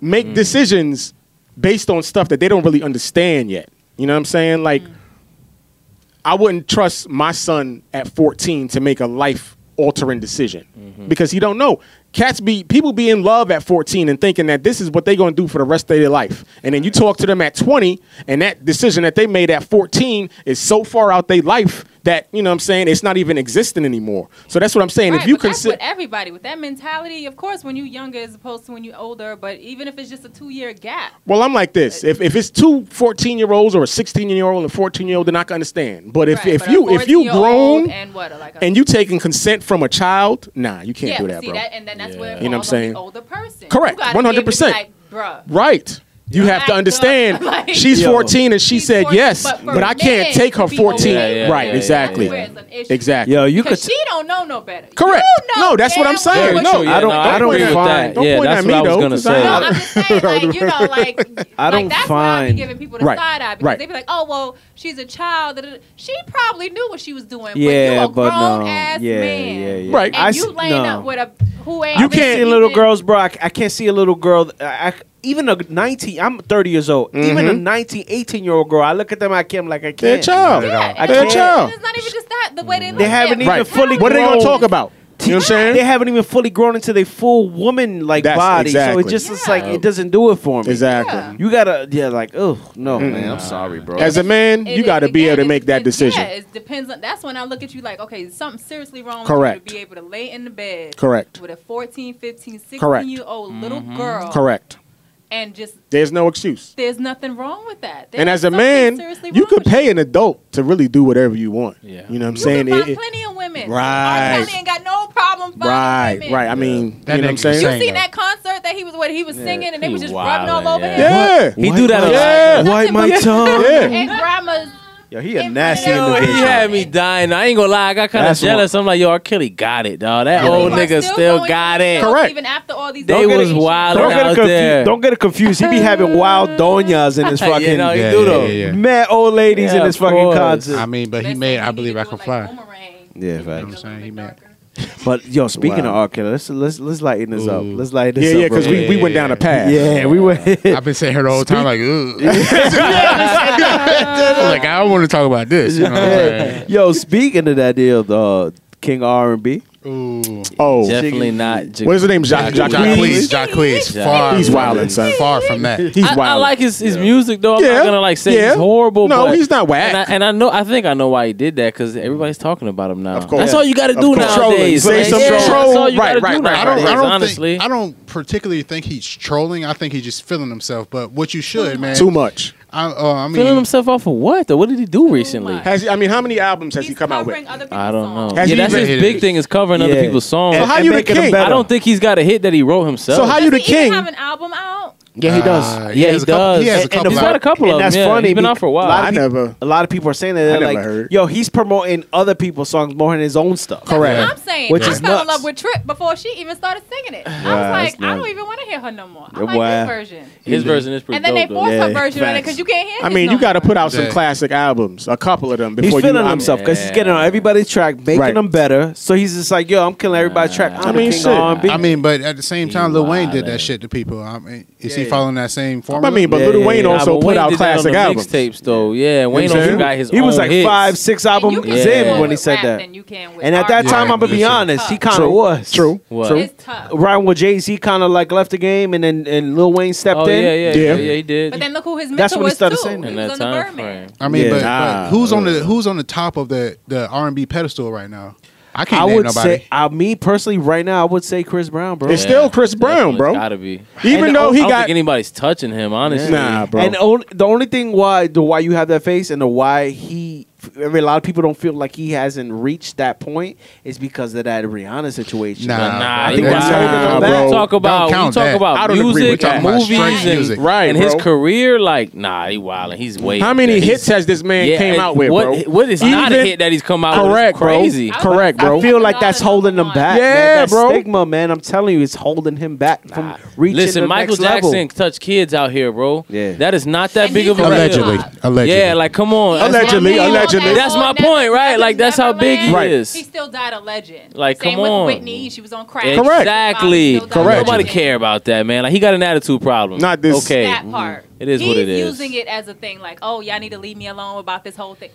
Speaker 4: make decisions based on stuff that they don't really understand yet. You know what I'm saying? Like,
Speaker 7: Mm.
Speaker 4: I wouldn't trust my son at 14 to make a life altering decision because he don't know. Cats be people be in love at 14 and thinking that this is what they're gonna do for the rest of their life. And then you talk to them at 20, and that decision that they made at 14 is so far out their life that you know what I'm saying it's not even existing anymore. So that's what I'm saying. if
Speaker 7: Right,
Speaker 4: you
Speaker 7: but that's
Speaker 4: consider
Speaker 7: what everybody with that mentality, of course, when you're younger as opposed to when you're older. But even if it's just a two-year gap,
Speaker 4: Well, I'm like
Speaker 7: Uh,
Speaker 4: this. If, if it's two 14 year olds or a 16 year old and a 14 year old, then I can understand. But if,
Speaker 7: Right,
Speaker 4: if
Speaker 7: but a
Speaker 4: you if you
Speaker 7: 14-year-old
Speaker 4: grown
Speaker 7: and what like a,
Speaker 4: and you taking consent from a child, nah, you can't
Speaker 7: yeah,
Speaker 4: do
Speaker 7: but
Speaker 4: that,
Speaker 7: see
Speaker 4: bro.
Speaker 7: that, and then that's where
Speaker 5: Yeah.
Speaker 7: it
Speaker 4: You know
Speaker 7: falls
Speaker 4: what I'm
Speaker 7: on
Speaker 4: saying?
Speaker 7: the older person.
Speaker 4: Correct, 100%.
Speaker 7: Like, bruh.
Speaker 4: right. You have to
Speaker 7: Like,
Speaker 4: understand.
Speaker 7: duh, like-
Speaker 4: she's
Speaker 8: Yo.
Speaker 4: 14 and she
Speaker 7: She's
Speaker 4: said
Speaker 7: 14,
Speaker 4: yes,
Speaker 7: but
Speaker 4: but,
Speaker 7: for
Speaker 4: I
Speaker 7: men,
Speaker 4: can't take her
Speaker 7: to be
Speaker 4: 14.
Speaker 5: Yeah, yeah,
Speaker 4: right,
Speaker 5: yeah, yeah,
Speaker 4: exactly.
Speaker 5: yeah.
Speaker 7: That's where it's an issue.
Speaker 4: Exactly.
Speaker 8: Yo, you could.
Speaker 7: Because she don't know no better.
Speaker 4: Correct.
Speaker 7: You know
Speaker 4: No, that's what I'm
Speaker 7: damn
Speaker 4: saying.
Speaker 7: well
Speaker 4: No,
Speaker 7: what
Speaker 5: true.
Speaker 7: you
Speaker 5: Yeah,
Speaker 8: I don't-
Speaker 5: no,
Speaker 8: I don't
Speaker 5: agree with
Speaker 4: find-
Speaker 5: that.
Speaker 4: don't
Speaker 5: yeah,
Speaker 4: point
Speaker 5: that's
Speaker 4: at
Speaker 5: what
Speaker 4: me,
Speaker 5: I was
Speaker 4: though,
Speaker 5: gonna
Speaker 4: 'cause
Speaker 5: say.
Speaker 4: I
Speaker 7: No,
Speaker 4: don't-
Speaker 7: I'm just saying, like, you know, like,
Speaker 8: I don't
Speaker 7: like that's why I be
Speaker 8: find-
Speaker 7: giving people the
Speaker 4: Right,
Speaker 7: side eye because
Speaker 4: right.
Speaker 7: they be like, oh, well, she's a child. da, da, da. She probably knew what she was doing. but you
Speaker 8: Yeah,
Speaker 7: a
Speaker 8: but
Speaker 7: grown
Speaker 8: no. Yeah,
Speaker 7: ass man.
Speaker 8: yeah, yeah.
Speaker 4: Right.
Speaker 7: And
Speaker 8: I
Speaker 7: you
Speaker 8: s-
Speaker 7: laying
Speaker 8: no.
Speaker 7: up with a who ain't.
Speaker 8: You can't see
Speaker 7: really
Speaker 8: little
Speaker 7: even-
Speaker 8: girls, bro. I, I can't see a little girl. I, I- even a 19, I'm 30 years old. Even a 19, 18 year old girl, I look at them, I can't, like, I can't.
Speaker 4: Mm-hmm. They're a child.
Speaker 7: Yeah,
Speaker 8: I
Speaker 7: and
Speaker 8: can't.
Speaker 4: They're a child.
Speaker 7: It's not even just that. The
Speaker 8: Mm.
Speaker 7: way they look.
Speaker 8: haven't
Speaker 7: at
Speaker 8: even
Speaker 4: Right.
Speaker 7: it.
Speaker 8: fully
Speaker 4: What are they going
Speaker 8: grown.
Speaker 4: to talk about? You know what I'm
Speaker 8: They
Speaker 4: saying?
Speaker 8: haven't even fully grown into their full woman like
Speaker 4: That's
Speaker 8: body. So
Speaker 4: exactly.
Speaker 8: it just it's
Speaker 7: Yeah.
Speaker 8: like it doesn't do it for me.
Speaker 4: Exactly.
Speaker 7: Yeah.
Speaker 8: You gotta yeah, like, oh no, man, I'm sorry, bro.
Speaker 4: As a man,
Speaker 7: It
Speaker 4: you
Speaker 7: is-
Speaker 4: got to be
Speaker 7: again,
Speaker 4: able to
Speaker 7: it-
Speaker 4: make that
Speaker 7: it-
Speaker 4: decision.
Speaker 7: Yeah, it depends on. That's when I look at you like, okay, something seriously wrong.
Speaker 4: Correct.
Speaker 7: With you to be able to lay in the bed.
Speaker 4: Correct.
Speaker 7: With a 14, 15, 16
Speaker 4: Correct.
Speaker 7: year old little girl.
Speaker 4: Correct.
Speaker 7: And just
Speaker 4: There's no excuse.
Speaker 7: there's nothing wrong with that.
Speaker 4: and
Speaker 7: There's
Speaker 4: as a
Speaker 7: something
Speaker 4: man,
Speaker 7: seriously
Speaker 4: you
Speaker 7: wrong
Speaker 4: could
Speaker 7: with
Speaker 4: pay an adult to really do whatever you want.
Speaker 5: Yeah.
Speaker 4: You know what I'm
Speaker 7: You can
Speaker 4: saying?
Speaker 7: find
Speaker 4: It- it-
Speaker 7: plenty of women.
Speaker 4: Right.
Speaker 7: R. Kelly ain't got no problem finding
Speaker 4: right,
Speaker 7: women.
Speaker 4: right. I mean,
Speaker 6: That
Speaker 4: you know what I'm
Speaker 6: nigga's
Speaker 4: saying?
Speaker 7: You
Speaker 6: Same
Speaker 7: seen
Speaker 6: though.
Speaker 7: that concert that he was what he was singing and they
Speaker 5: he
Speaker 7: was just
Speaker 5: wildin',
Speaker 7: rubbing all over
Speaker 5: yeah.
Speaker 7: him.
Speaker 4: Yeah.
Speaker 5: He do that a lot.
Speaker 4: Yeah.
Speaker 8: White my
Speaker 7: Yeah.
Speaker 8: tongue.
Speaker 4: Yeah.
Speaker 7: And grandma's
Speaker 8: Yo, he a
Speaker 7: And
Speaker 8: nasty
Speaker 7: yo,
Speaker 5: Yo, he
Speaker 8: individual.
Speaker 5: had me dying. I ain't gonna lie, I got kind of
Speaker 8: That's
Speaker 5: jealous. I'm like, yo, R. Kelly got it, dog. That
Speaker 7: and
Speaker 5: old
Speaker 7: people are
Speaker 5: nigga still
Speaker 7: going
Speaker 5: got
Speaker 7: to
Speaker 5: it.
Speaker 7: shows
Speaker 4: Correct.
Speaker 7: Even after all these,
Speaker 5: They was
Speaker 7: allegations.
Speaker 5: wild.
Speaker 8: Don't get,
Speaker 5: out
Speaker 8: it
Speaker 5: there.
Speaker 8: confused. don't get it confused. He be having wild doñas in his
Speaker 5: You
Speaker 8: fucking
Speaker 5: know, he
Speaker 6: Yeah,
Speaker 5: do
Speaker 6: yeah,
Speaker 5: though.
Speaker 6: yeah, yeah.
Speaker 8: mad old ladies
Speaker 5: Yeah,
Speaker 8: in his
Speaker 5: of
Speaker 8: fucking
Speaker 5: course.
Speaker 8: concert.
Speaker 6: I mean, but he
Speaker 7: Listen,
Speaker 6: made. I
Speaker 7: you
Speaker 6: believe
Speaker 7: can
Speaker 6: I
Speaker 7: do
Speaker 6: can
Speaker 7: it like oh
Speaker 6: fly.
Speaker 7: Boomerang.
Speaker 8: Yeah,
Speaker 7: You can
Speaker 8: facts.
Speaker 7: do it
Speaker 6: I'm saying
Speaker 7: a
Speaker 6: he
Speaker 7: little
Speaker 6: made-
Speaker 7: bit darker.
Speaker 3: But yo, speaking
Speaker 4: Wow.
Speaker 3: of R. Kelly, let's let's let's lighten this up. Let's lighten
Speaker 4: Yeah,
Speaker 3: this
Speaker 4: yeah,
Speaker 3: up.
Speaker 4: because
Speaker 3: real
Speaker 4: we,
Speaker 3: quick.
Speaker 4: we went down a path.
Speaker 3: yeah, we were.
Speaker 6: I've been sitting here the whole time, like, ugh. like I don't want to talk about this. You know what I'm
Speaker 3: yo, speaking of that deal, the uh, King R and B.
Speaker 6: saying? Ooh.
Speaker 4: Oh,
Speaker 5: Definitely not. Jack-
Speaker 4: what is the name? Jacques.
Speaker 5: Jacques-
Speaker 6: Jacquees, Jacquees, far.
Speaker 4: He's
Speaker 6: from-
Speaker 4: wildin', son.
Speaker 6: Far from that.
Speaker 4: He's
Speaker 5: I,
Speaker 4: wild.
Speaker 5: I like his, his music though. I'm
Speaker 4: Yeah.
Speaker 5: not gonna like say
Speaker 4: Yeah.
Speaker 5: he's horrible.
Speaker 4: No,
Speaker 5: but-
Speaker 4: he's not whack.
Speaker 5: And I, and I know, I think I know why he did that because everybody's talking about him now.
Speaker 4: Of course.
Speaker 5: that's all you got to do
Speaker 4: course.
Speaker 5: nowadays.
Speaker 4: Say
Speaker 5: man.
Speaker 4: some
Speaker 5: yeah,
Speaker 4: troll.
Speaker 5: That's all you
Speaker 4: Right,
Speaker 5: gotta
Speaker 4: right,
Speaker 5: do
Speaker 4: right,
Speaker 6: I don't.
Speaker 5: nowadays,
Speaker 6: I don't
Speaker 5: honestly,
Speaker 6: think. I don't particularly think he's trolling. I think he's just feeling himself. But what you should, man.
Speaker 4: Too much.
Speaker 6: I, uh, I mean,
Speaker 5: feeling himself off of what though? What did he do recently?
Speaker 7: much.
Speaker 4: Has he, I mean, how many albums has he
Speaker 7: He's
Speaker 4: come out with?
Speaker 7: covering other people's
Speaker 5: I don't
Speaker 7: songs.
Speaker 5: know.
Speaker 4: Has
Speaker 5: yeah,
Speaker 4: he
Speaker 5: that's
Speaker 4: even
Speaker 5: his
Speaker 6: hit
Speaker 5: big
Speaker 6: it?
Speaker 5: thing is covering other
Speaker 3: Yeah.
Speaker 5: people's songs.
Speaker 4: So how
Speaker 3: and
Speaker 4: you the
Speaker 3: making them
Speaker 4: king?
Speaker 3: better.
Speaker 5: I don't think he's got a hit that he wrote himself.
Speaker 4: So how you the
Speaker 7: Does he even
Speaker 4: king?
Speaker 7: have an album out?
Speaker 3: Yeah, he does.
Speaker 6: Uh,
Speaker 5: yeah, he
Speaker 6: has a couple-
Speaker 5: does.
Speaker 6: he has a
Speaker 5: And-
Speaker 6: couple
Speaker 5: and he's
Speaker 6: out.
Speaker 5: got a couple of
Speaker 3: And
Speaker 5: them.
Speaker 3: that's
Speaker 5: yeah.
Speaker 3: funny
Speaker 5: He's been
Speaker 3: be-
Speaker 5: out for a
Speaker 3: a
Speaker 5: while.
Speaker 3: lot
Speaker 4: I
Speaker 3: of peop-
Speaker 4: never.
Speaker 3: A lot of people are saying that they're
Speaker 4: never
Speaker 3: like,
Speaker 4: heard.
Speaker 3: yo, he's promoting other people's songs more than his own stuff.
Speaker 4: Correct.
Speaker 7: That's what I'm saying.
Speaker 3: Which
Speaker 7: I
Speaker 3: is
Speaker 7: fell in
Speaker 3: nuts.
Speaker 7: love with Trip before she even started singing it.
Speaker 3: Wow,
Speaker 7: I was
Speaker 3: that's
Speaker 7: like, I
Speaker 3: nuts.
Speaker 7: don't even want to hear her no more. I
Speaker 3: Wow.
Speaker 7: like this version.
Speaker 5: His version is pretty
Speaker 7: And then they
Speaker 5: dope. though.
Speaker 7: forced her
Speaker 3: Yeah,
Speaker 7: version on it
Speaker 3: facts.
Speaker 7: because you can't hear
Speaker 4: I
Speaker 7: his
Speaker 4: mean, you
Speaker 7: number.
Speaker 4: got to put out some
Speaker 6: Yeah.
Speaker 4: classic albums, a couple of them
Speaker 3: He's
Speaker 4: before you.
Speaker 3: feeling
Speaker 4: I'm-
Speaker 3: himself because he's getting on everybody's track, making
Speaker 4: Right.
Speaker 3: them better. So he's just like, yo, I'm killing everybody's track. I'm
Speaker 4: I
Speaker 3: I
Speaker 4: mean,
Speaker 3: mean,
Speaker 4: shit.
Speaker 6: I mean, but at the same time, Lil Wayne did that shit to people. I mean, is he following that same formula?
Speaker 4: I mean, but Lil Wayne also
Speaker 5: but
Speaker 4: put
Speaker 5: Wayne
Speaker 4: out
Speaker 5: did that on
Speaker 4: classic
Speaker 5: the
Speaker 4: albums.
Speaker 5: mixtapes though. Yeah, Wayne
Speaker 4: saying?
Speaker 5: also got his.
Speaker 3: he was
Speaker 5: own
Speaker 3: like
Speaker 5: hits.
Speaker 3: five, six
Speaker 7: And
Speaker 3: albums
Speaker 7: you can
Speaker 5: Yeah.
Speaker 7: do
Speaker 3: in
Speaker 7: more
Speaker 3: when he
Speaker 7: with
Speaker 3: said
Speaker 7: rap
Speaker 3: that.
Speaker 7: than you can with
Speaker 3: And at that
Speaker 7: R&B.
Speaker 6: Yeah,
Speaker 3: time, I'm gonna be
Speaker 6: listen.
Speaker 3: honest, he
Speaker 7: Tough.
Speaker 3: kind of was
Speaker 4: True.
Speaker 5: What?
Speaker 4: True.
Speaker 7: It's tough.
Speaker 3: Ryan with Jay Z kind of like left the game, and then and Lil Wayne stepped
Speaker 5: Oh
Speaker 3: in.
Speaker 5: yeah, yeah,
Speaker 4: Yeah.
Speaker 5: yeah, yeah. He did.
Speaker 7: But then look who his mentor
Speaker 3: That's when he
Speaker 7: was
Speaker 3: started
Speaker 7: too.
Speaker 3: saying that.
Speaker 7: He
Speaker 5: in
Speaker 7: was
Speaker 5: that
Speaker 7: on the
Speaker 5: time
Speaker 7: Birdman.
Speaker 5: frame.
Speaker 6: I mean,
Speaker 3: Yeah.
Speaker 6: but,
Speaker 4: Nah.
Speaker 6: but who's on the who's on the top of the the R and B pedestal right now? I can't
Speaker 3: I
Speaker 6: name
Speaker 3: would
Speaker 6: nobody.
Speaker 3: say, I me personally, right now, I would say Chris Brown, bro.
Speaker 4: It's still Chris Brown,
Speaker 5: definitely.
Speaker 4: bro.
Speaker 5: Gotta be.
Speaker 4: Even
Speaker 3: And
Speaker 4: though
Speaker 5: I
Speaker 4: he
Speaker 5: don't
Speaker 4: got
Speaker 5: think anybody's touching him, honestly. oh,
Speaker 4: nah, bro.
Speaker 3: And on, the only thing why the why you have that face and the why he I mean, a lot of people don't feel like he hasn't reached that point is because of that Rihanna situation.
Speaker 6: Nah.
Speaker 5: Nah,
Speaker 3: I think
Speaker 5: that's
Speaker 3: that's holding him
Speaker 5: nah,
Speaker 3: back.
Speaker 5: bro. Talk about
Speaker 6: Don't
Speaker 5: we
Speaker 6: count
Speaker 5: talk
Speaker 6: that.
Speaker 5: about
Speaker 4: I don't agree with
Speaker 5: music
Speaker 4: that.
Speaker 5: and
Speaker 4: Talk
Speaker 6: about
Speaker 5: movies
Speaker 6: straight
Speaker 5: and
Speaker 6: music.
Speaker 4: Right,
Speaker 5: and his
Speaker 4: bro.
Speaker 5: career. Like, nah, he wilding. He's way.
Speaker 4: how
Speaker 5: up
Speaker 4: many
Speaker 5: there. He's-
Speaker 4: hits has this man
Speaker 5: yeah,
Speaker 4: came
Speaker 5: and
Speaker 4: out with,
Speaker 5: what,
Speaker 4: bro?
Speaker 5: What is not a
Speaker 4: Even-
Speaker 5: hit that he's come out? with is
Speaker 4: Correct, bro.
Speaker 5: Crazy.
Speaker 7: I was
Speaker 4: Correct,
Speaker 7: like,
Speaker 4: bro.
Speaker 3: I feel like that's holding him back.
Speaker 4: Yeah,
Speaker 3: man. That
Speaker 4: bro.
Speaker 3: Stigma, man. I'm telling you, it's holding him back from reaching
Speaker 5: Listen,
Speaker 3: the
Speaker 5: Michael
Speaker 3: next
Speaker 5: Jackson
Speaker 3: level.
Speaker 5: touched kids out here, bro.
Speaker 3: Yeah.
Speaker 5: that is not that
Speaker 7: And
Speaker 5: big
Speaker 7: he's
Speaker 5: of a
Speaker 7: a
Speaker 5: deal.
Speaker 7: Allegedly. Allegedly.
Speaker 5: Yeah, like come on. That's-
Speaker 4: Allegedly,
Speaker 7: He's on that
Speaker 4: allegedly.
Speaker 7: whole
Speaker 5: That's my
Speaker 7: Never-
Speaker 5: point, right? Like, that's how big he
Speaker 7: Neverland.
Speaker 5: is.
Speaker 7: He still died a legend.
Speaker 5: Like,
Speaker 7: Same
Speaker 5: come
Speaker 7: with
Speaker 5: on.
Speaker 7: Whitney, she was on crack.
Speaker 4: Correct.
Speaker 7: Bobby
Speaker 5: Exactly.
Speaker 7: still died a
Speaker 4: Correct.
Speaker 5: Nobody
Speaker 7: legend.
Speaker 5: care about that, man. Like he got an attitude problem.
Speaker 4: Not this-
Speaker 5: Okay. Mm-hmm.
Speaker 7: That part.
Speaker 5: It is
Speaker 7: He's
Speaker 5: what it is.
Speaker 7: using it as a thing, like, oh, y'all need to leave me alone about this whole thing.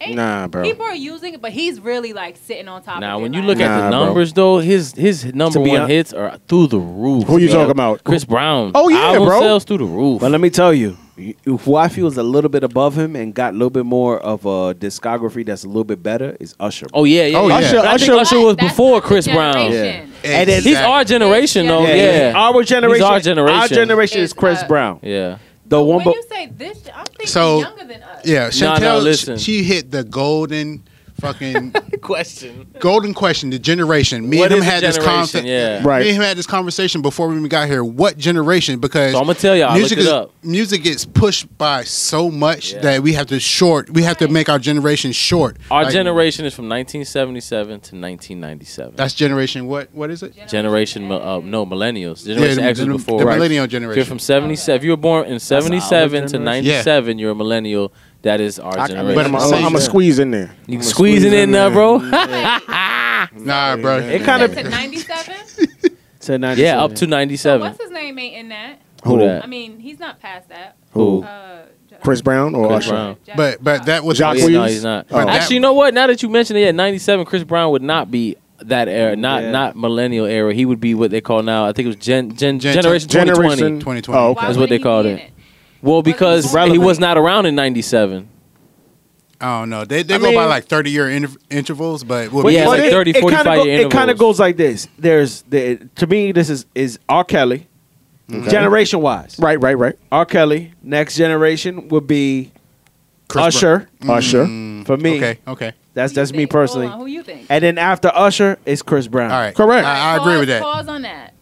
Speaker 7: Ain't-
Speaker 4: Nah, bro.
Speaker 7: People are using it, but he's really like sitting on top.
Speaker 5: Now,
Speaker 7: of it,
Speaker 5: when you
Speaker 7: like-
Speaker 5: look at the
Speaker 4: Nah, bro.
Speaker 5: numbers, though, his his number
Speaker 3: To be
Speaker 5: one
Speaker 3: hon-
Speaker 5: hits are through the roof.
Speaker 4: Who you
Speaker 5: bro.
Speaker 4: talking about?
Speaker 5: Chris Brown.
Speaker 4: Oh, yeah,
Speaker 5: Album
Speaker 4: bro.
Speaker 5: Sales through the roof.
Speaker 3: But let me tell you, y- who I feel is a little bit above him and got a little bit more of a discography that's a little bit better is Usher. bro.
Speaker 5: oh yeah, yeah.
Speaker 6: Oh,
Speaker 5: yeah.
Speaker 4: Usher-
Speaker 5: But I think
Speaker 4: Usher-
Speaker 5: Usher was
Speaker 7: That's
Speaker 5: before
Speaker 7: the
Speaker 5: Chris Brown.
Speaker 7: generation.
Speaker 3: And then-
Speaker 5: He's our generation, though.
Speaker 7: Yeah,
Speaker 5: Yeah.
Speaker 7: yeah.
Speaker 3: Our generation,
Speaker 5: He's our generation.
Speaker 3: our generation is
Speaker 7: Is,
Speaker 3: Chris
Speaker 7: uh,
Speaker 3: Brown.
Speaker 5: Yeah.
Speaker 3: The one,
Speaker 7: When
Speaker 3: but
Speaker 7: you say this, I'm thinking
Speaker 6: So-
Speaker 7: younger than us.
Speaker 6: yeah,
Speaker 5: Nah,
Speaker 6: Chantel.
Speaker 5: nah,
Speaker 6: sh-
Speaker 5: listen.
Speaker 6: She hit the golden fucking
Speaker 5: Question.
Speaker 6: golden question. The generation. Me
Speaker 5: What
Speaker 6: and him
Speaker 5: is the
Speaker 6: had this
Speaker 5: generation?
Speaker 6: conversation.
Speaker 5: Yeah.
Speaker 4: Right.
Speaker 6: Me and him had this conversation before we even got here. What generation? Because
Speaker 5: So I'ma tell y'all, I
Speaker 6: music
Speaker 5: looked it
Speaker 6: is
Speaker 5: up.
Speaker 6: music gets pushed by so much
Speaker 5: Yeah.
Speaker 6: that we have to short. We have to make our generation short.
Speaker 5: Our
Speaker 6: Like,
Speaker 5: generation is from 1977 to 1997.
Speaker 6: That's generation. What? What is it?
Speaker 5: generation, mi- uh, no, millennials. Generation
Speaker 6: the-
Speaker 5: X was
Speaker 6: the-
Speaker 5: before.
Speaker 6: the
Speaker 5: Right.
Speaker 6: millennial
Speaker 5: If you're
Speaker 6: generation.
Speaker 5: from 77, if you were born in 77 to 97, you're a millennial. That is our
Speaker 4: I,
Speaker 5: generation.
Speaker 4: but I'm
Speaker 6: Say
Speaker 4: going to
Speaker 6: that.
Speaker 4: squeeze in there.
Speaker 5: you squeezing in there, bro.
Speaker 6: Nah, bro.
Speaker 3: it kind
Speaker 7: Up
Speaker 3: of
Speaker 7: to 97.
Speaker 5: yeah, up to
Speaker 7: so
Speaker 5: 97.
Speaker 7: what's his name ain't in that?
Speaker 5: Who
Speaker 7: I
Speaker 5: that?
Speaker 7: mean, he's not past that.
Speaker 5: Who?
Speaker 7: Uh, J-
Speaker 4: Chris Brown or
Speaker 5: Chris
Speaker 4: Usher?
Speaker 5: Brown.
Speaker 7: Jack-
Speaker 6: But but that
Speaker 5: Oh,
Speaker 6: was
Speaker 4: Jacques-
Speaker 5: yeah, no,
Speaker 4: Squeeze?
Speaker 5: he's not.
Speaker 4: Oh.
Speaker 5: Actually, you know what? Now that you mentioned it, yeah, 97, Chris Brown would not be that era, not
Speaker 3: Yeah.
Speaker 5: not millennial era. He would be what they call now, I think it was Gen, gen,
Speaker 6: Gen-
Speaker 5: Generation 2020.
Speaker 4: Generation
Speaker 6: 2020.
Speaker 4: Oh,
Speaker 7: Why
Speaker 4: okay.
Speaker 5: That's
Speaker 7: wouldn't
Speaker 5: what they
Speaker 7: he be
Speaker 5: called
Speaker 7: in
Speaker 5: it. Well, because he
Speaker 3: relevant.
Speaker 5: was not around in 97.
Speaker 6: I don't know. They they
Speaker 3: I
Speaker 6: go by
Speaker 3: mean-
Speaker 6: like thirty year inter- intervals, but with
Speaker 5: Yeah, it's
Speaker 3: But
Speaker 5: like 30,
Speaker 3: it kinda
Speaker 5: 45
Speaker 3: go-
Speaker 5: year
Speaker 3: It kind of
Speaker 5: intervals.
Speaker 3: goes like this. There's the to me this is is R. Kelly, generation wise.
Speaker 4: Right, right, right.
Speaker 3: R. Kelly next generation would be
Speaker 6: Chris Brown. Mm.
Speaker 3: Usher. Mm.
Speaker 4: Usher.
Speaker 3: For me,
Speaker 6: Okay, okay,
Speaker 3: that's
Speaker 7: Who you
Speaker 3: that's
Speaker 7: think?
Speaker 3: me
Speaker 7: Hold
Speaker 3: personally.
Speaker 7: on, who you think?
Speaker 3: And then after Usher, it's Chris Brown.
Speaker 6: all right,
Speaker 4: Correct.
Speaker 6: I, I agree
Speaker 7: Pause-
Speaker 6: with that.
Speaker 7: Pause on that.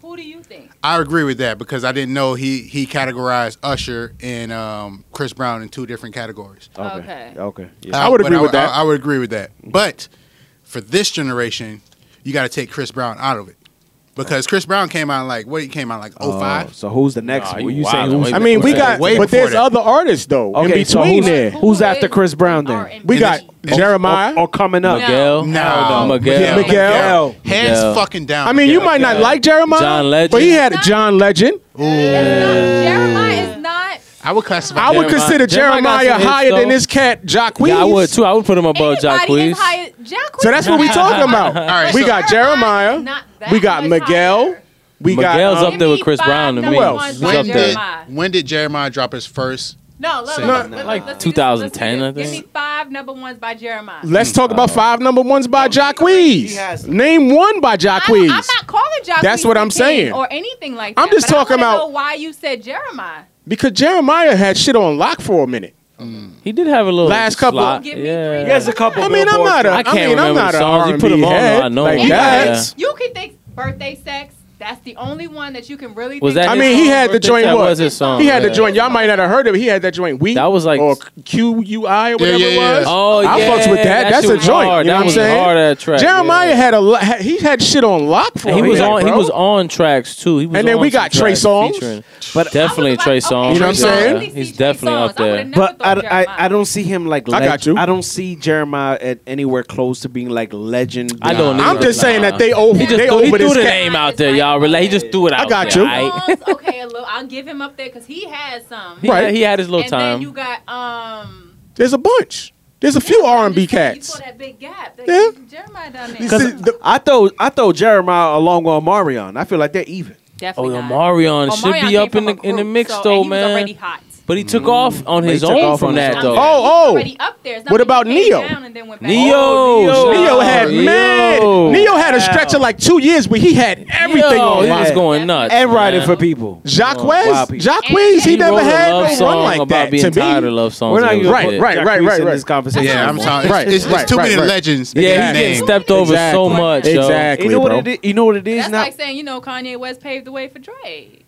Speaker 7: Who do you think?
Speaker 6: I agree with that because I didn't know he he categorized Usher and um, Chris Brown in two different categories.
Speaker 7: Okay.
Speaker 3: Okay. Yeah.
Speaker 4: I would
Speaker 6: Uh, but
Speaker 4: agree with that.
Speaker 6: I, I would agree with that. But for this generation, you got to take Chris Brown out of it. because Chris Brown came out like what he came out like oh five.
Speaker 8: So who's the next?
Speaker 6: uh,
Speaker 5: Nah,
Speaker 8: one?
Speaker 5: you
Speaker 8: you saying
Speaker 5: wildin'.
Speaker 8: who's
Speaker 5: Wait
Speaker 4: I mean, we
Speaker 6: Way
Speaker 4: got,
Speaker 6: before
Speaker 4: but there's
Speaker 6: that.
Speaker 4: other artists though in
Speaker 8: Okay, so
Speaker 4: between
Speaker 8: who's-
Speaker 4: there.
Speaker 8: who's after Chris Brown then?
Speaker 4: We got
Speaker 6: Oh,
Speaker 4: Jeremiah.
Speaker 8: or coming up?
Speaker 5: Miguel.
Speaker 6: No.
Speaker 5: Miguel.
Speaker 4: Yeah,
Speaker 5: Miguel.
Speaker 4: Miguel.
Speaker 6: Hands
Speaker 5: Miguel.
Speaker 6: fucking down.
Speaker 4: I mean, you
Speaker 5: Yeah,
Speaker 4: might not
Speaker 5: yeah.
Speaker 4: like Jeremiah,
Speaker 5: John Legend.
Speaker 4: but he had a John Legend.
Speaker 7: Jeremiah is not.
Speaker 6: I would classify.
Speaker 4: I would
Speaker 5: Jeremiah-
Speaker 4: consider
Speaker 5: Jeremiah got
Speaker 4: Jeremiah,
Speaker 5: some hits,
Speaker 4: higher than
Speaker 5: though.
Speaker 4: this cat Jacquees.
Speaker 5: Yeah, I would too. I would put him above
Speaker 7: Anybody is
Speaker 5: Jacquees.
Speaker 7: higher. Jacquees.
Speaker 4: So that's what we talking about.
Speaker 6: right,
Speaker 4: we
Speaker 6: so-
Speaker 4: got Jeremiah.
Speaker 7: Jeremiah's not that
Speaker 4: we got
Speaker 7: much
Speaker 4: Miguel.
Speaker 7: higher.
Speaker 4: We
Speaker 5: Miguel's
Speaker 4: got um,
Speaker 5: up there with Chris
Speaker 7: Give me
Speaker 5: Brown to
Speaker 7: five
Speaker 5: me.
Speaker 4: number ones
Speaker 5: He's
Speaker 7: by
Speaker 5: up
Speaker 6: When
Speaker 5: there.
Speaker 6: did,
Speaker 7: Jeremiah.
Speaker 6: when did Jeremiah drop his first?
Speaker 7: No, look,
Speaker 6: Same.
Speaker 7: look,
Speaker 6: No,
Speaker 7: look,
Speaker 5: like
Speaker 7: let's
Speaker 5: 2010,
Speaker 7: do this, let's do
Speaker 5: I
Speaker 7: this.
Speaker 5: think.
Speaker 7: Give me five number ones by Jeremiah.
Speaker 4: Let's talk about five number ones by
Speaker 3: he
Speaker 4: Jacquees.
Speaker 3: has-
Speaker 4: Name one by
Speaker 7: I don't-
Speaker 4: Jacquees.
Speaker 7: I'm not calling Jacquees.
Speaker 4: That's what
Speaker 7: the
Speaker 4: I'm
Speaker 7: king
Speaker 4: saying.
Speaker 7: Or anything like that.
Speaker 4: I'm just
Speaker 7: but I
Speaker 4: talking
Speaker 7: wanna
Speaker 4: about-
Speaker 7: know why you said Jeremiah.
Speaker 4: Because Jeremiah had shit on lock for a minute.
Speaker 5: He did have a little
Speaker 4: Last couple-
Speaker 5: slot.
Speaker 7: Give me
Speaker 5: yeah.
Speaker 7: three.
Speaker 3: He has a couple.
Speaker 4: I mean, I'm
Speaker 3: billboards.
Speaker 4: not a.
Speaker 5: I
Speaker 4: I
Speaker 5: can't
Speaker 4: mean, I'm
Speaker 5: remember
Speaker 4: not
Speaker 5: the
Speaker 4: a
Speaker 5: songs. You put 'em
Speaker 4: R&B
Speaker 5: on, though,
Speaker 4: head.
Speaker 5: I know
Speaker 4: Like
Speaker 5: them.
Speaker 4: that.
Speaker 7: You can think birthday sex. That's the only one that you can really.
Speaker 5: Was
Speaker 7: think
Speaker 5: that
Speaker 4: I
Speaker 7: of.
Speaker 5: his
Speaker 4: mean, he
Speaker 5: song?
Speaker 4: had the
Speaker 5: Birthday-
Speaker 4: joint
Speaker 5: That
Speaker 4: what?
Speaker 5: was his song.
Speaker 4: He had the
Speaker 5: yeah.
Speaker 4: joint. Y'all might not have heard of it. He had that joint. We
Speaker 5: That was like-
Speaker 4: or Q U I or whatever
Speaker 6: yeah, yeah.
Speaker 4: it was.
Speaker 5: Oh yeah,
Speaker 4: I fucks with that. That's
Speaker 5: shit
Speaker 4: a
Speaker 5: was
Speaker 4: joint.
Speaker 5: Hard.
Speaker 4: You
Speaker 5: that
Speaker 4: know what I'm
Speaker 5: was
Speaker 4: saying?
Speaker 5: Hard that track.
Speaker 4: Jeremiah
Speaker 5: yeah.
Speaker 4: had a lo- had- he had shit on lock for
Speaker 5: And he
Speaker 4: a
Speaker 5: was
Speaker 4: minute,
Speaker 5: on. He
Speaker 4: bro.
Speaker 5: was on tracks too. He was
Speaker 4: And then
Speaker 5: on
Speaker 4: we
Speaker 5: some
Speaker 4: got Trey
Speaker 5: tracks
Speaker 4: Songz.
Speaker 5: featuring-
Speaker 8: But-
Speaker 5: definitely Trey Songz.
Speaker 4: You know what I'm
Speaker 5: yeah.
Speaker 4: saying?
Speaker 5: He's definitely up there.
Speaker 7: But
Speaker 8: But I, I, I don't see him like.
Speaker 4: I got you.
Speaker 8: I don't see Jeremiah at anywhere close to being like legend.
Speaker 5: I don't
Speaker 8: beyond-
Speaker 4: I'm
Speaker 5: either.
Speaker 4: just saying
Speaker 5: Nah.
Speaker 4: that they over
Speaker 5: He just
Speaker 4: they
Speaker 5: threw, he
Speaker 4: over
Speaker 5: threw
Speaker 4: this
Speaker 5: the
Speaker 4: cat.
Speaker 5: name out there, y'all. Relate. He just threw it out.
Speaker 4: got
Speaker 5: there,
Speaker 4: you.
Speaker 5: aight?
Speaker 7: okay, a little. I'll give him up there because he has some.
Speaker 5: He,
Speaker 4: Right.
Speaker 5: had, he had his little
Speaker 7: and
Speaker 5: time.
Speaker 7: then you got um.
Speaker 4: There's a bunch. There's a few
Speaker 7: yeah, I'm
Speaker 4: R&B
Speaker 7: just saying, You
Speaker 4: cats.
Speaker 7: saw that big gap. that
Speaker 4: Yeah.
Speaker 7: Jeremiah down
Speaker 4: You
Speaker 7: there.
Speaker 4: see, the-
Speaker 8: I throw I throw Jeremiah along with Omarion. I feel like they're even.
Speaker 5: oh,
Speaker 7: Definitely.
Speaker 5: yeah,
Speaker 7: not.
Speaker 5: Marion should
Speaker 7: Omarion
Speaker 5: be
Speaker 7: came
Speaker 5: up in
Speaker 7: from
Speaker 5: the
Speaker 7: a
Speaker 5: in the
Speaker 7: group,
Speaker 5: mix
Speaker 7: so-
Speaker 5: though,
Speaker 7: and he was
Speaker 5: man.
Speaker 7: already hot.
Speaker 5: But he
Speaker 4: Mm-hmm.
Speaker 5: took off on his
Speaker 8: took
Speaker 5: own
Speaker 8: off
Speaker 5: from
Speaker 8: on his
Speaker 5: that
Speaker 8: own.
Speaker 5: though.
Speaker 4: Oh, oh.
Speaker 7: Already up there. It's not
Speaker 4: What
Speaker 7: like
Speaker 4: about
Speaker 7: he came
Speaker 4: Neo?
Speaker 7: down and then went back
Speaker 5: Neo,
Speaker 7: up.
Speaker 5: Neo.
Speaker 4: Neo had
Speaker 5: Neo.
Speaker 4: mad. Neo had a stretch of like two years where he had everything
Speaker 5: Yo,
Speaker 4: on
Speaker 5: he was
Speaker 4: lock.
Speaker 5: going nuts
Speaker 8: And
Speaker 5: man.
Speaker 8: writing for people.
Speaker 4: Jacques,
Speaker 8: Wow, people.
Speaker 4: Jacquees, he,
Speaker 7: He
Speaker 4: never
Speaker 5: wrote a
Speaker 4: had
Speaker 5: love
Speaker 4: no
Speaker 5: song
Speaker 4: run like
Speaker 5: about
Speaker 4: that
Speaker 5: being
Speaker 4: to
Speaker 5: tired of
Speaker 4: me.
Speaker 5: love songs.
Speaker 8: We're not
Speaker 5: and
Speaker 8: even
Speaker 5: all
Speaker 4: right,
Speaker 5: that.
Speaker 8: Jacquees
Speaker 4: right, right, right,
Speaker 8: in
Speaker 4: right.
Speaker 8: this conversation.
Speaker 6: Yeah, I'm talking.
Speaker 4: Right,
Speaker 6: it's, it's, it's too
Speaker 4: right,
Speaker 6: many
Speaker 4: right.
Speaker 6: legends. in
Speaker 5: Yeah,
Speaker 6: his
Speaker 5: he's getting
Speaker 6: name.
Speaker 5: stepped over so
Speaker 4: Exactly.
Speaker 5: much. yo.
Speaker 4: Exactly,
Speaker 8: You know
Speaker 4: bro.
Speaker 8: what it is? You know what it is
Speaker 7: That's
Speaker 8: now.
Speaker 7: like saying you know Kanye West paved the way for Drake.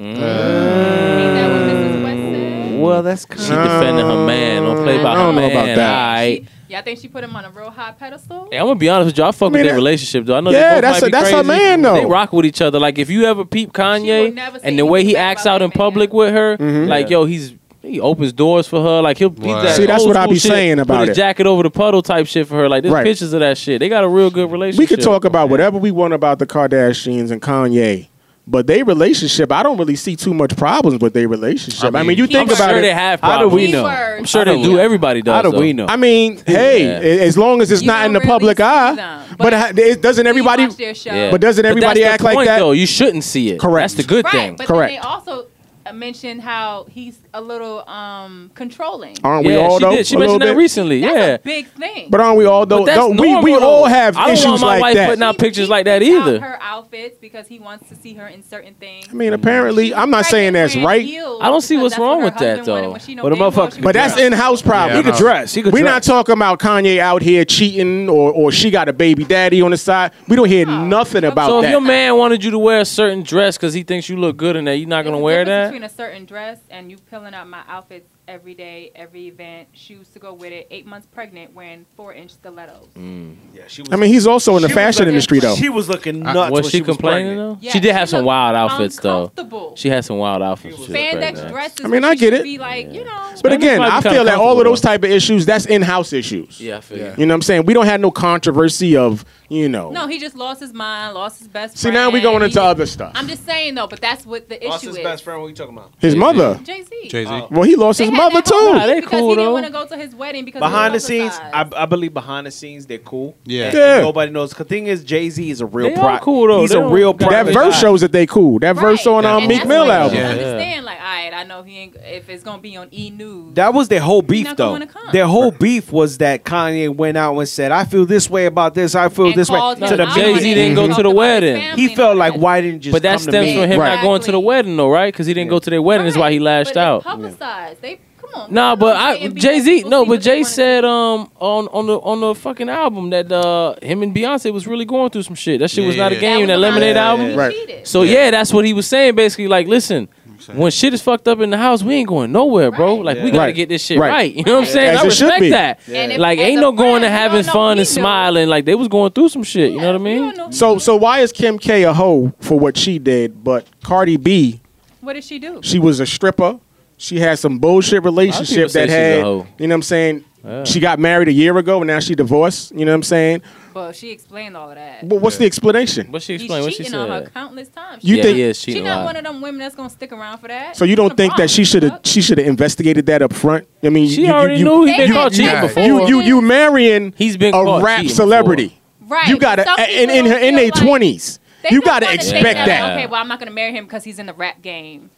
Speaker 4: Mm.
Speaker 7: Ain't that what Mrs. West said?
Speaker 8: well, that's kind
Speaker 5: She defending her man. Don't play by
Speaker 4: I
Speaker 5: her
Speaker 4: don't know
Speaker 5: man.
Speaker 4: about that.
Speaker 5: aight.
Speaker 7: Yeah, I think she put him on a real high pedestal.
Speaker 5: Hey, I'm gonna be honest with you. I fuck
Speaker 4: mean,
Speaker 5: with their
Speaker 4: that-
Speaker 5: relationship though. I know they
Speaker 4: Yeah,
Speaker 5: both
Speaker 4: that's
Speaker 5: might
Speaker 4: a-
Speaker 5: be
Speaker 4: that's her
Speaker 5: crazy.
Speaker 4: man, though.
Speaker 5: They rock with each other. Like if you ever peep
Speaker 7: will never
Speaker 5: Kanye
Speaker 7: say
Speaker 5: and the way he
Speaker 7: anything bad
Speaker 5: acts
Speaker 7: about
Speaker 5: out in
Speaker 7: that man.
Speaker 5: public with her, like yo, he's he opens doors for her. Like he'll he's
Speaker 6: Right.
Speaker 5: that
Speaker 4: Mm-hmm. See, that's
Speaker 5: old
Speaker 4: what I
Speaker 5: school
Speaker 4: be
Speaker 5: shit,
Speaker 4: saying about
Speaker 5: put
Speaker 4: it.
Speaker 5: His jacket over the puddle type shit for her. Like there's
Speaker 4: Right.
Speaker 5: pictures of that shit. They got a real good relationship.
Speaker 4: We could talk about whatever we want about the Kardashians and Kanye, but they relationship, I don't really see too much problems with their relationship. I mean,
Speaker 6: mean,
Speaker 4: you
Speaker 5: I'm
Speaker 4: think
Speaker 5: sure
Speaker 4: about
Speaker 5: they
Speaker 4: it.
Speaker 5: have.
Speaker 8: How do
Speaker 5: Problems.
Speaker 8: we know?
Speaker 7: Keywords.
Speaker 5: I'm sure
Speaker 8: How
Speaker 5: they
Speaker 8: do
Speaker 5: do.
Speaker 8: we-
Speaker 5: Everybody does.
Speaker 8: How do
Speaker 5: though.
Speaker 8: we know?
Speaker 4: I mean, hey, a- as long as it's
Speaker 7: You
Speaker 4: not in the
Speaker 7: don't really
Speaker 4: public
Speaker 7: see
Speaker 4: eye,
Speaker 7: them,
Speaker 4: but,
Speaker 7: but
Speaker 4: ha- it doesn't everybody.
Speaker 7: You watch their show.
Speaker 5: Yeah.
Speaker 4: But doesn't everybody
Speaker 5: that's
Speaker 4: act
Speaker 5: the
Speaker 4: like
Speaker 5: point,
Speaker 4: that?
Speaker 5: Though you shouldn't see it.
Speaker 4: Correct.
Speaker 5: That's the good
Speaker 7: right,
Speaker 5: thing.
Speaker 7: but
Speaker 4: Correct.
Speaker 7: then they also uh, mentioned how he's a little um controlling.
Speaker 4: Aren't
Speaker 5: yeah,
Speaker 4: we all
Speaker 5: she
Speaker 4: though?
Speaker 5: did. She
Speaker 4: a little
Speaker 5: mentioned that
Speaker 4: bit?
Speaker 5: recently.
Speaker 7: That's
Speaker 5: yeah.
Speaker 7: a big thing.
Speaker 4: But aren't we all
Speaker 5: But
Speaker 4: though?
Speaker 5: that's
Speaker 4: don't we,
Speaker 5: normal,
Speaker 4: we
Speaker 5: though.
Speaker 4: all have
Speaker 5: I don't
Speaker 4: issues
Speaker 5: want my
Speaker 4: like
Speaker 5: wife
Speaker 4: that.
Speaker 5: putting out
Speaker 7: He
Speaker 5: pictures
Speaker 7: peeks
Speaker 5: like that
Speaker 7: out
Speaker 5: either.
Speaker 7: Her outfits because he wants to see her in certain things.
Speaker 4: I mean, apparently, I'm not saying that's right,
Speaker 5: I don't see what's wrong with that, though.
Speaker 8: But a motherfucker-
Speaker 4: but that's in-house problem.
Speaker 6: He could
Speaker 8: dress. He could
Speaker 4: We're not
Speaker 8: dress.
Speaker 4: talking about Kanye out here cheating or or she got a baby daddy on the side. We don't hear
Speaker 7: No.
Speaker 4: nothing about
Speaker 5: So if
Speaker 4: that.
Speaker 5: your man wanted you to wear a certain dress because he thinks you look good in that, you're not gonna wear
Speaker 7: Between
Speaker 5: that.
Speaker 7: a certain dress and you peeling out my outfits every day, every event, shoes to go with it. Eight months pregnant, wearing four-inch stilettos.
Speaker 5: Mm.
Speaker 3: Yeah, she was-
Speaker 4: I mean, he's also in the
Speaker 3: she was
Speaker 4: fashion
Speaker 3: looking-
Speaker 4: industry though.
Speaker 3: She was looking nuts. when
Speaker 5: Was she,
Speaker 3: was
Speaker 5: complaining though?
Speaker 3: pregnant.
Speaker 7: Yeah,
Speaker 5: she did have some
Speaker 7: looked
Speaker 5: wild outfits though.
Speaker 7: uncomfortable.
Speaker 5: She had some wild outfits. when she was
Speaker 7: spandex
Speaker 5: pregnant.
Speaker 7: dresses.
Speaker 4: I mean,
Speaker 7: which
Speaker 4: I
Speaker 7: you
Speaker 4: get
Speaker 7: should
Speaker 4: it.
Speaker 7: Be like, you know,
Speaker 4: But
Speaker 5: Spandex
Speaker 4: again,
Speaker 5: might be
Speaker 4: I
Speaker 5: kinda
Speaker 4: feel that all
Speaker 5: comfortable,
Speaker 4: of those
Speaker 5: though.
Speaker 4: type of issues that's in-house issues.
Speaker 5: Yeah, I feel
Speaker 6: Yeah.
Speaker 5: you.
Speaker 4: You know what I'm saying? We don't have no controversy of you know.
Speaker 7: no, he just lost his mind, lost his best.
Speaker 4: See
Speaker 7: friend.
Speaker 4: now we going
Speaker 7: He-
Speaker 4: into other stuff.
Speaker 7: I'm just saying though, but that's what the
Speaker 3: Lost
Speaker 7: issue
Speaker 3: his
Speaker 7: is.
Speaker 3: best friend. What you talking about?
Speaker 4: His mother. Uh,
Speaker 7: Jay Z.
Speaker 6: Jay Z.
Speaker 4: Well, he lost his mother
Speaker 5: Nah,
Speaker 4: too.
Speaker 5: they
Speaker 7: because
Speaker 5: cool,
Speaker 7: he
Speaker 5: though.
Speaker 7: didn't want to go to his wedding because
Speaker 3: Behind
Speaker 7: he
Speaker 3: the
Speaker 7: was
Speaker 3: scenes, I,
Speaker 7: ostracized.
Speaker 3: I believe behind the scenes they're cool.
Speaker 6: Yeah.
Speaker 3: And
Speaker 4: Yeah.
Speaker 3: Nobody knows. The thing is, Jay Z is a real.
Speaker 5: They are
Speaker 3: Pro-
Speaker 5: cool, though.
Speaker 3: He's
Speaker 5: They
Speaker 3: a
Speaker 5: don't
Speaker 3: real.
Speaker 5: got
Speaker 4: That
Speaker 5: they
Speaker 3: private guy.
Speaker 4: verse shows that they cool. That verse on
Speaker 7: Right.
Speaker 4: um,
Speaker 7: And
Speaker 4: Meek
Speaker 7: that's
Speaker 4: Mill
Speaker 7: what
Speaker 4: album.
Speaker 7: You
Speaker 5: Yeah.
Speaker 7: understand? Like, all right, I know he ain't. If it's gonna be on E News,
Speaker 8: That was their whole beef,
Speaker 7: not
Speaker 8: though.
Speaker 7: gonna come.
Speaker 8: Their whole beef was that Kanye went out and said, "I feel this way about this. I feel
Speaker 7: and
Speaker 8: this way."
Speaker 7: called
Speaker 8: To
Speaker 7: him
Speaker 8: the
Speaker 7: out
Speaker 5: Jay-Z
Speaker 7: on
Speaker 8: media.
Speaker 7: it,
Speaker 5: didn't go
Speaker 7: talked
Speaker 5: to the
Speaker 7: about his
Speaker 5: wedding.
Speaker 7: family
Speaker 8: He
Speaker 7: and
Speaker 8: felt
Speaker 7: all
Speaker 8: like,
Speaker 7: that.
Speaker 8: "Why didn't you just
Speaker 5: But that
Speaker 8: come to
Speaker 5: stems
Speaker 8: me?"
Speaker 5: from him not
Speaker 7: Right.
Speaker 5: going to the
Speaker 7: Exactly.
Speaker 5: wedding though, right? Because he didn't go to their wedding. Is why he
Speaker 7: Right,
Speaker 5: lashed
Speaker 7: but
Speaker 5: out.
Speaker 7: It's publicized. They come on.
Speaker 5: Nah,
Speaker 7: people
Speaker 5: but
Speaker 7: don't say
Speaker 5: I
Speaker 7: it because
Speaker 5: Jay Z.
Speaker 7: people
Speaker 5: No,
Speaker 7: see
Speaker 5: but
Speaker 7: what they
Speaker 5: Jay
Speaker 7: wanna
Speaker 5: said um on on the on the fucking album that uh him and Beyonce was really going through some shit. That shit
Speaker 6: Yeah,
Speaker 5: was not
Speaker 6: yeah.
Speaker 5: a
Speaker 7: see.
Speaker 5: game. That,
Speaker 7: was
Speaker 5: Lemonade
Speaker 7: about
Speaker 5: album.
Speaker 7: when he
Speaker 4: Right.
Speaker 7: cheated.
Speaker 5: So yeah. that's what he was saying basically. Like, listen, when shit is fucked up in the house, we ain't going nowhere, bro.
Speaker 7: Right.
Speaker 5: Like we gotta
Speaker 4: Right.
Speaker 5: get this shit
Speaker 4: Right.
Speaker 5: right. You know what I'm saying?
Speaker 4: As
Speaker 5: I
Speaker 4: it should
Speaker 5: respect
Speaker 4: be.
Speaker 5: that.
Speaker 7: And if-
Speaker 5: Like
Speaker 7: as
Speaker 5: ain't
Speaker 7: a
Speaker 5: no going
Speaker 7: friend,
Speaker 5: to
Speaker 7: you
Speaker 5: having
Speaker 7: don't know
Speaker 5: fun
Speaker 7: he
Speaker 5: and
Speaker 7: do.
Speaker 5: smiling. Like they was going through some shit. You know what I
Speaker 7: Yeah, you
Speaker 5: mean?
Speaker 7: don't know-
Speaker 4: So so why is Kim K a hoe for what she did, but Cardi B,
Speaker 7: what did she do?
Speaker 4: she was a stripper. She had some bullshit
Speaker 5: people
Speaker 4: relationship
Speaker 5: say
Speaker 4: that
Speaker 5: she's a
Speaker 4: had, you know
Speaker 5: hoe.
Speaker 4: what I'm saying?
Speaker 5: Yeah.
Speaker 4: She got married a year ago and now she divorced, you know what I'm saying?
Speaker 7: Well, she explained all of that.
Speaker 4: But what's the explanation?
Speaker 5: What she
Speaker 7: He's
Speaker 5: explained? What she
Speaker 7: cheating on her
Speaker 5: said?
Speaker 7: countless times.
Speaker 4: You
Speaker 5: yeah,
Speaker 4: think-
Speaker 5: he is
Speaker 7: She's
Speaker 5: cheating a
Speaker 7: not
Speaker 5: lot.
Speaker 7: one of them women that's gonna stick around for that.
Speaker 4: So you
Speaker 7: She's
Speaker 4: don't
Speaker 7: a
Speaker 4: think that she
Speaker 7: problem,
Speaker 4: should have
Speaker 7: fuck.
Speaker 4: she should have investigated that up front? I mean,
Speaker 5: She
Speaker 4: you, you-
Speaker 5: already
Speaker 4: you-
Speaker 5: knew he
Speaker 7: They
Speaker 5: been
Speaker 7: had
Speaker 5: caught cheating
Speaker 7: guys.
Speaker 5: before.
Speaker 4: you you you marrying
Speaker 5: He's been
Speaker 4: a
Speaker 5: caught
Speaker 4: rap
Speaker 5: cheating
Speaker 4: celebrity.
Speaker 7: Right.
Speaker 4: You gotta
Speaker 7: Some people
Speaker 4: and in her
Speaker 7: don't
Speaker 4: in
Speaker 7: feel
Speaker 4: their
Speaker 7: like-
Speaker 4: twenties.
Speaker 7: They
Speaker 4: You
Speaker 7: just
Speaker 4: gotta
Speaker 7: wanna take
Speaker 4: expect
Speaker 7: Like, okay,
Speaker 4: that.
Speaker 7: well, I'm not gonna marry him because he's in the rap game.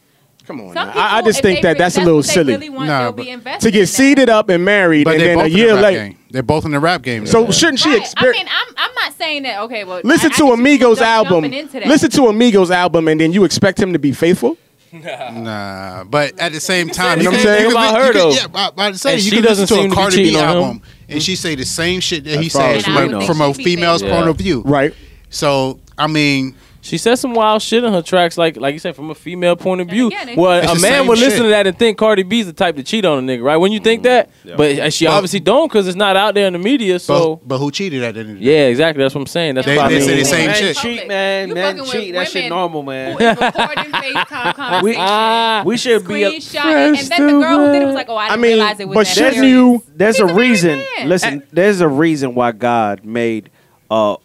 Speaker 4: Come on,
Speaker 7: Some
Speaker 4: now.
Speaker 7: people,
Speaker 4: I, I just
Speaker 7: if
Speaker 4: think
Speaker 7: they
Speaker 4: that
Speaker 7: re-
Speaker 4: that's a little
Speaker 7: what they
Speaker 4: silly.
Speaker 7: Really want,
Speaker 6: Nah,
Speaker 7: they'll
Speaker 6: but-
Speaker 7: be invested
Speaker 4: to
Speaker 7: in
Speaker 4: get
Speaker 7: that.
Speaker 4: seated up and married,
Speaker 6: But
Speaker 4: and
Speaker 6: they're
Speaker 4: then a
Speaker 6: both in
Speaker 4: year
Speaker 6: the rap
Speaker 4: later.
Speaker 6: game. They're both in the rap game.
Speaker 4: So
Speaker 6: now.
Speaker 4: shouldn't she
Speaker 7: Right. I
Speaker 4: experience?
Speaker 7: mean, I'm, I'm not saying that. Okay, well,
Speaker 4: Listen
Speaker 7: I- I
Speaker 4: to
Speaker 7: get you
Speaker 4: Amigos
Speaker 7: jump-
Speaker 4: album.
Speaker 7: jumping into that.
Speaker 4: Listen to Amigos album, and then you expect him to be faithful.
Speaker 6: Nah, but at the same time,
Speaker 4: You know
Speaker 6: can-
Speaker 4: what I'm saying?
Speaker 6: can
Speaker 5: About
Speaker 6: li-
Speaker 5: her,
Speaker 6: you can-
Speaker 5: though.
Speaker 6: yeah, I- I was saying,
Speaker 5: And
Speaker 6: you
Speaker 5: she
Speaker 6: can
Speaker 5: doesn't
Speaker 6: listen
Speaker 5: seem to
Speaker 6: to a
Speaker 5: be
Speaker 6: Cardi B
Speaker 5: cheating on him.
Speaker 6: album, and she say the same shit that he
Speaker 4: far
Speaker 6: says
Speaker 4: as
Speaker 6: from,
Speaker 4: we
Speaker 6: a-
Speaker 5: know.
Speaker 6: from a
Speaker 7: She'd be faithful.
Speaker 6: female's point of view,
Speaker 4: Right.
Speaker 6: So I mean,
Speaker 5: She said some wild shit in her tracks, like like you said, from a female point of
Speaker 7: And
Speaker 5: view.
Speaker 7: again, it-
Speaker 5: well,
Speaker 6: It's
Speaker 5: a
Speaker 6: the
Speaker 5: man
Speaker 6: same
Speaker 5: would listen
Speaker 6: shit.
Speaker 5: to that and think Cardi B's the type to cheat on a nigga, right? When you think
Speaker 7: Mm-hmm.
Speaker 5: that, but uh, she
Speaker 6: But-
Speaker 5: obviously don't because it's not out there in the media.
Speaker 6: but,
Speaker 5: So
Speaker 6: but who cheated at the end of the day?
Speaker 5: yeah, exactly. That's what I'm saying. That's
Speaker 6: They-
Speaker 5: what I
Speaker 6: they
Speaker 5: mean.
Speaker 6: say the same
Speaker 7: Women
Speaker 6: shit.
Speaker 7: public.
Speaker 9: Cheat, man.
Speaker 7: You
Speaker 9: Men
Speaker 7: fucking with
Speaker 9: cheat. That shit
Speaker 7: women
Speaker 9: normal,
Speaker 7: Who
Speaker 9: man.
Speaker 7: is recording FaceTime conversations,
Speaker 5: Ah,
Speaker 9: We should be. A,
Speaker 7: screenshotting, and then the girl who did it was like, "Oh, I
Speaker 4: I
Speaker 7: didn't
Speaker 4: mean,
Speaker 7: realize it was that."
Speaker 4: but she
Speaker 7: serious.
Speaker 4: knew.
Speaker 3: There's
Speaker 7: He's
Speaker 3: a
Speaker 7: a married
Speaker 3: reason.
Speaker 7: man.
Speaker 3: Listen, there's a reason why God made uh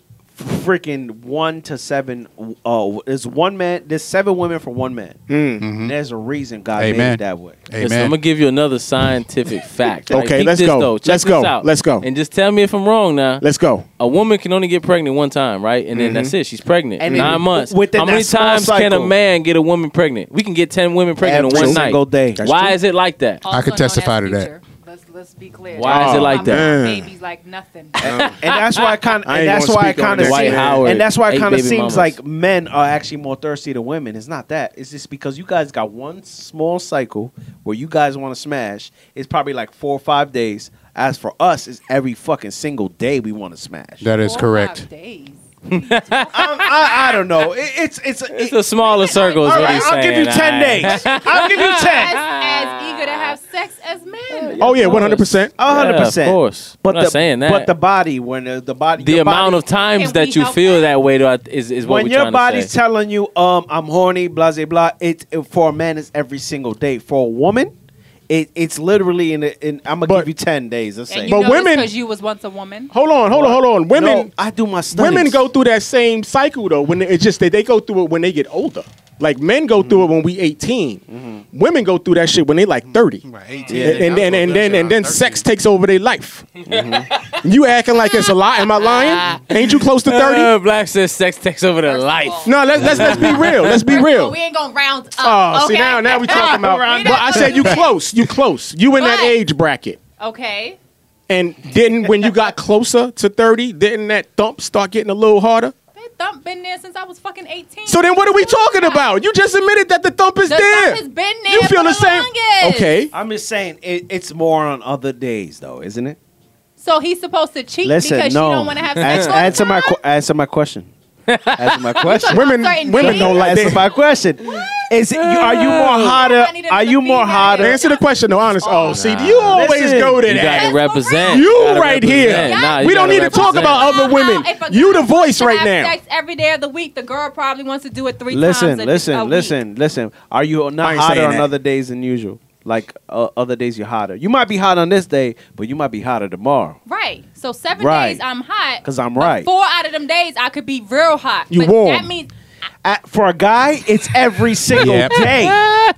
Speaker 3: freaking one to seven. Uh, there's one man. There's seven women for one man. There's a reason God made
Speaker 6: Mm. Mm-hmm. Amen.
Speaker 3: it that way.
Speaker 5: Listen, I'm
Speaker 6: Amen.
Speaker 5: gonna give you another scientific fact. right?
Speaker 4: Okay,
Speaker 5: Peep
Speaker 4: let's
Speaker 5: this,
Speaker 4: go.
Speaker 5: Though. Check
Speaker 4: Let's
Speaker 5: this
Speaker 4: go.
Speaker 5: Out.
Speaker 4: Let's go.
Speaker 5: And just tell me if I'm wrong now.
Speaker 4: Let's go. Mm-hmm.
Speaker 5: a woman can only get pregnant one time, right? And then that's it. She's pregnant.
Speaker 3: And
Speaker 5: Nine
Speaker 3: then
Speaker 5: months.
Speaker 3: within
Speaker 5: How many
Speaker 3: that small
Speaker 5: times can a
Speaker 3: cycle.
Speaker 5: man get a woman pregnant? We can get ten women pregnant
Speaker 3: Every
Speaker 5: in one
Speaker 3: single
Speaker 5: night.
Speaker 3: day.
Speaker 4: That's
Speaker 5: Why
Speaker 4: true.
Speaker 5: is it like that?
Speaker 7: Also
Speaker 6: I could
Speaker 7: known as
Speaker 6: testify to that.
Speaker 7: future. Let's, let's be clear.
Speaker 5: Why is
Speaker 4: Ah,
Speaker 5: it like
Speaker 7: My
Speaker 5: that?
Speaker 7: Baby's like nothing.
Speaker 3: and that's why I kind of
Speaker 4: I
Speaker 3: and
Speaker 4: ain't
Speaker 3: that's
Speaker 4: gonna
Speaker 3: why I
Speaker 4: speak on
Speaker 3: kind of
Speaker 4: that.
Speaker 5: Dwight Howard,
Speaker 3: and that's why it
Speaker 5: eight
Speaker 3: kind of
Speaker 5: baby
Speaker 3: seems
Speaker 5: mamas.
Speaker 3: like men are actually more thirsty than women. It's not that. It's just because you guys got one small cycle where you guys want to smash. It's probably like four or five days. As for us, it's every fucking single day we want to smash.
Speaker 6: That is
Speaker 7: Four or
Speaker 6: correct.
Speaker 7: five days.
Speaker 3: I'm- I, I don't know. It, it's it's
Speaker 5: It's a smaller circle. Is
Speaker 3: all
Speaker 5: what
Speaker 3: right,
Speaker 5: he's
Speaker 3: I'll give
Speaker 5: saying,
Speaker 3: you ten
Speaker 5: all right.
Speaker 3: days. I'll give you
Speaker 7: As,
Speaker 3: ten.
Speaker 7: as eager to have sex as men.
Speaker 4: Oh yeah,
Speaker 5: of
Speaker 4: one hundred percent.
Speaker 3: A hundred
Speaker 5: Yeah,
Speaker 3: percent.
Speaker 5: Of course.
Speaker 3: But
Speaker 5: I'm not
Speaker 3: the,
Speaker 5: saying that.
Speaker 3: But the body when uh, the, the body
Speaker 5: the
Speaker 3: your
Speaker 5: amount
Speaker 3: body-
Speaker 5: of times
Speaker 7: Can we
Speaker 5: that you
Speaker 7: help
Speaker 5: feel
Speaker 7: that?
Speaker 5: that way though, is is what
Speaker 3: when
Speaker 5: we're
Speaker 3: your
Speaker 5: trying
Speaker 3: body's
Speaker 5: to say.
Speaker 3: telling you, um, I'm horny, blah blah blah. It, it- for a man it's every single day. For a woman, it, it's literally in. A, in I'm gonna
Speaker 4: But-
Speaker 3: give you ten days. Let's
Speaker 7: And
Speaker 3: say.
Speaker 7: you
Speaker 4: But
Speaker 7: know
Speaker 4: women-
Speaker 7: because you was once a woman.
Speaker 4: Hold on, hold on, hold on.
Speaker 3: No,
Speaker 4: Women,
Speaker 3: I do my studies.
Speaker 4: women go through that same cycle though. When they- it's just that they go through it when they get older. Like men go through it
Speaker 3: Mm-hmm.
Speaker 4: when we 18 Women go through that shit when they like thirty.
Speaker 6: Right, 18.
Speaker 4: and, then and then and then sex takes over their life. Mm-hmm. You acting like it's a lot. Am I lying? Ain't you close to
Speaker 5: Uh,
Speaker 4: thirty?
Speaker 5: Black says sex takes over their
Speaker 7: First of
Speaker 5: life.
Speaker 7: all.
Speaker 4: No, let's let's let's be real. Let's be
Speaker 7: But
Speaker 4: real.
Speaker 7: we ain't gonna round up.
Speaker 4: Oh,
Speaker 7: okay?
Speaker 4: see now now we talking about.
Speaker 7: Round
Speaker 4: Well,
Speaker 7: up.
Speaker 4: I said you close. You close. You in that
Speaker 7: But-
Speaker 4: age bracket.
Speaker 7: Okay.
Speaker 4: And didn't when you got closer to thirty, didn't that thump start getting a little harder?
Speaker 7: That thump been there since I was fucking 18.
Speaker 4: So then, what are we talking about? You just admitted that the thump is
Speaker 7: The
Speaker 4: there.
Speaker 7: thump has been there.
Speaker 4: you feel
Speaker 7: for
Speaker 4: the same?
Speaker 7: longest.
Speaker 4: Okay.
Speaker 3: I'm just saying it, it's more on other days though, isn't it?
Speaker 7: So he's supposed to cheat
Speaker 3: Listen,
Speaker 7: because
Speaker 3: no.
Speaker 7: she don't want to have sex.
Speaker 3: answer,
Speaker 7: all the
Speaker 3: answer my
Speaker 7: time?
Speaker 3: que- answer my question. answer my question.
Speaker 4: Women,
Speaker 7: certain
Speaker 4: women
Speaker 7: days?
Speaker 4: don't like
Speaker 3: answer
Speaker 4: that.
Speaker 3: my question. Is you, are you more hotter?
Speaker 7: I need to
Speaker 3: Are you
Speaker 7: be
Speaker 3: more
Speaker 7: that.
Speaker 3: hotter?
Speaker 4: Answer the question, though. Honest. Oh, see, you always
Speaker 3: Listen.
Speaker 4: go to
Speaker 5: You gotta
Speaker 4: that.
Speaker 7: That's
Speaker 5: represent.
Speaker 7: what-
Speaker 4: You
Speaker 5: gotta
Speaker 4: right here.
Speaker 5: represent. Nah, you
Speaker 4: we don't
Speaker 5: gotta
Speaker 4: need to talk
Speaker 5: represent.
Speaker 4: about other women.
Speaker 7: If a
Speaker 4: You
Speaker 7: girl
Speaker 4: the voice
Speaker 7: wants to
Speaker 4: right
Speaker 7: have
Speaker 4: now.
Speaker 7: Sex every day of the week. The girl probably wants to do it three
Speaker 3: Listen,
Speaker 7: times. a- a
Speaker 3: listen,
Speaker 7: week.
Speaker 3: listen, listen. Are you
Speaker 4: I
Speaker 3: not
Speaker 4: ain't
Speaker 3: hotter
Speaker 4: saying
Speaker 3: on
Speaker 4: that.
Speaker 3: other days than usual? Like uh, other days, you're hotter. You might be hot on this day, but you might be hotter tomorrow.
Speaker 7: Right. So seven
Speaker 3: Right.
Speaker 7: days I'm hot.
Speaker 3: 'Cause I'm
Speaker 7: but
Speaker 3: right.
Speaker 7: Four out of them days I could be real hot.
Speaker 4: You
Speaker 7: but
Speaker 4: warm.
Speaker 7: That means
Speaker 3: At, for a guy, it's every single
Speaker 6: Yep.
Speaker 3: day.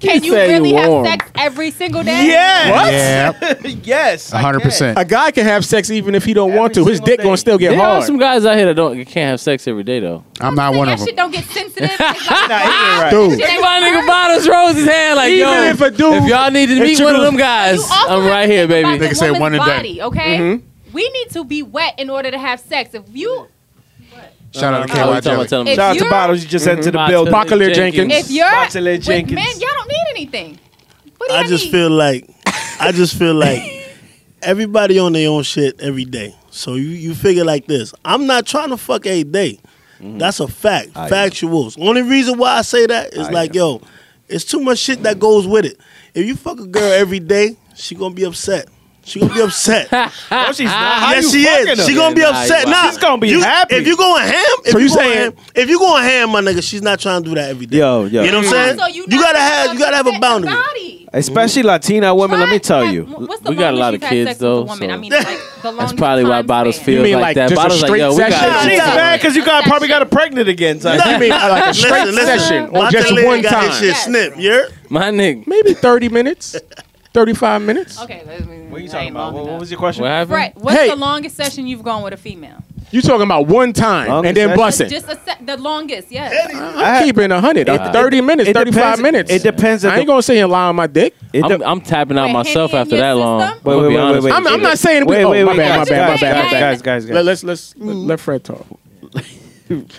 Speaker 7: can you
Speaker 4: said you
Speaker 7: really have
Speaker 4: warm.
Speaker 7: sex every single day?
Speaker 3: Yes.
Speaker 6: Yeah,
Speaker 3: yes. I
Speaker 6: hundred percent.
Speaker 4: A guy can have sex even if he don't want to.
Speaker 3: Every
Speaker 4: His
Speaker 3: single
Speaker 4: dick gonna
Speaker 3: day.
Speaker 4: still get
Speaker 5: There are
Speaker 4: hard.
Speaker 5: some guys out here that don't can't have sex every day though.
Speaker 6: I'm not one
Speaker 7: that
Speaker 6: of them.
Speaker 7: shit don't get sensitive. It's like, "Ah,
Speaker 3: can. Nah, he ain't right.
Speaker 4: Dude,
Speaker 7: shit ain't
Speaker 5: My nigga
Speaker 7: hurt.
Speaker 5: Bottles rose his hand like,
Speaker 4: Even
Speaker 5: yo,
Speaker 4: if a dude-
Speaker 5: y'all need to
Speaker 4: if
Speaker 5: meet
Speaker 4: you
Speaker 5: one of
Speaker 4: do-
Speaker 5: them guys,
Speaker 7: You also
Speaker 5: I'm
Speaker 7: have
Speaker 5: right
Speaker 7: to
Speaker 5: here,
Speaker 7: think about
Speaker 5: baby.
Speaker 6: Nigga
Speaker 7: the
Speaker 6: say
Speaker 7: woman's
Speaker 6: one a day.
Speaker 7: body, okay?
Speaker 3: Mm-hmm.
Speaker 7: We need to be wet in order to have sex. If you
Speaker 6: Shout out
Speaker 5: Oh,
Speaker 6: to KY
Speaker 5: you talking about
Speaker 6: Jelly.
Speaker 5: telling
Speaker 7: If
Speaker 5: them-
Speaker 3: Shout out to
Speaker 7: you're-
Speaker 3: Bottles. You just entered the bill.
Speaker 5: Bottles
Speaker 4: Bacalhau Jenkins.
Speaker 7: if you're
Speaker 3: Bachelor
Speaker 7: with men,
Speaker 3: Jenkins.
Speaker 7: y'all don't need anything. What do
Speaker 10: I
Speaker 7: y'all
Speaker 10: just
Speaker 7: need?
Speaker 10: feel like I just feel like everybody on their own shit every day. So you, you figure like this. I'm not trying to fuck
Speaker 11: Mm-hmm.
Speaker 10: every day. That's a fact. Factuals. Only reason why I say that is like, yo, It's too much shit that goes with it. If you fuck a girl every day, she gonna be upset. She gonna be upset.
Speaker 11: No, she's not. How
Speaker 10: yes,
Speaker 11: you
Speaker 10: she
Speaker 11: fucking
Speaker 10: is.
Speaker 11: her?
Speaker 10: She gonna be
Speaker 5: Yeah, nah,
Speaker 10: upset.
Speaker 5: you
Speaker 10: Nah,
Speaker 11: She's gonna be
Speaker 10: you,
Speaker 11: happy.
Speaker 10: If you going ham, if
Speaker 4: So
Speaker 10: you,
Speaker 4: you
Speaker 10: going
Speaker 4: saying-
Speaker 10: ham, if you going ham, my nigga, she's not trying to do that every day.
Speaker 3: Yo, yo.
Speaker 10: you know what I'm saying?
Speaker 7: So
Speaker 10: you,
Speaker 7: not
Speaker 10: gotta
Speaker 7: gonna
Speaker 10: have, you gotta have a
Speaker 7: upset
Speaker 10: boundary.
Speaker 7: somebody.
Speaker 3: Especially Latina women. Let me
Speaker 7: But
Speaker 3: tell
Speaker 7: that-
Speaker 3: you.
Speaker 7: what's the
Speaker 5: we got a lot
Speaker 7: longest
Speaker 5: of
Speaker 7: you've had
Speaker 5: kids,
Speaker 7: sex with
Speaker 5: though,
Speaker 7: a woman?
Speaker 5: so-
Speaker 7: I mean, like, the
Speaker 5: That's
Speaker 7: longest
Speaker 5: probably why
Speaker 7: time
Speaker 5: Bottles
Speaker 7: span.
Speaker 5: feels
Speaker 4: mean,
Speaker 5: like,
Speaker 4: like,
Speaker 5: that.
Speaker 4: just a
Speaker 5: Bottles like,
Speaker 4: straight
Speaker 5: yo, we got
Speaker 4: session?
Speaker 5: to
Speaker 11: She's mad because you got probably got her pregnant again. Tyson.
Speaker 10: Nah,
Speaker 4: You mean uh, like a straight
Speaker 10: Listen, listen.
Speaker 4: session
Speaker 10: My
Speaker 4: or just
Speaker 10: Taliban
Speaker 4: one
Speaker 10: got
Speaker 4: time?
Speaker 10: his shit
Speaker 7: Yes.
Speaker 10: snipped, you heard?
Speaker 5: my nigga.
Speaker 4: Maybe 30 minutes, 35 minutes.
Speaker 7: Okay, let me. What
Speaker 11: What are you talking about? What, what was your question?
Speaker 5: What happened?
Speaker 7: Right. What's
Speaker 4: Hey.
Speaker 7: the longest session you've gone with a female?
Speaker 4: You talking about one time
Speaker 3: Long
Speaker 4: and then
Speaker 3: session.
Speaker 4: busting.
Speaker 7: Just a se- the longest, yes.
Speaker 4: I'm keeping a 100. Uh, 30 minutes,
Speaker 3: it
Speaker 4: 35
Speaker 3: depends-
Speaker 4: minutes.
Speaker 3: it depends at
Speaker 4: I ain't
Speaker 3: the-
Speaker 4: going to sit here and lie on my dick.
Speaker 3: It
Speaker 5: I'm,
Speaker 3: de-
Speaker 5: I'm tapping out
Speaker 7: Wait,
Speaker 5: myself
Speaker 7: Henny in
Speaker 5: after
Speaker 7: your
Speaker 5: that long.
Speaker 7: system?
Speaker 5: I'ma
Speaker 3: Wait,
Speaker 5: be
Speaker 3: wait, wait,
Speaker 5: honest
Speaker 3: wait,
Speaker 5: with
Speaker 4: I'm,
Speaker 5: you.
Speaker 4: I'm not saying...
Speaker 3: Wait,
Speaker 4: oh,
Speaker 3: wait,
Speaker 4: my
Speaker 3: wait,
Speaker 4: bad, my
Speaker 3: guys,
Speaker 4: bad, my bad, my bad.
Speaker 3: Guys, guys, guys,
Speaker 4: Let,
Speaker 3: guys.
Speaker 4: let's, let's, let Fred talk.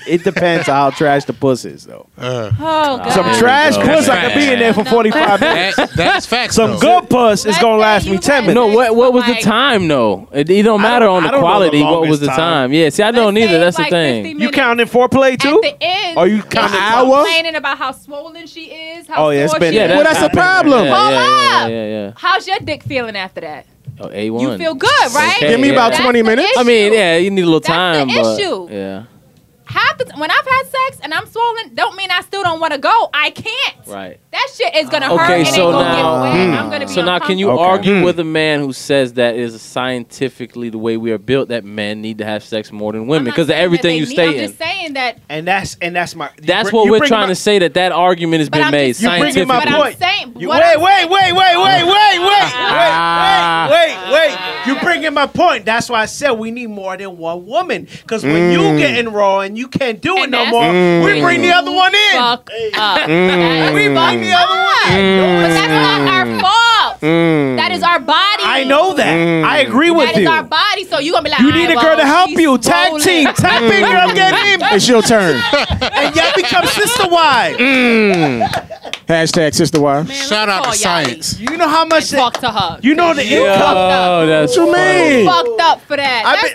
Speaker 3: It depends on how trash the puss is, though.
Speaker 7: Oh God.
Speaker 3: Some trash
Speaker 5: go.
Speaker 3: puss, I could be in there for
Speaker 7: No.
Speaker 3: 45 minutes.
Speaker 6: That, that's facts.
Speaker 3: Some
Speaker 6: though.
Speaker 3: good puss is going to last me 10 minutes.
Speaker 5: No, what what was the
Speaker 7: Like-
Speaker 5: time though? It, it don't matter on the
Speaker 3: I don't know the
Speaker 5: quality. what was
Speaker 3: longest
Speaker 5: the
Speaker 3: time.
Speaker 5: time? Yeah, see, I don't
Speaker 7: Let's say
Speaker 5: either. That's
Speaker 7: it's
Speaker 5: the
Speaker 7: like 50
Speaker 5: thing.
Speaker 3: You
Speaker 7: minutes.
Speaker 3: counting foreplay,
Speaker 7: At
Speaker 3: too?
Speaker 7: the end,
Speaker 3: Are you
Speaker 7: she's
Speaker 3: counting
Speaker 4: hour?
Speaker 7: Complaining about how swollen she is. How
Speaker 3: Oh, yeah, it's
Speaker 7: sore
Speaker 3: been-
Speaker 7: she
Speaker 5: Yeah,
Speaker 7: is.
Speaker 5: that-
Speaker 4: Well, that's the problem.
Speaker 5: Yeah, yeah, yeah,
Speaker 7: up.
Speaker 5: yeah, yeah.
Speaker 7: How's your dick feeling after that?
Speaker 5: Oh, A one.
Speaker 7: You feel good, right?
Speaker 5: Okay,
Speaker 4: Give me
Speaker 5: yeah.
Speaker 4: about
Speaker 7: That's
Speaker 4: 20
Speaker 7: the
Speaker 4: minutes.
Speaker 5: I mean,
Speaker 7: issue.
Speaker 5: yeah, you need a little
Speaker 7: That's the
Speaker 5: time, but
Speaker 7: issue.
Speaker 5: yeah,
Speaker 7: half the t- when I've had sex and I'm swollen, don't mean I still don't want to go. I can't.
Speaker 5: right.
Speaker 7: That shit is gonna
Speaker 5: Okay,
Speaker 7: hurt and
Speaker 5: so
Speaker 7: ain't gonna
Speaker 5: now- Hmm.
Speaker 7: get away. I'm gonna be
Speaker 5: So now, can you
Speaker 3: Okay. Hmm.
Speaker 5: argue with a man who says that is scientifically the way we are built that men need to have sex more than women because of everything you
Speaker 7: stay I'm
Speaker 5: stay in?
Speaker 7: just saying that.
Speaker 3: And that's and that's my.
Speaker 5: That's what we're trying to say. That that argument has
Speaker 7: But
Speaker 5: been
Speaker 7: I'm
Speaker 5: made
Speaker 7: just- You
Speaker 3: bringing my
Speaker 5: scientifically.
Speaker 7: But I'm
Speaker 3: point.
Speaker 7: saying.
Speaker 3: You,
Speaker 7: what
Speaker 3: wait,
Speaker 7: I'm
Speaker 3: wait, wait, wait, wait, wait, wait,
Speaker 4: Ah.
Speaker 3: wait, wait, wait, wait. You're bringing my point. That's why I said we need more than one woman. Because
Speaker 4: Mm.
Speaker 3: when you getting raw and you can't do it
Speaker 7: And
Speaker 3: no
Speaker 7: that's-
Speaker 3: more, we bring the other one in.
Speaker 7: Fuck up.
Speaker 4: Mm.
Speaker 7: That
Speaker 3: We
Speaker 7: is
Speaker 3: bring the other one.
Speaker 7: fucked. But that's
Speaker 5: Hmm.
Speaker 7: not our fault.
Speaker 3: Hmm.
Speaker 7: That
Speaker 5: Mm.
Speaker 7: is our body.
Speaker 3: I know that. I agree with
Speaker 7: That is
Speaker 3: you.
Speaker 7: our body. So you gonna be like,
Speaker 3: you need
Speaker 7: "Ah,
Speaker 3: a girl to
Speaker 7: well,
Speaker 3: help
Speaker 7: she's
Speaker 3: you. Tag
Speaker 7: swollen."
Speaker 3: team. Tag finger up, get him.
Speaker 4: Mm. It's your turn.
Speaker 3: And y'all become sister wives.
Speaker 4: Mm. Hashtag sister wife.
Speaker 7: Man,
Speaker 6: Shout
Speaker 7: let's
Speaker 6: out
Speaker 7: call
Speaker 6: to science.
Speaker 3: You know how much.
Speaker 7: Talk to her.
Speaker 3: you know the
Speaker 7: You
Speaker 3: income.
Speaker 7: fucked up.
Speaker 5: that's
Speaker 4: What you mean?
Speaker 7: Fucked up for that.
Speaker 3: I
Speaker 7: That's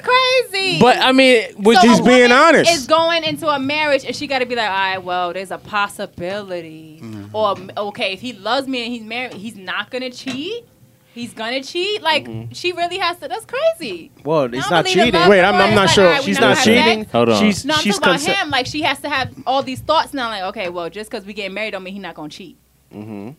Speaker 7: crazy.
Speaker 5: But I mean, would
Speaker 7: So
Speaker 5: you
Speaker 7: a
Speaker 4: She's being
Speaker 7: woman
Speaker 4: honest.
Speaker 7: Is going into a marriage and she got to be like, all right, well, there's a possibility,
Speaker 3: Mm-hmm.
Speaker 7: or um, okay, if he loves me and he's married, he's not gonna cheat. He's gonna cheat. Like
Speaker 3: Mm-hmm.
Speaker 7: she really has to. That's crazy.
Speaker 3: Well,
Speaker 7: I
Speaker 3: it's
Speaker 7: don't
Speaker 3: not
Speaker 7: believe in
Speaker 3: cheating.
Speaker 7: love
Speaker 4: Wait, I'm-
Speaker 7: before.
Speaker 4: I'm
Speaker 7: It's
Speaker 4: not
Speaker 7: like,
Speaker 4: sure.
Speaker 7: all right, we
Speaker 3: She's
Speaker 7: not
Speaker 3: not
Speaker 7: having
Speaker 3: cheating.
Speaker 7: sex.
Speaker 5: Hold on.
Speaker 3: She's
Speaker 7: No, I'm
Speaker 3: she's
Speaker 7: talking about
Speaker 3: consen-
Speaker 7: him. Like she has to have all these thoughts now. Like, okay, well, just because we getting married don't mean he's not gonna cheat.
Speaker 5: Mm-hmm.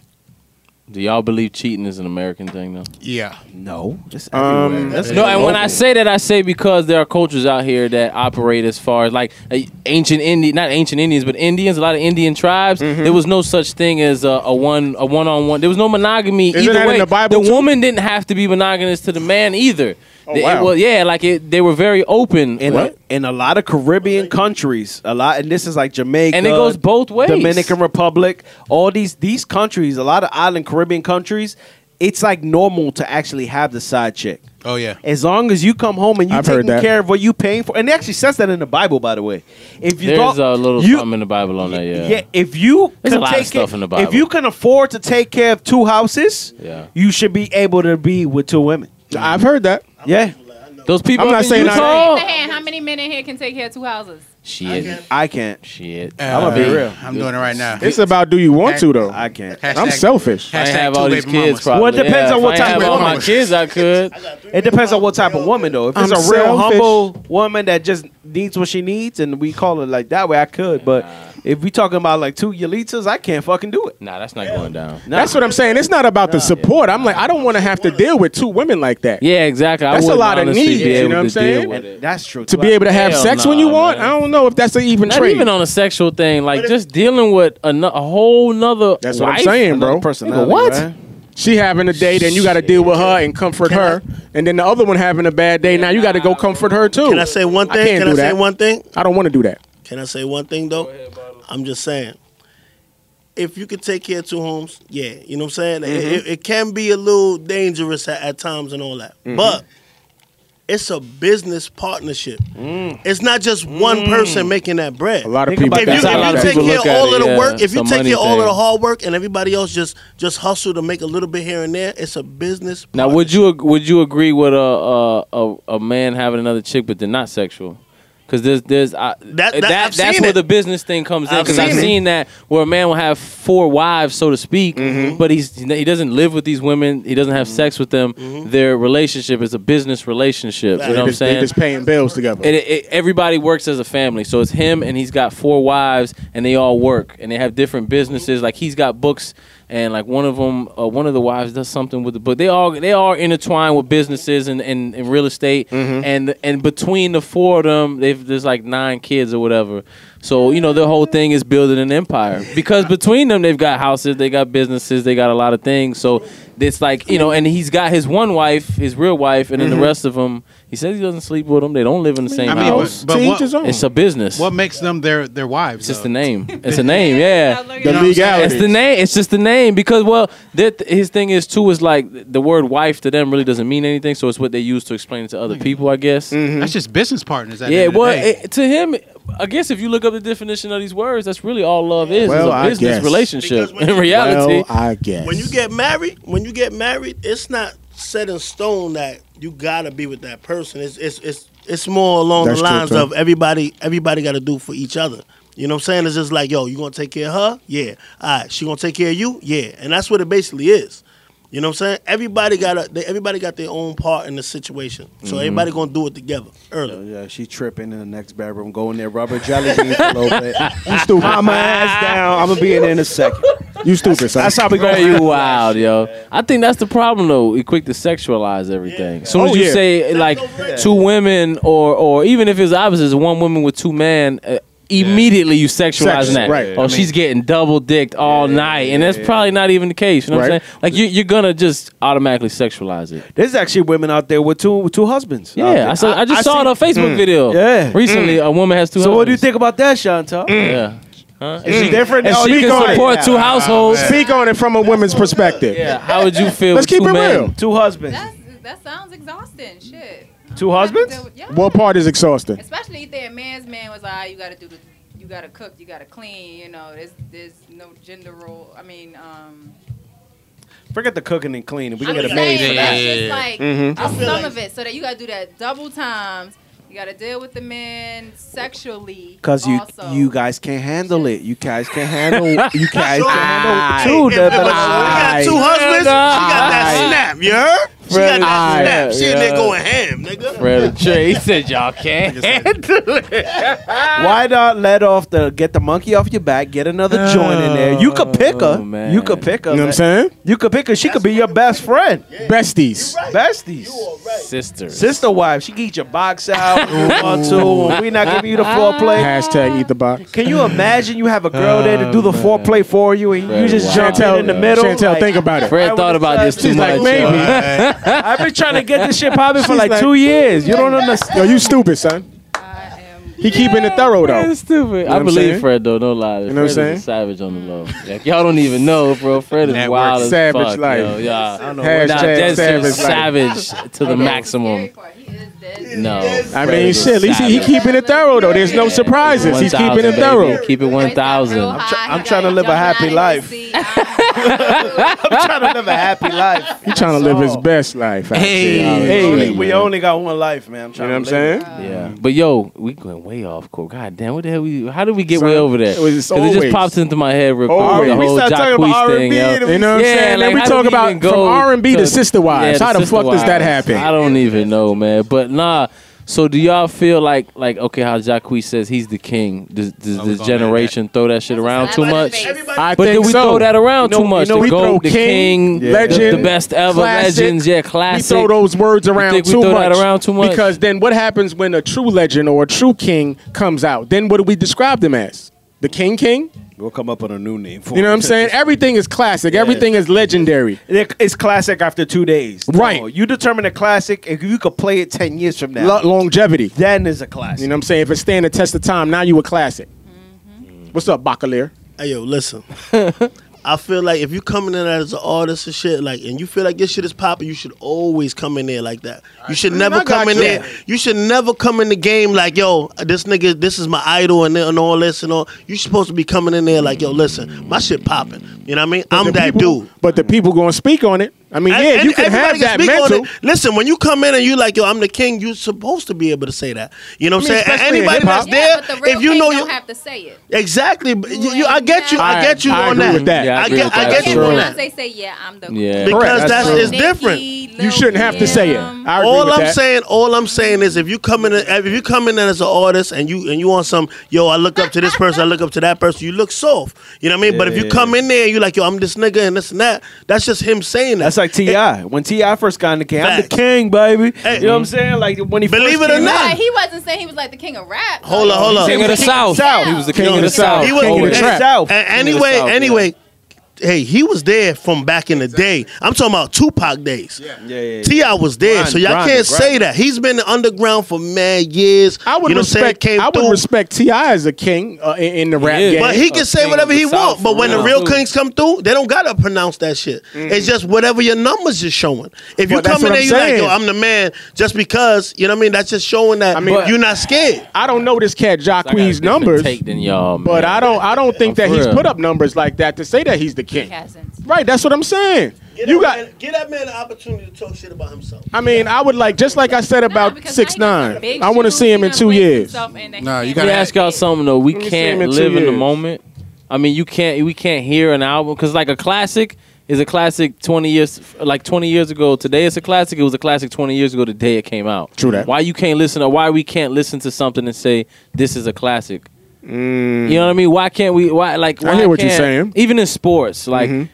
Speaker 5: do y'all believe cheating is an American thing though?
Speaker 6: Yeah.
Speaker 3: No, it's
Speaker 4: Um,
Speaker 3: everywhere. That's
Speaker 5: No, and when I say that, I say because there are cultures out here that operate as far as like uh, ancient Indian, not ancient Indians, but Indians. A lot of Indian tribes.
Speaker 4: Mm-hmm.
Speaker 5: There was no such thing as a, a one a one on one. There was no monogamy
Speaker 4: Isn't
Speaker 5: either
Speaker 4: that in
Speaker 5: way.
Speaker 4: the Bible, too?
Speaker 5: woman didn't have to be monogamous to the man either. Oh,
Speaker 4: wow.
Speaker 5: yeah, like it, they were very open.
Speaker 3: in a, in a lot of Caribbean countries, a lot, and this is like Jamaica,
Speaker 5: And it goes both ways.
Speaker 3: Dominican Republic, all these these countries, a lot of island Caribbean countries, it's like normal to actually have the side chick.
Speaker 6: Oh yeah.
Speaker 3: As long as you come home and you
Speaker 4: I've heard
Speaker 3: taking
Speaker 4: that.
Speaker 3: care of what you paying for, and it actually says that in the Bible, by the way. If you
Speaker 5: There's
Speaker 3: don't-
Speaker 5: a little
Speaker 3: you-
Speaker 5: something in the Bible on that. Yeah.
Speaker 3: yeah, if you
Speaker 5: There's a
Speaker 3: can
Speaker 5: lot of
Speaker 3: take
Speaker 5: stuff
Speaker 3: care-
Speaker 5: in the Bible.
Speaker 3: If you can afford to take care of two houses,
Speaker 5: Yeah.
Speaker 3: you should be able to be with two women.
Speaker 4: I've heard that.
Speaker 3: Yeah,
Speaker 5: Those people.
Speaker 4: I'm
Speaker 5: up
Speaker 4: not
Speaker 5: in
Speaker 4: saying I-
Speaker 5: Utah?
Speaker 7: Raise your hand. How many men in here can take care of two houses?
Speaker 5: Shit.
Speaker 3: I can't.
Speaker 5: Shit.
Speaker 6: I'm
Speaker 3: gonna be real.
Speaker 6: I'm doing it right now.
Speaker 4: It's about do you want to, though.
Speaker 3: I can't.
Speaker 4: I'm selfish.
Speaker 5: I ain't
Speaker 6: Hashtag
Speaker 5: have
Speaker 6: two
Speaker 5: all
Speaker 6: baby
Speaker 5: these kids.
Speaker 6: mamas.
Speaker 5: Probably.
Speaker 3: Well, it depends
Speaker 5: Yeah,
Speaker 3: on
Speaker 5: if
Speaker 3: what
Speaker 5: I
Speaker 3: type
Speaker 5: have
Speaker 3: of
Speaker 5: all my
Speaker 6: woman.
Speaker 5: kids. I could.
Speaker 3: It depends on what type of woman though. If it's
Speaker 4: I'm
Speaker 3: a real
Speaker 4: selfish.
Speaker 3: humble woman that just needs what she needs and we call it like that way, I could. But if we talking about like two Yolitas, I can't fucking do it.
Speaker 5: Nah, that's not going down.
Speaker 4: That's what I'm saying. It's not about the support. I'm like, I don't want to have to deal with two women like that.
Speaker 5: Yeah, exactly. I
Speaker 4: That's a
Speaker 5: wouldn't
Speaker 4: lot of
Speaker 5: honestly
Speaker 4: needs,
Speaker 5: be
Speaker 4: you
Speaker 5: able
Speaker 4: know what I'm
Speaker 5: to deal
Speaker 4: saying?
Speaker 5: with
Speaker 3: And
Speaker 5: it.
Speaker 3: that's true.
Speaker 4: To
Speaker 3: too.
Speaker 4: be able to have
Speaker 5: Hell
Speaker 4: sex
Speaker 5: nah,
Speaker 4: when you want,
Speaker 5: man.
Speaker 4: I don't know if that's an even
Speaker 5: Not
Speaker 4: trade.
Speaker 5: even on a sexual thing, like just dealing with a, no- a whole nother.
Speaker 4: that's what I'm
Speaker 5: wife?
Speaker 4: saying, bro.
Speaker 3: personality,
Speaker 5: What?
Speaker 3: right?
Speaker 4: She having a date, and you got to deal with her and comfort her, and then the other one having a bad day. Now you got to go comfort her too.
Speaker 10: Can I say one
Speaker 4: I
Speaker 10: thing?
Speaker 4: can't
Speaker 10: Can
Speaker 4: do
Speaker 10: I say
Speaker 4: that.
Speaker 10: one thing?
Speaker 4: I don't want to do that.
Speaker 10: Can I say one thing though? I'm just saying, if you could take care of two homes, yeah, you know what I'm saying. It-
Speaker 5: Mm-hmm.
Speaker 10: It, it can be a little dangerous at, at times and all that,
Speaker 5: Mm-hmm.
Speaker 10: but it's a business partnership.
Speaker 5: Mm.
Speaker 10: It's not just one person making that bread.
Speaker 4: A lot of
Speaker 3: Think
Speaker 4: people.
Speaker 3: about
Speaker 10: If you,
Speaker 3: That's how a lot
Speaker 10: if
Speaker 3: of
Speaker 10: you take care
Speaker 5: people look
Speaker 10: of
Speaker 5: at
Speaker 10: all
Speaker 5: it,
Speaker 10: of the
Speaker 5: yeah.
Speaker 10: work, if
Speaker 5: It's a
Speaker 10: you take
Speaker 5: money
Speaker 10: care of all of the
Speaker 5: thing.
Speaker 10: hard work, and everybody else just just hustle to make a little bit here and there, it's a business.
Speaker 5: Now, would you ag- would you agree with a a, a a man having another chick, but they're not sexual? Because there's there's I,
Speaker 10: That- that- I've
Speaker 5: that's
Speaker 10: seen
Speaker 5: where
Speaker 10: it.
Speaker 5: the business thing comes in.
Speaker 10: I've
Speaker 5: Because I've
Speaker 10: seen it.
Speaker 5: seen that where a man will have four wives, so to speak,
Speaker 10: Mm-hmm.
Speaker 5: but he's he doesn't live with these women. He doesn't have sex with them.
Speaker 10: Mm-hmm.
Speaker 5: Their relationship is a business relationship. You know what I'm
Speaker 4: just, they
Speaker 5: saying?
Speaker 4: just paying bills together.
Speaker 5: And it, it, everybody works as a family. So it's him and he's got four wives, and they all work, and they have different businesses. Like he's got books, and like one of them, uh, one of the wives does something with the book. They all they all intertwined with businesses and, and, and real estate, and and between the four of them, they've there's like nine kids or whatever. So you know their whole thing is building an empire because between them they've got houses, they got businesses, they got a lot of things. So it's like you know, and he's got his one wife, his real wife, and then
Speaker 4: Mm-hmm.
Speaker 5: the rest of them. He says he doesn't sleep with them. They don't live in the same
Speaker 6: I mean,
Speaker 5: house.
Speaker 6: but
Speaker 4: to each
Speaker 6: what-
Speaker 4: his own.
Speaker 5: It's a business.
Speaker 6: What makes them their their wives?
Speaker 5: it's just
Speaker 6: though?
Speaker 5: the name. It's a name. Yeah.
Speaker 7: Look
Speaker 4: the
Speaker 7: at
Speaker 6: what
Speaker 7: that.
Speaker 6: I'm
Speaker 4: legalities.
Speaker 5: It's the name. It's just the name because well, that his thing is too is like the word wife to them really doesn't mean anything. So it's what they use to explain it to other people, I guess.
Speaker 6: Mm-hmm.
Speaker 4: Mm-hmm.
Speaker 6: That's just business partners. At the
Speaker 5: Yeah,
Speaker 6: end of the
Speaker 5: well,
Speaker 6: day.
Speaker 5: it, to him, I guess if you look up the definition of these words, that's really all love is.
Speaker 4: Well,
Speaker 5: is a
Speaker 4: I
Speaker 5: business
Speaker 4: guess.
Speaker 5: relationship.
Speaker 10: Because when
Speaker 5: In
Speaker 10: you-
Speaker 5: reality,
Speaker 4: well, I guess.
Speaker 10: When you get married, when you get married, it's not set in stone that you gotta be with that person. It's it's it's it's more along
Speaker 4: That's
Speaker 10: the
Speaker 4: true,
Speaker 10: lines
Speaker 4: too.
Speaker 10: of everybody everybody gotta do for each other. You know what I'm saying? It's just like, yo, you gonna take care of her? Yeah. All right, she gonna take care of you? Yeah. And that's what it basically is. You know what I'm saying? Everybody got a, they, everybody got their own part in the situation. So
Speaker 4: Mm-hmm.
Speaker 10: everybody gonna do it together early.
Speaker 3: Oh, Yeah, she tripping in the next bedroom, going there, rubber jelly beans for a little bit.
Speaker 4: you stupid.
Speaker 3: Calm my ass down. I'm gonna be in there in a second.
Speaker 4: You stupid. Son.
Speaker 3: That's how we
Speaker 5: bro,
Speaker 3: going.
Speaker 5: you wild, yo. I think that's the problem though. We quick to sexualize everything. As soon as
Speaker 4: Oh,
Speaker 5: you
Speaker 4: yeah.
Speaker 5: say like
Speaker 10: overrated.
Speaker 5: two women or or even if it's opposite, it's one woman with two men. Uh, Immediately you sexualizing
Speaker 4: Sex,
Speaker 5: that.
Speaker 4: right.
Speaker 5: Oh, she's getting double dicked all night, and that's probably not even the case. You know what I'm
Speaker 4: Right.
Speaker 5: saying? Like you, you're gonna just automatically sexualize it.
Speaker 3: There's actually women out there with two with two husbands. out there.
Speaker 5: Yeah, I, saw, I just saw
Speaker 3: see-
Speaker 5: it on Facebook video.
Speaker 3: Mm. Yeah. Mm.
Speaker 5: recently a woman has two.
Speaker 3: So what do you
Speaker 5: husbands.
Speaker 3: think about that, Chantal?
Speaker 5: Yeah.
Speaker 4: Mm.
Speaker 7: Mm.
Speaker 5: Mm.
Speaker 4: Is she different?
Speaker 5: And
Speaker 4: Oh,
Speaker 5: she
Speaker 4: speak on
Speaker 5: can
Speaker 4: it.
Speaker 5: support two households.
Speaker 7: Oh,
Speaker 4: Speak on it from a woman's perspective.
Speaker 5: Yeah, how would you feel?
Speaker 4: Let's
Speaker 5: with
Speaker 4: keep
Speaker 5: two
Speaker 4: it
Speaker 5: men?
Speaker 4: real.
Speaker 3: Two husbands.
Speaker 7: That's, that sounds exhausting. Shit.
Speaker 3: Two husbands?
Speaker 7: Yeah.
Speaker 4: What part is exhausting?
Speaker 7: Especially if their man's man was like, "Ah, you got to do the, you got to cook, you got to clean. You know, there's there's no gender role. I mean, um,
Speaker 3: Forget the cooking and cleaning. We
Speaker 7: I'm
Speaker 3: can get a
Speaker 7: just
Speaker 3: maid
Speaker 7: saying,
Speaker 3: for
Speaker 7: that's
Speaker 3: that. Mm-hmm.
Speaker 7: just like
Speaker 10: I
Speaker 7: just
Speaker 10: feel
Speaker 7: some
Speaker 10: like-
Speaker 7: of it, so that you got to do that double times. You got to deal with the men sexually.
Speaker 3: Cause you
Speaker 7: also.
Speaker 3: you guys can't handle it. You guys can't handle. You guys
Speaker 10: So-
Speaker 3: can't
Speaker 10: If
Speaker 3: handle
Speaker 10: it
Speaker 3: two.
Speaker 10: was-
Speaker 3: double
Speaker 10: we got two
Speaker 3: eyes.
Speaker 10: husbands. She got that snap, you heard? She got that
Speaker 5: Aye.
Speaker 10: snap. She in
Speaker 5: Yeah.
Speaker 10: there going ham, nigga.
Speaker 5: Brother Trey, he said y'all can't handle it.
Speaker 3: Why not let off the get the monkey off your back? Get another joint in there. You could pick her.
Speaker 5: Oh, man.
Speaker 3: You could pick her.
Speaker 4: You know what I'm saying?
Speaker 3: You could pick her. She could be your best friend.
Speaker 4: Besties.
Speaker 3: Besties.
Speaker 5: Sister.
Speaker 3: Sister wife. She can eat your box out. one, two. and We not giving you the foreplay.
Speaker 4: Hashtag eat the box.
Speaker 3: Can you imagine you have a girl there to
Speaker 5: Oh,
Speaker 3: do
Speaker 4: Oh,
Speaker 3: the foreplay for you and you
Speaker 5: Right,
Speaker 3: just
Speaker 5: wow.
Speaker 3: jump in,
Speaker 4: Chantel,
Speaker 3: in the middle?
Speaker 4: Chantel,
Speaker 3: Like,
Speaker 4: think about it.
Speaker 5: Fred thought about this too
Speaker 4: She's
Speaker 5: much.
Speaker 4: like, maybe.
Speaker 5: yo.
Speaker 3: I've been trying to get this shit popping for
Speaker 4: She's
Speaker 3: like,
Speaker 4: like-
Speaker 3: two years. You don't
Speaker 4: Yo,
Speaker 3: understand.
Speaker 4: you stupid, son.
Speaker 7: I am
Speaker 4: He keeping it thorough though.
Speaker 5: That's stupid.
Speaker 4: what
Speaker 5: I
Speaker 4: I'm saying?
Speaker 5: believe Fred though. No lie, you
Speaker 4: know what
Speaker 5: Fred
Speaker 4: I'm saying?
Speaker 5: is a savage on the low. Like, y'all don't even know, bro. Fred is
Speaker 6: Network
Speaker 5: wild as
Speaker 4: savage
Speaker 5: fuck.
Speaker 4: life.
Speaker 5: Yo. Yeah, I don't know.
Speaker 4: Hashtag
Speaker 5: Nah, that's
Speaker 4: savage
Speaker 5: just savage to the
Speaker 7: scary
Speaker 5: maximum.
Speaker 7: part. He is dead.
Speaker 5: No,
Speaker 4: I
Speaker 5: Fred
Speaker 4: mean,
Speaker 5: is
Speaker 4: shit. At least he, he
Speaker 5: savage.
Speaker 4: keeping it thorough though. There's no surprises. He's
Speaker 5: 1,000,
Speaker 4: keeping it
Speaker 5: baby.
Speaker 4: thorough.
Speaker 5: Keep it one thousand.
Speaker 7: I'm
Speaker 3: trying to live a happy life. I'm trying to live a happy life.
Speaker 4: He trying to live his best life. out
Speaker 6: Hey.
Speaker 4: there.
Speaker 3: We only-
Speaker 4: hey. You
Speaker 3: we only got one life, man. I'm
Speaker 4: know
Speaker 3: trying
Speaker 4: what I'm
Speaker 3: to live it.
Speaker 4: saying?
Speaker 5: Yeah, Mm-hmm. but yo, we going way off course. God damn, what the hell? We how did we get
Speaker 4: Son,
Speaker 5: way over there?
Speaker 4: it was- it's
Speaker 5: it just
Speaker 4: always-
Speaker 5: popped into my head real quick.
Speaker 4: Oh,
Speaker 5: the
Speaker 4: we
Speaker 5: whole
Speaker 4: start talking
Speaker 5: Jacquees
Speaker 4: about
Speaker 5: thing,
Speaker 4: R&B,
Speaker 5: yo.
Speaker 4: You know what I'm
Speaker 5: Yeah,
Speaker 4: saying?
Speaker 5: like,
Speaker 4: then we
Speaker 5: how
Speaker 4: talk
Speaker 5: do we even
Speaker 4: about
Speaker 5: go
Speaker 4: from R&B to,
Speaker 5: to-
Speaker 4: Sister Wives.
Speaker 5: Yeah,
Speaker 4: How the
Speaker 5: sister
Speaker 4: fuck does that
Speaker 5: wives. I
Speaker 4: happen?
Speaker 5: don't even know, man. But nah. So do y'all feel like like okay how Jacquees says he's the king? Does, does
Speaker 6: I was
Speaker 5: this
Speaker 6: gonna add
Speaker 5: generation throw that shit around too
Speaker 7: Everybody-
Speaker 5: much?
Speaker 7: everybody-
Speaker 4: I
Speaker 5: But
Speaker 4: think
Speaker 5: then we
Speaker 4: so.
Speaker 5: throw that around
Speaker 4: You know-
Speaker 5: too much.
Speaker 4: you know,
Speaker 5: the
Speaker 4: we throw
Speaker 5: GOAT, the king,
Speaker 4: king,
Speaker 5: the-
Speaker 4: legend,
Speaker 5: the best ever,
Speaker 4: classic.
Speaker 5: legends, yeah,
Speaker 4: We
Speaker 5: classic.
Speaker 4: throw those words around
Speaker 5: think we
Speaker 4: too
Speaker 5: throw
Speaker 4: much.
Speaker 5: that around too much?
Speaker 4: Because then what happens when a true legend or a true king comes out? Then what do we describe them as? The king king?
Speaker 3: We'll come up with a new name. For
Speaker 4: You know what I'm
Speaker 3: it.
Speaker 4: saying? Everything is classic. Everything is legendary.
Speaker 3: It- It's classic after two days.
Speaker 4: Right.
Speaker 3: No, you determine a classic if you could play it ten years from now.
Speaker 4: Lo- longevity.
Speaker 3: then is a classic.
Speaker 4: You know what I'm saying? If it's stand the test of time, now you a classic.
Speaker 3: Mm-hmm.
Speaker 4: What's up, Bacalier?
Speaker 10: Hey yo, listen. I feel like if you coming in as an artist and shit, like, and you feel like your shit is popping, you should always come in there like that. You should
Speaker 4: I
Speaker 10: never
Speaker 4: got
Speaker 10: come in
Speaker 4: you.
Speaker 10: there. You should never come in the game like, yo, this nigga, this is my idol and, and all this and all. You supposed to be coming in there like, yo, listen, my shit popping. You know what I mean? I'm
Speaker 4: The
Speaker 10: that
Speaker 4: people-
Speaker 10: dude.
Speaker 4: But the people going to speak on it. I mean, yeah,
Speaker 10: And-
Speaker 4: you
Speaker 10: and
Speaker 4: can
Speaker 10: everybody
Speaker 4: have that
Speaker 10: speak on
Speaker 4: mental.
Speaker 10: it. Listen, when you come in and you like, yo, I'm the king, you're supposed to be able to say that. You know what
Speaker 4: I
Speaker 10: I'm saying?
Speaker 4: mean,
Speaker 10: And
Speaker 4: especially in
Speaker 10: anybody
Speaker 4: hip-hop.
Speaker 10: that's
Speaker 7: Yeah,
Speaker 10: there,
Speaker 7: but the real
Speaker 10: if you know
Speaker 7: you
Speaker 10: you
Speaker 7: don't have to say it.
Speaker 10: exactly, but you, you- I get you, I
Speaker 4: I-
Speaker 10: get you
Speaker 4: I
Speaker 10: on
Speaker 4: agree
Speaker 10: that.
Speaker 4: with that.
Speaker 5: Yeah, I
Speaker 10: I
Speaker 5: agree
Speaker 10: get,
Speaker 5: with
Speaker 10: I
Speaker 5: that.
Speaker 10: get you
Speaker 4: True.
Speaker 10: on
Speaker 7: Once
Speaker 10: that
Speaker 7: they say, yeah, I'm the
Speaker 5: Yeah.
Speaker 10: because
Speaker 4: Correct, that's
Speaker 10: that's
Speaker 4: true.
Speaker 10: it's different.
Speaker 7: Nicki, Lil
Speaker 4: You shouldn't have to say it.
Speaker 7: Kim.
Speaker 4: I agree
Speaker 10: all
Speaker 4: with
Speaker 10: I'm
Speaker 4: that.
Speaker 10: saying, all I'm saying is, if you come in, if you come in as an artist and you and you want some, yo, I look up to this person, I look up to that person, you look soft, you know what I mean? but if you
Speaker 5: Yeah.
Speaker 10: come in there and you like, yo, I'm this nigga and this and that, that's just him saying that.
Speaker 8: That's like Ti. When Ti first got in the game, I'm the
Speaker 10: Facts.
Speaker 8: king, baby.
Speaker 10: Hey.
Speaker 8: you know what I'm saying? Like when he
Speaker 10: Believe
Speaker 8: first
Speaker 10: it or
Speaker 8: came
Speaker 10: not,
Speaker 8: out,
Speaker 7: Right, he wasn't saying he was like the king of rap.
Speaker 10: Hold
Speaker 7: Like,
Speaker 10: on, hold on.
Speaker 5: King of the South.
Speaker 7: South.
Speaker 5: He was the
Speaker 7: King
Speaker 5: king, of
Speaker 4: of the
Speaker 5: the South.
Speaker 10: He was
Speaker 4: King of
Speaker 5: Always.
Speaker 4: the trap.
Speaker 10: A- anyway,
Speaker 5: South, yeah.
Speaker 10: anyway, hey, he was there from back in the day. I'm talking about Tupac days. Yeah.
Speaker 8: Yeah, yeah, yeah.
Speaker 10: Ti was there,
Speaker 8: Grind-
Speaker 10: so y'all
Speaker 8: grind it,
Speaker 10: can't say that. He's been underground for mad years.
Speaker 4: I would
Speaker 10: you know what I'm saying?
Speaker 4: respect.
Speaker 10: Came
Speaker 4: I would
Speaker 10: through.
Speaker 4: respect Ti as a king uh, in, in the rap
Speaker 5: is.
Speaker 4: game.
Speaker 10: But he can
Speaker 5: a
Speaker 10: say
Speaker 5: king
Speaker 10: whatever
Speaker 5: of
Speaker 10: he
Speaker 5: the
Speaker 10: wants.
Speaker 5: South,
Speaker 10: But when the
Speaker 5: yeah.
Speaker 10: real Mm-hmm. kings come through, they don't gotta pronounce that shit. It's just whatever your numbers is showing. If you
Speaker 4: But that's
Speaker 10: come in
Speaker 4: what
Speaker 10: there,
Speaker 4: I'm
Speaker 10: you like,
Speaker 4: saying.
Speaker 10: yo, I'm the man, just because you know what I mean. That's just showing that
Speaker 4: mean-
Speaker 10: you're not scared.
Speaker 4: I don't know this cat
Speaker 5: I got a
Speaker 4: Jacquee's
Speaker 5: different
Speaker 4: numbers,
Speaker 5: take than y'all,
Speaker 4: but I don't. I don't think that
Speaker 5: for
Speaker 4: he's
Speaker 5: real.
Speaker 4: put up numbers like that to say that he's the king.
Speaker 7: Cousins.
Speaker 4: Right. That's what I'm saying. you got.
Speaker 10: give that man the opportunity to talk shit about himself.
Speaker 4: I mean, I would like just like I said about
Speaker 7: because now
Speaker 4: six
Speaker 7: he got some
Speaker 4: nine.
Speaker 7: big
Speaker 4: I want to
Speaker 7: shoes.
Speaker 4: see him
Speaker 7: He
Speaker 4: in
Speaker 7: done
Speaker 4: two
Speaker 7: placed
Speaker 4: years.
Speaker 7: himself in that
Speaker 6: Nah,
Speaker 7: he
Speaker 5: Let
Speaker 6: you
Speaker 7: can't
Speaker 5: me
Speaker 6: gotta
Speaker 5: ask
Speaker 7: get.
Speaker 5: y'all something though. We
Speaker 4: Let me see
Speaker 5: can't
Speaker 4: him in two
Speaker 5: live in the
Speaker 4: years.
Speaker 5: moment. I mean, you can't. We can't hear an album because like a classic is a classic twenty years, like twenty years ago. Today it's a classic. It was a classic twenty years ago. The day it came out.
Speaker 4: True that.
Speaker 5: Why you can't listen or why we can't listen to something and say this is a classic.
Speaker 4: Mm.
Speaker 5: You know what I mean? Why can't we? Why like? Why
Speaker 4: I hear what you're
Speaker 5: can't-
Speaker 4: saying. Mm-hmm.
Speaker 5: Even in sports, like.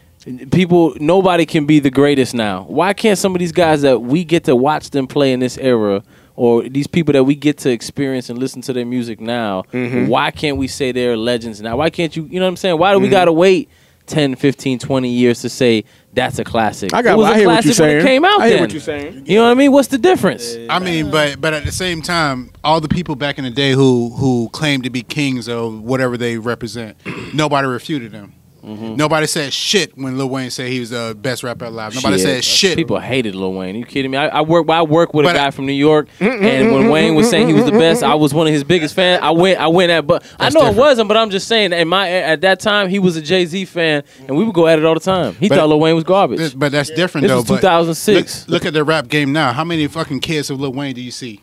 Speaker 5: People, nobody can be the greatest now. Why can't some of these guys that we get to watch them play in this era, or these people that we get to experience and listen to their music now,
Speaker 4: Mm-hmm.
Speaker 5: why can't we say they're legends now? Why can't you, you know what I'm saying? Why do
Speaker 4: Mm-hmm.
Speaker 5: we got to wait 10, 15, 20 years to say that's a classic?
Speaker 4: I got.
Speaker 5: it was a
Speaker 4: I hear what
Speaker 5: classic
Speaker 4: you're saying.
Speaker 5: when it came out
Speaker 4: I hear
Speaker 5: then.
Speaker 4: what you're saying.
Speaker 5: You know what I mean? What's the difference?
Speaker 6: I mean, but but at the same time, all the people back in the day who who claimed to be kings of whatever they represent, nobody refuted them.
Speaker 5: Mm.
Speaker 6: Nobody said shit when Lil Wayne said he was the best rapper alive. Nobody
Speaker 5: Shit.
Speaker 6: said shit.
Speaker 5: People hated Lil Wayne. you kidding me? I, I work. I work with
Speaker 6: But Mm,
Speaker 5: a
Speaker 6: I-
Speaker 5: guy from New York, and when Wayne
Speaker 6: mm,
Speaker 5: was saying he was the best, I was one of his biggest fans. I went. I went at, but I know it wasn't. But I'm just saying, in my at that time, he was a Jay Z fan, and we would go at it all the time. He
Speaker 6: But-
Speaker 5: thought Lil Wayne was
Speaker 6: Th-
Speaker 5: garbage.
Speaker 6: But that's different
Speaker 5: This
Speaker 6: though.
Speaker 5: was
Speaker 6: but
Speaker 5: 2006.
Speaker 6: Look, look at the rap game now. How many fucking kids of Lil Wayne do you see?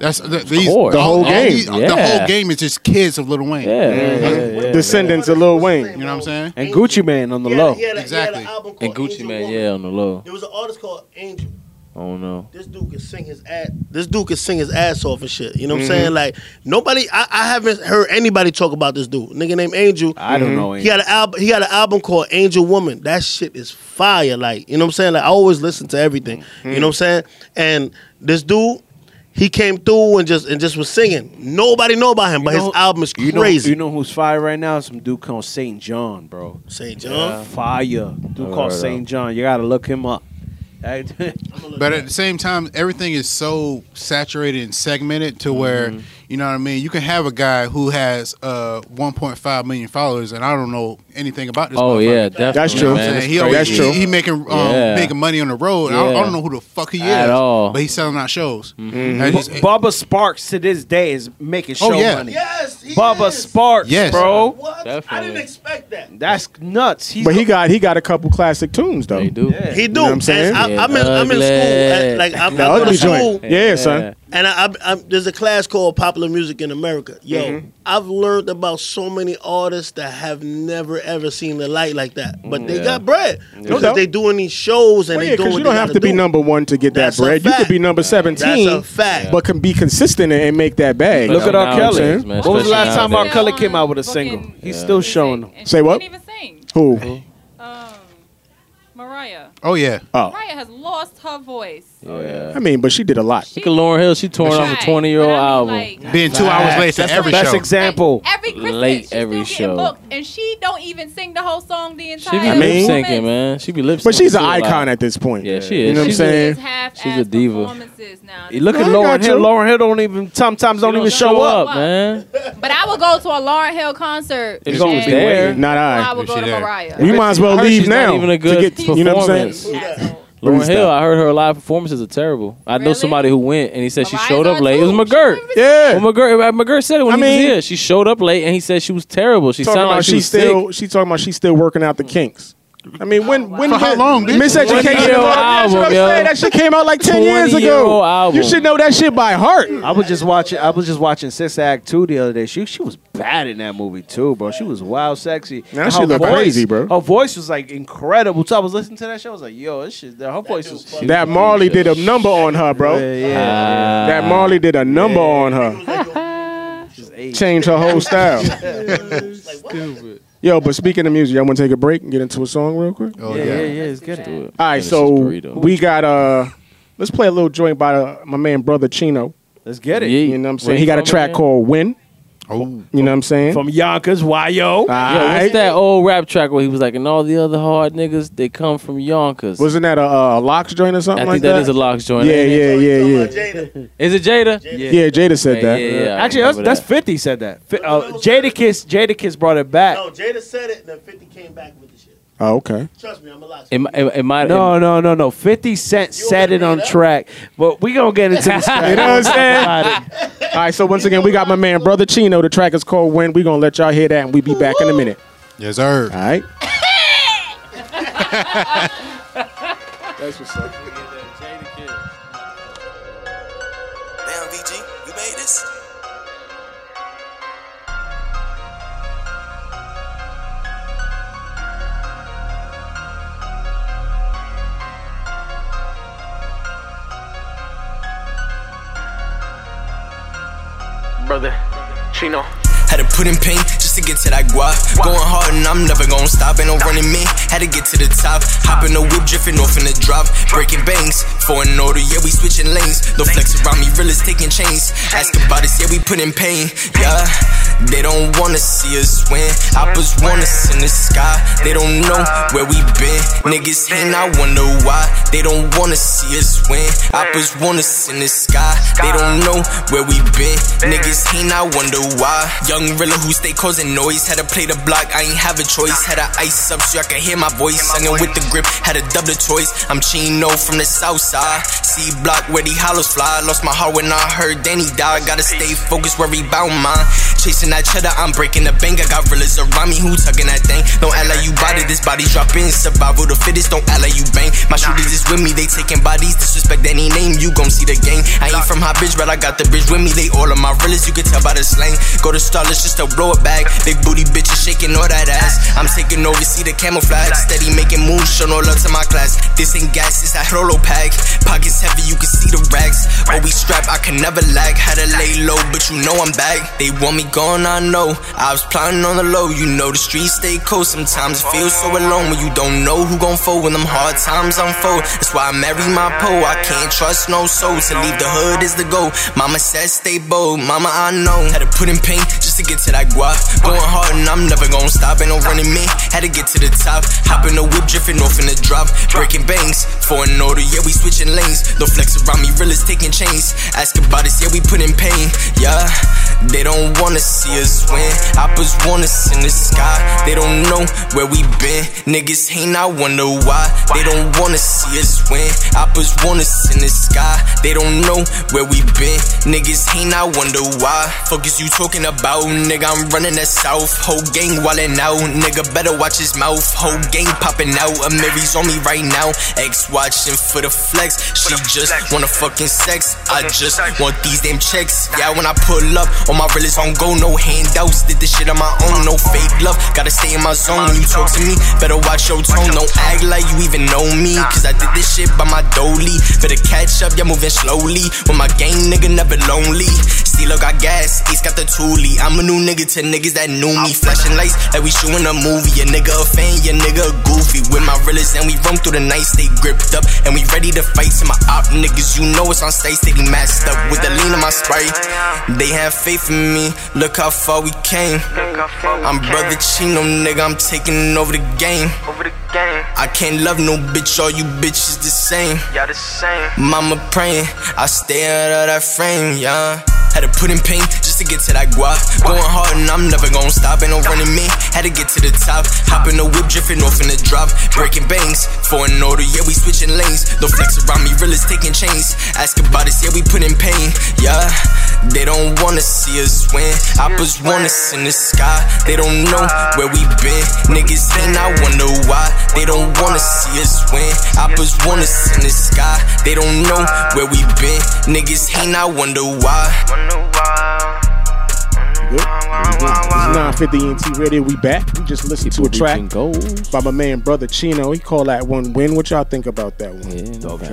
Speaker 6: That's the, these,
Speaker 5: course.
Speaker 6: the whole
Speaker 5: All
Speaker 6: game.
Speaker 5: these-
Speaker 6: The
Speaker 5: yeah.
Speaker 6: whole game is just kids of Lil Wayne.
Speaker 5: Yeah, yeah, yeah, yeah.
Speaker 4: Descendants of Lil
Speaker 6: You
Speaker 4: Wayne.
Speaker 6: know what I'm saying?
Speaker 8: and Gucci Man on the low.
Speaker 6: Exactly.
Speaker 5: And Gucci Man, yeah, on the low.
Speaker 10: There was an artist called Angel.
Speaker 5: I don't know.
Speaker 10: this dude could sing his ass. This dude could sing his ass off and shit. You know what I'm saying? Like nobody, I, I haven't heard anybody talk about this dude. Nigga named Angel.
Speaker 8: I don't know.
Speaker 10: He got an album. He got an album called Angel Woman. That shit is fire. Like you know what I'm saying. Like I always listen to everything. You know what I'm saying. And this dude, he came through and just and just was singing. Nobody know about him, but
Speaker 8: know-
Speaker 10: his album is
Speaker 8: You know,
Speaker 10: crazy.
Speaker 8: you know who's fire right now? Some dude called Saint John, bro.
Speaker 10: Saint John.
Speaker 8: Fire. Dude called
Speaker 5: heard of
Speaker 8: Saint John. You gotta look him up. Hey,
Speaker 6: But at the same time, everything is so saturated and segmented to where
Speaker 5: Mm-hmm.
Speaker 6: you know what I mean. You can have a guy who has uh 1.5 million followers, and I don't know anything about this.
Speaker 5: Oh
Speaker 6: motherfucker.
Speaker 5: yeah, definitely.
Speaker 4: true.
Speaker 5: Man.
Speaker 6: And
Speaker 5: It's
Speaker 6: he
Speaker 5: crazy.
Speaker 6: always,
Speaker 4: That's true.
Speaker 6: He, he making um,
Speaker 5: Yeah.
Speaker 6: making money on the road. I, don't, I don't know who the fuck he is
Speaker 5: At all. Mm-hmm.
Speaker 6: But he's selling out shows.
Speaker 10: Mm-hmm.
Speaker 6: That's just-
Speaker 8: Bubba Sparks to this day is making show
Speaker 6: Oh, yeah.
Speaker 8: money.
Speaker 10: Yes. He
Speaker 8: Bubba
Speaker 10: is.
Speaker 8: Sparks,
Speaker 6: Yes.
Speaker 8: bro.
Speaker 10: What? I
Speaker 5: Definitely.
Speaker 10: didn't expect that.
Speaker 8: That's nuts. He's
Speaker 4: But he got he got a couple classic tunes though.
Speaker 5: They do.
Speaker 8: Yeah.
Speaker 10: He do.
Speaker 4: know what I'm saying?
Speaker 10: And I, I'm, in, I'm in
Speaker 5: Ugly.
Speaker 10: school. and, like I'm,
Speaker 4: The
Speaker 10: I'm in
Speaker 4: ugly
Speaker 10: school.
Speaker 4: joint. Yeah, son.
Speaker 10: And I, I, I, there's a class called Popular Music in America. Yo,
Speaker 4: Mm-hmm.
Speaker 10: I've learned about so many artists that have never ever seen the light like that, but they
Speaker 5: Yeah.
Speaker 10: got bread because
Speaker 4: doubt.
Speaker 10: they doing these shows and
Speaker 4: Well,
Speaker 10: they doing.
Speaker 4: yeah, because
Speaker 10: what
Speaker 4: you don't
Speaker 10: they
Speaker 4: have to
Speaker 10: gotta
Speaker 4: be
Speaker 10: do.
Speaker 4: number one to get
Speaker 10: That's
Speaker 4: that
Speaker 10: a
Speaker 4: bread. You
Speaker 10: fact.
Speaker 4: could be number
Speaker 10: That's
Speaker 4: seventeen,
Speaker 10: a fact.
Speaker 4: but can be consistent and, and make that bag.
Speaker 8: Look at R.
Speaker 5: Nowadays,
Speaker 8: Kelly.
Speaker 5: man,
Speaker 8: When was the
Speaker 5: especially
Speaker 8: last time R.
Speaker 5: nowadays.
Speaker 8: Kelly
Speaker 7: Still
Speaker 8: came out with a
Speaker 7: on
Speaker 8: single?
Speaker 7: fucking
Speaker 8: He's still showing them.
Speaker 7: And
Speaker 4: Say
Speaker 7: she
Speaker 4: what?
Speaker 7: Can't even sing.
Speaker 4: who.
Speaker 7: Um, Mariah.
Speaker 6: oh yeah.
Speaker 4: Oh,
Speaker 7: Mariah has lost her voice.
Speaker 5: Oh, Yeah.
Speaker 4: I mean, but she did a lot.
Speaker 5: Look at Lauren Hill. She torn off
Speaker 7: Right,
Speaker 5: a 20 year
Speaker 7: but
Speaker 5: old
Speaker 7: I mean,
Speaker 5: album.
Speaker 7: like,
Speaker 6: Being two hours late to every
Speaker 8: Best
Speaker 6: show.
Speaker 8: example.
Speaker 7: Like, every Christmas,
Speaker 5: Late
Speaker 7: she's still
Speaker 5: every show.
Speaker 7: getting booked, and she don't even sing the whole song the
Speaker 5: She be
Speaker 7: entire.
Speaker 4: I mean-
Speaker 5: lip
Speaker 7: performance.
Speaker 5: syncing, man. She be lip syncing.
Speaker 4: But she's an
Speaker 5: too, like-
Speaker 4: icon at this point.
Speaker 5: Yeah, she
Speaker 4: You
Speaker 5: is.
Speaker 4: know what I'm
Speaker 5: She's a-
Speaker 4: saying?
Speaker 7: Half
Speaker 5: She's a diva.
Speaker 7: Performances now.
Speaker 8: You look at
Speaker 4: I
Speaker 8: Lauren
Speaker 4: got
Speaker 8: Hill.
Speaker 4: you.
Speaker 8: Lauren Hill don't even sometimes don't,
Speaker 5: She
Speaker 8: even show up.
Speaker 5: man.
Speaker 7: But I would go to a Lauren Hill concert.
Speaker 5: It's
Speaker 7: and
Speaker 5: gonna be there.
Speaker 4: Not
Speaker 7: I
Speaker 4: I.
Speaker 7: would
Speaker 6: If
Speaker 7: go
Speaker 6: she
Speaker 7: to
Speaker 6: there.
Speaker 7: Mariah.
Speaker 4: We might as well
Speaker 5: I heard
Speaker 4: leave
Speaker 5: she's not
Speaker 4: now
Speaker 5: even a
Speaker 4: to
Speaker 5: good
Speaker 4: get. You know what I'm saying?
Speaker 5: performance.
Speaker 7: Asshole.
Speaker 5: Lauren
Speaker 4: Please
Speaker 5: Hill, I
Speaker 4: stop.
Speaker 5: heard her live performances are terrible. I know
Speaker 7: Really?
Speaker 5: somebody who went and he said she
Speaker 7: Mariah's
Speaker 5: showed up
Speaker 7: on
Speaker 5: late. It was
Speaker 7: too. She
Speaker 5: McGirt.
Speaker 7: wasn't even-
Speaker 4: Yeah.
Speaker 5: Well, McGirt, uh, McGirt said it when
Speaker 4: I
Speaker 5: he
Speaker 4: mean-
Speaker 5: was here. She showed up late and he said she was terrible. She
Speaker 4: talking
Speaker 5: sounded like
Speaker 4: about
Speaker 5: she
Speaker 4: she's
Speaker 5: was
Speaker 4: still
Speaker 5: sick.
Speaker 4: she's talking about she's still working out the kinks. I mean, when when
Speaker 6: Oh, For how
Speaker 4: did-
Speaker 6: long, bitch?
Speaker 4: Miseducation?
Speaker 5: Twenty-year-old
Speaker 4: That's what
Speaker 5: album,
Speaker 4: I'm
Speaker 5: yo.
Speaker 4: saying. That shit came out like ten years ago.
Speaker 5: Twenty-year-old album.
Speaker 4: You should know that shit by heart.
Speaker 8: I was just watching. I was just watching Sis Act Two the other day. She she was bad in that movie too, bro. She was wild, sexy.
Speaker 4: Now that
Speaker 8: And
Speaker 4: shit
Speaker 8: her
Speaker 4: look
Speaker 8: voice-
Speaker 4: crazy, bro.
Speaker 8: Her voice was like incredible. So I was listening to that show. I was like, yo, this shit. Her voice was.
Speaker 4: That Marley did a number on her, bro. Uh,
Speaker 8: Yeah, yeah.
Speaker 5: Ah.
Speaker 4: That Marley did a number on her.
Speaker 8: She's eight.
Speaker 4: Changed her whole style. Yo, but speaking of music, y'all want to take a break and get into a song real quick?
Speaker 6: Oh,
Speaker 8: yeah,
Speaker 6: yeah.
Speaker 8: yeah, yeah. It's good.
Speaker 5: Do it.
Speaker 4: All right,
Speaker 5: Finish this
Speaker 4: so
Speaker 5: burrito.
Speaker 4: we got uh, let's play a little joint by uh, my man brother Chino.
Speaker 8: Let's get it.
Speaker 5: Yeah.
Speaker 4: You know what I'm
Speaker 5: Where
Speaker 4: saying? He got a
Speaker 5: from
Speaker 4: track
Speaker 5: again?
Speaker 4: called "Win."
Speaker 6: Oh,
Speaker 4: You know what I'm saying?
Speaker 8: From Yonkers, why yo?
Speaker 5: Yo, what's
Speaker 4: Alright.
Speaker 5: that old rap track where he was like, and all the other hard niggas, they come from Yonkers.
Speaker 4: Wasn't that a, uh locks joint or
Speaker 5: I
Speaker 4: something
Speaker 5: think
Speaker 4: like
Speaker 5: that is a locks joint.
Speaker 4: yeah,
Speaker 5: ain't it?
Speaker 4: yeah, yeah, yeah, yeah.
Speaker 10: Jada.
Speaker 5: Is it Jada? Yeah.
Speaker 4: Jada said that.
Speaker 5: Yeah, yeah, I
Speaker 8: Actually, that's,
Speaker 5: remember
Speaker 8: that's
Speaker 5: that.
Speaker 8: Fifty said that. Fi- Uh, Jadakiss, Jadakiss brought it back.
Speaker 10: No, Jada said it, and then 50 came back with the shit.
Speaker 4: Oh, okay.
Speaker 10: Trust me, I'm a lot.
Speaker 5: It, mi- it, it might.
Speaker 8: No, no, no, no. 50 Cent
Speaker 10: You want
Speaker 8: said
Speaker 10: me
Speaker 8: it
Speaker 10: to
Speaker 8: on
Speaker 10: read it?
Speaker 8: track. But we going to get into this.
Speaker 4: You know what I'm saying? All right, so once again, we got my man Brother Chino. The track is called "When." We gonna let y'all hear that, and we be back in a minute.
Speaker 6: yes, sir.
Speaker 4: All right.
Speaker 12: Damn, VG, you made this? Ah,
Speaker 1: Brother Chino.
Speaker 12: Had to put in pain just to get to that guap. Going hard and I'm never gonna stop. Ain't no running me. Had to get to the top. Hop in the whip, drifting off in the drop. Breaking bangs. Four in order, yeah, we switching lanes. No flex around me, real is taking chains. Ask about us, yeah, we put in pain. Yeah, they don't wanna see us win. Oppers want us in the sky. They don't know where we been. Niggas hating, I wonder why. They don't wanna see us win. Oppers want us in the sky. They don't know where we been. Niggas hating, I wonder why. Young Rilla who stay causing noise. Had to play the block, I ain't have a choice. Had to ice up so I could hear my voice. Singing with the grip, had to dub the choice. I'm Chino from the south side. C block where the hollows fly. Lost my heart when I heard Danny die. Gotta stay focused, worry about mine. Chasing that cheddar, I'm breaking the bank. I got realers around me who tugging that thing. Don't act like you body, this body's dropping. Survival the fittest, don't act like you bang. My shooters is with me, they taking bodies. Disrespect any name, you gon' see the gang. I ain't from hot bitch, but I got the bitch with me. They all of my realers, you can tell by the slang. Go to Starless just to roll it back. Big booty bitches shaking all that ass. I'm taking over, see the camouflage. Steady making moves, show no love to my class. This ain't gas, it's a holo pack. Pockets heavy, you can see the racks. Always strapped, I can never lag. Had to lay low, but you know I'm back. They want me gone, I know. I was plotting on the low, you know the streets stay cold. Sometimes it feels so alone when you don't know who gon' fold. When them hard times unfold, that's why I marry my pole. I can't trust no soul. To leave the hood is the goal. Mama said stay bold, mama I know. Had to put in pain just to get to that guap. Going hard and I'm never gon' stop. Ain't no running me. Had to get to the top. Hop in the whip, drifting off in the drop. Breaking bangs, for an order, yeah we switching lanes. No flex around me, real is taking chains. Ask about us, yeah we put in pain. Yeah, they don't wanna see us win. Oppers want us in the sky. They don't know where we been. Niggas hating, I wonder why. They don't wanna see us win. Oppers want us in the sky. They don't know where we been. Niggas hating, I wonder why. Fuck is you talking about? Nigga, I'm running the south. Whole gang wildin' out. Nigga better watch his mouth. Whole gang popping out. A Mary's on me right now. X watching for the flex. She just wanna fucking sex. I just want these damn checks. Yeah, when I pull up on my realest on go, no handouts. Did this shit on my own, no fake love. Gotta stay in my zone when you talk to me. Better watch your tone, don't act like you even know me. Cause I did this shit by my dolly. Better catch up, yeah, moving slowly. With my gang, nigga, never lonely. Still, look, I gas, Ace got the toolie. I'm a new nigga to niggas that knew me. Flashing lights like we shooting a movie. A nigga a fan, your nigga a goofy. With my realest and we roam through the night, stay gripped up. And we ready to fight to my op niggas. You know it's on stage, steady masked up. With the lean on my sprite, they have faith in me. Look how far we came. I'm brother Chino, nigga, I'm taking over the game.
Speaker 1: Over the game,
Speaker 12: I can't love no bitch, all you bitches the same.
Speaker 1: y'all the same.
Speaker 12: Mama praying, I stay out of that frame, yeah. Had to put in pain just just to get to that guap. Going hard and I'm never gonna stop. Ain't no running me. Had to get to the top. Hopping the whip, drifting off in the drop. Breaking bangs. Four and older, yeah, we switching lanes. No flex around me, real is taking chains. Ask about us, yeah, we put in pain. Yeah, they don't wanna see us win. Oppas want us in the sky. They don't know where we been. Niggas then I wonder why. They don't wanna see us win. Oppas want us in the sky. They don't know where we been. Niggas hate, I wonder why.
Speaker 4: Good. It's 950 NT Radio. We back. We just listened to a track
Speaker 5: goals.
Speaker 4: by my man, Brother Chino. He called that one Win. What y'all think about that one?
Speaker 5: Dope
Speaker 4: You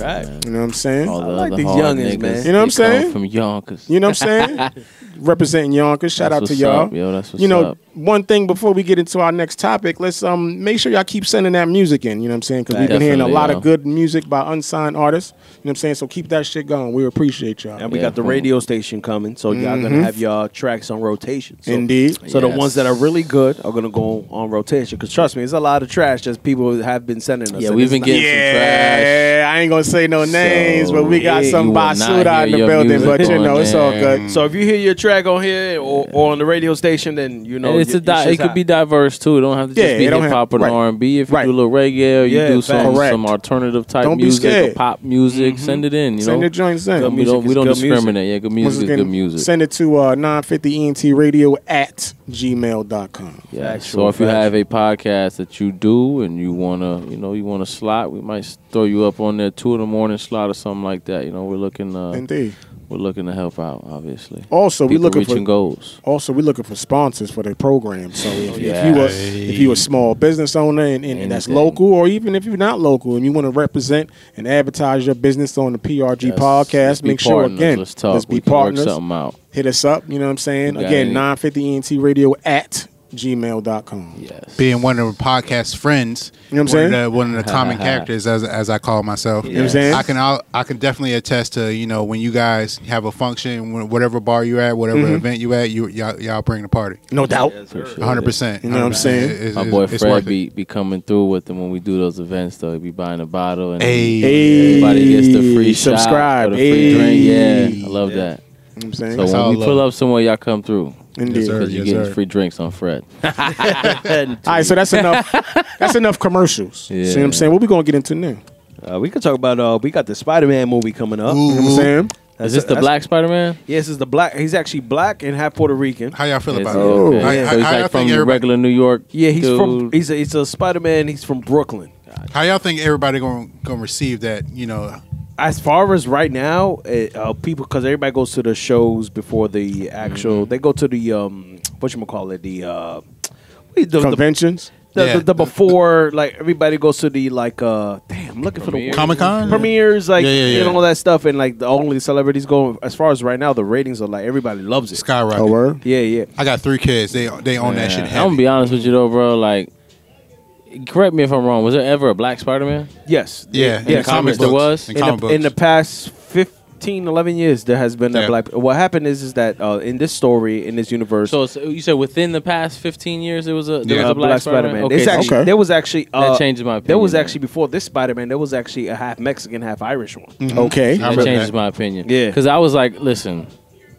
Speaker 4: know what I'm saying?
Speaker 5: All the
Speaker 3: like
Speaker 5: other
Speaker 3: these
Speaker 5: hard
Speaker 3: youngins,
Speaker 5: niggas,
Speaker 3: man.
Speaker 4: You know what I'm
Speaker 5: they come
Speaker 4: saying?
Speaker 5: From Yonkers.
Speaker 4: You know what I'm saying? Representing Yonkers. Shout
Speaker 5: That's
Speaker 4: out to
Speaker 5: what's
Speaker 4: y'all.
Speaker 5: up, yo. That's what's
Speaker 4: you know,
Speaker 5: up.
Speaker 4: one thing before we get into our next topic, let's um make sure y'all keep sending that music in. You know what I'm saying? Because we've been hearing a
Speaker 5: Definitely,
Speaker 4: lot
Speaker 5: yo.
Speaker 4: of good music by unsigned artists. You know what I'm saying? So keep that shit going. We appreciate y'all.
Speaker 3: And we
Speaker 5: Yeah,
Speaker 3: got the
Speaker 5: cool.
Speaker 3: radio station coming, so y'all gonna have y'all tracks on rotation. So,
Speaker 4: Mm-hmm. Indeed.
Speaker 3: So the
Speaker 5: Yes.
Speaker 3: ones that are really good are gonna go on rotation. Cause trust me, it's a lot of trash that people have been sending us.
Speaker 5: Yeah,
Speaker 3: and
Speaker 5: we've
Speaker 3: it's
Speaker 5: been
Speaker 3: not-
Speaker 5: getting
Speaker 4: Yeah, I ain't gonna say no names, but we got
Speaker 5: yeah,
Speaker 4: some
Speaker 5: you will not
Speaker 4: basura in
Speaker 5: hear
Speaker 4: the
Speaker 5: your
Speaker 4: building.
Speaker 5: music
Speaker 4: But you
Speaker 5: on
Speaker 4: know, it's all
Speaker 5: there.
Speaker 4: good. So
Speaker 3: So if you hear your track on here or, or on the radio station, then you know
Speaker 5: And it's
Speaker 3: your-
Speaker 5: a di-
Speaker 3: your
Speaker 5: it
Speaker 3: shit's
Speaker 5: could
Speaker 3: hot.
Speaker 5: be diverse too. It don't have to just
Speaker 4: Yeah,
Speaker 5: be
Speaker 4: it
Speaker 5: hip
Speaker 4: don't
Speaker 5: hop and
Speaker 4: have- right.
Speaker 5: R and B. If
Speaker 4: Right.
Speaker 5: you do a little reggae, or you
Speaker 3: Yeah,
Speaker 5: do some
Speaker 3: facts.
Speaker 5: some alternative type
Speaker 4: Don't be
Speaker 5: music, or
Speaker 4: scared.
Speaker 5: pop music. Send it in. You
Speaker 4: send
Speaker 5: know,
Speaker 4: the joints in.
Speaker 5: Good we don't
Speaker 3: music
Speaker 5: we
Speaker 3: is
Speaker 5: don't
Speaker 3: good music.
Speaker 5: discriminate. Yeah, good
Speaker 4: Once
Speaker 5: music is
Speaker 4: again,
Speaker 5: good music.
Speaker 4: Send it to uh, 950entradio at gmail.com.
Speaker 5: Yeah.
Speaker 3: Factual,
Speaker 5: So if you
Speaker 3: factual.
Speaker 5: have a podcast that you do and you wanna, you know, you want a slot, we might s- throw you up on there two in the morning slot or something like that. You know, we're looking, uh,
Speaker 4: Indeed.
Speaker 5: we're looking to help out, obviously.
Speaker 4: Also, we
Speaker 5: People
Speaker 4: looking
Speaker 5: reaching
Speaker 4: for
Speaker 5: goals.
Speaker 4: also we looking for sponsors for the program. So if, if you
Speaker 5: Yeah.
Speaker 4: a if you a small business owner and, and, and that's
Speaker 5: Anything.
Speaker 4: local, or even if you're not local and you want to represent and advertise your business on the PRG
Speaker 5: Yes. Let's
Speaker 4: podcast,
Speaker 5: be
Speaker 4: make sure
Speaker 5: partners.
Speaker 4: again
Speaker 5: let's talk.
Speaker 4: let's be
Speaker 5: we can
Speaker 4: partners.
Speaker 5: Work something out.
Speaker 4: hit us up. You know what I'm saying?
Speaker 5: You got
Speaker 4: Again,
Speaker 5: any-
Speaker 4: 950 radio at gmail.com.
Speaker 5: Yes.
Speaker 6: Being one of the podcast friends,
Speaker 4: You know what I'm
Speaker 6: one
Speaker 4: saying?
Speaker 6: Of the, one of the common characters, as, as I call myself.
Speaker 4: know what I'm saying?
Speaker 6: I can I'll, I can definitely attest to you know when you guys have a function, wh- whatever bar you're at, whatever event you at, you y'all, y'all bring the party.
Speaker 4: No doubt.
Speaker 5: Appreciate it.
Speaker 6: 100. percent
Speaker 4: You know what I'm saying?
Speaker 5: My boy Fred be, be coming through with them when we do those events though. He be buying a bottle and
Speaker 6: Hey.
Speaker 5: everybody gets the free shot
Speaker 4: subscribe.
Speaker 5: or the free drink. Yeah, I love that.
Speaker 4: You know what I'm saying?
Speaker 5: So
Speaker 6: That's all
Speaker 5: when we pull
Speaker 6: love.
Speaker 5: up somewhere, y'all come through
Speaker 4: Indeed.
Speaker 6: Yes, sir.
Speaker 5: because you
Speaker 6: Yes,
Speaker 5: getting
Speaker 6: sir.
Speaker 5: free drinks on Fred.
Speaker 4: All right, so that's enough. that's enough commercials. See what
Speaker 5: Yeah.
Speaker 4: I'm saying? What we gonna get into now? You
Speaker 3: Uh, we could talk about. Uh, we got the Spider Man movie coming up.
Speaker 4: know what I'm
Speaker 6: Mm-hmm.
Speaker 4: saying?
Speaker 3: That's-
Speaker 5: Is this the
Speaker 3: that's-
Speaker 5: Black Spider Man?
Speaker 3: Yes, is the black. He's actually black and half Puerto Rican.
Speaker 6: How y'all feel
Speaker 5: Yes,
Speaker 6: about
Speaker 5: yeah,
Speaker 6: it?
Speaker 5: okay. so
Speaker 6: How- how-
Speaker 5: he's
Speaker 6: how y'all
Speaker 5: like from
Speaker 6: think everybody-
Speaker 5: regular New York.
Speaker 3: Yeah, he's from.
Speaker 5: dude.
Speaker 3: He's a. It's a Spider Man. He's from Brooklyn.
Speaker 6: How y'all think everybody gonna gonna receive that? You know,
Speaker 3: As far as right now, eh, uh, people because everybody goes to the shows before the actual.
Speaker 4: Mm-hmm.
Speaker 3: They go to the um, what you call it the. Uh, the, the,
Speaker 4: Conventions.
Speaker 3: the,
Speaker 6: Yeah.
Speaker 3: the, the before like everybody goes to the like uh damn I'm looking for the
Speaker 5: Premiere.
Speaker 6: Comic Con
Speaker 3: premieres like
Speaker 6: Yeah, yeah, yeah.
Speaker 3: and all that stuff and like the only celebrities go as far as right now the ratings are like everybody loves it
Speaker 6: skyrocket.
Speaker 4: Oh word.
Speaker 3: yeah yeah
Speaker 6: I got three kids. They they own that
Speaker 5: Yeah,
Speaker 6: shit.
Speaker 5: I'm
Speaker 6: Heavy.
Speaker 5: gonna be honest with you though, bro. Like, correct me if I'm wrong. Was there ever a Black Spider Man?
Speaker 3: yes
Speaker 6: yeah,
Speaker 3: yeah.
Speaker 6: in the comic
Speaker 5: Comics there
Speaker 6: books.
Speaker 5: was.
Speaker 6: in
Speaker 3: in,
Speaker 6: comic
Speaker 3: the,
Speaker 6: books.
Speaker 3: in the past 15 11 years there has been
Speaker 6: Yeah.
Speaker 3: a black what happened is is that uh, in this story in this universe
Speaker 5: So it's, you said within the past 15 years there was a there
Speaker 6: Yeah.
Speaker 5: was
Speaker 3: uh,
Speaker 5: a Black, Spider Man.
Speaker 3: It's
Speaker 5: so
Speaker 3: actually,
Speaker 4: Okay.
Speaker 3: There was actually uh,
Speaker 5: changes my
Speaker 3: There was
Speaker 5: opinion,
Speaker 3: actually before this Spider Man. There was actually a half Mexican, half Irish one.
Speaker 4: Mm-hmm. Okay.
Speaker 6: Mm-hmm. I
Speaker 5: that
Speaker 6: remember
Speaker 5: changes
Speaker 6: that.
Speaker 5: my opinion.
Speaker 3: Yeah.
Speaker 5: because I was like, listen,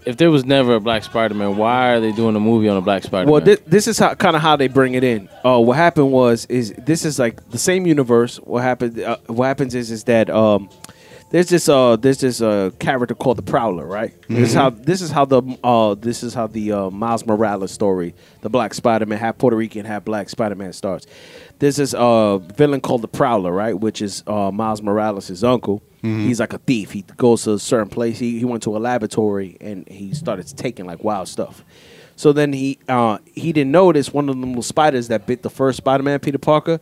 Speaker 5: if there was never a Black Spider Man, why are they doing a movie on a Black Spider Man?
Speaker 3: Well, thi- this is how kind of how they bring it in. Uh, what happened was is this is like the same universe. What happened? Uh, what happens is is that um, there's this uh there's this uh character called the Prowler, right? This is how this is how the uh this is how the uh, Miles Morales story, the Black Spider Man, half Puerto Rican, half Black Spider Man starts. There's this uh villain called the Prowler, right? Which is uh, Miles Morales' uncle. He's like a thief. He goes to a certain place. He, he went to a laboratory and he started taking like wild stuff. So then he uh, he didn't notice one of them little spiders that bit the first Spider-Man, Peter Parker,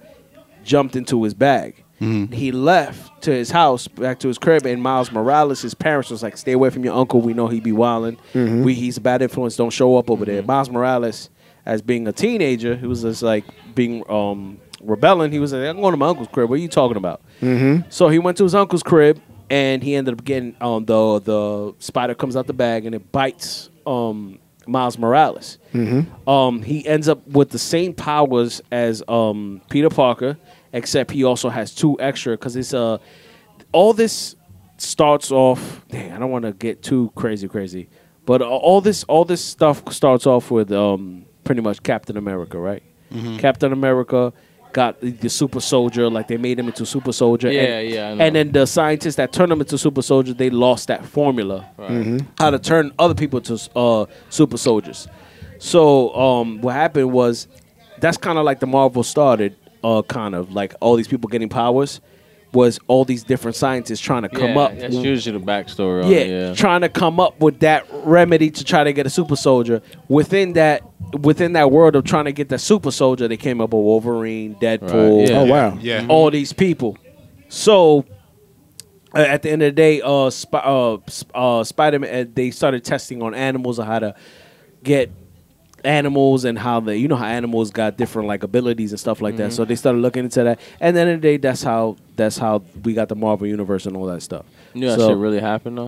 Speaker 3: jumped into his bag. He left to his house, back to his crib, and Miles Morales, his parents was like, "Stay away from your uncle. We know he be wilding. We he's a bad influence. Don't show up over there." Miles Morales, as being a teenager, he was just like being um, rebelling. He was like, "I'm going to my uncle's crib. What are you talking about?"
Speaker 10: Mm-hmm.
Speaker 3: So he went to his uncle's crib, and he ended up getting um, the the spider comes out the bag and it bites um, Miles Morales. Um, he ends up with the same powers as um, Peter Parker, except he also has two extra because it's uh, all this starts off. Dang, I don't want to get too crazy, crazy. But a- all this all this stuff starts off with um, pretty much Captain America, right? Captain America got the- the super soldier, like they made him into super soldier.
Speaker 5: Yeah,
Speaker 3: and,
Speaker 5: yeah, I know.
Speaker 3: And then the scientists that turned him into super soldier, they lost that formula how to turn other people to uh, super soldiers. So um, what happened was that's kind of like the Marvel started, uh, kind of like all these people getting powers. Was all these different scientists trying to come
Speaker 5: Yeah,
Speaker 3: up
Speaker 5: That's usually the backstory. On
Speaker 3: yeah,
Speaker 5: it, yeah.
Speaker 3: trying to come up with that remedy to try to get a super soldier within that within that world of trying to get that super soldier they came up with wolverine deadpool
Speaker 5: Right, yeah.
Speaker 4: Oh wow.
Speaker 6: Yeah.
Speaker 3: all these people so uh, at the end of the day uh, Sp- uh, Sp- uh spider-man uh, they started testing on animals on how to get animals and how they you know how animals got different like abilities and stuff like that
Speaker 5: Mm-hmm.
Speaker 3: so they started looking into that and at the end of the day that's how that's how we got the marvel universe and all that stuff
Speaker 5: You know that
Speaker 3: So-
Speaker 5: shit really happened though.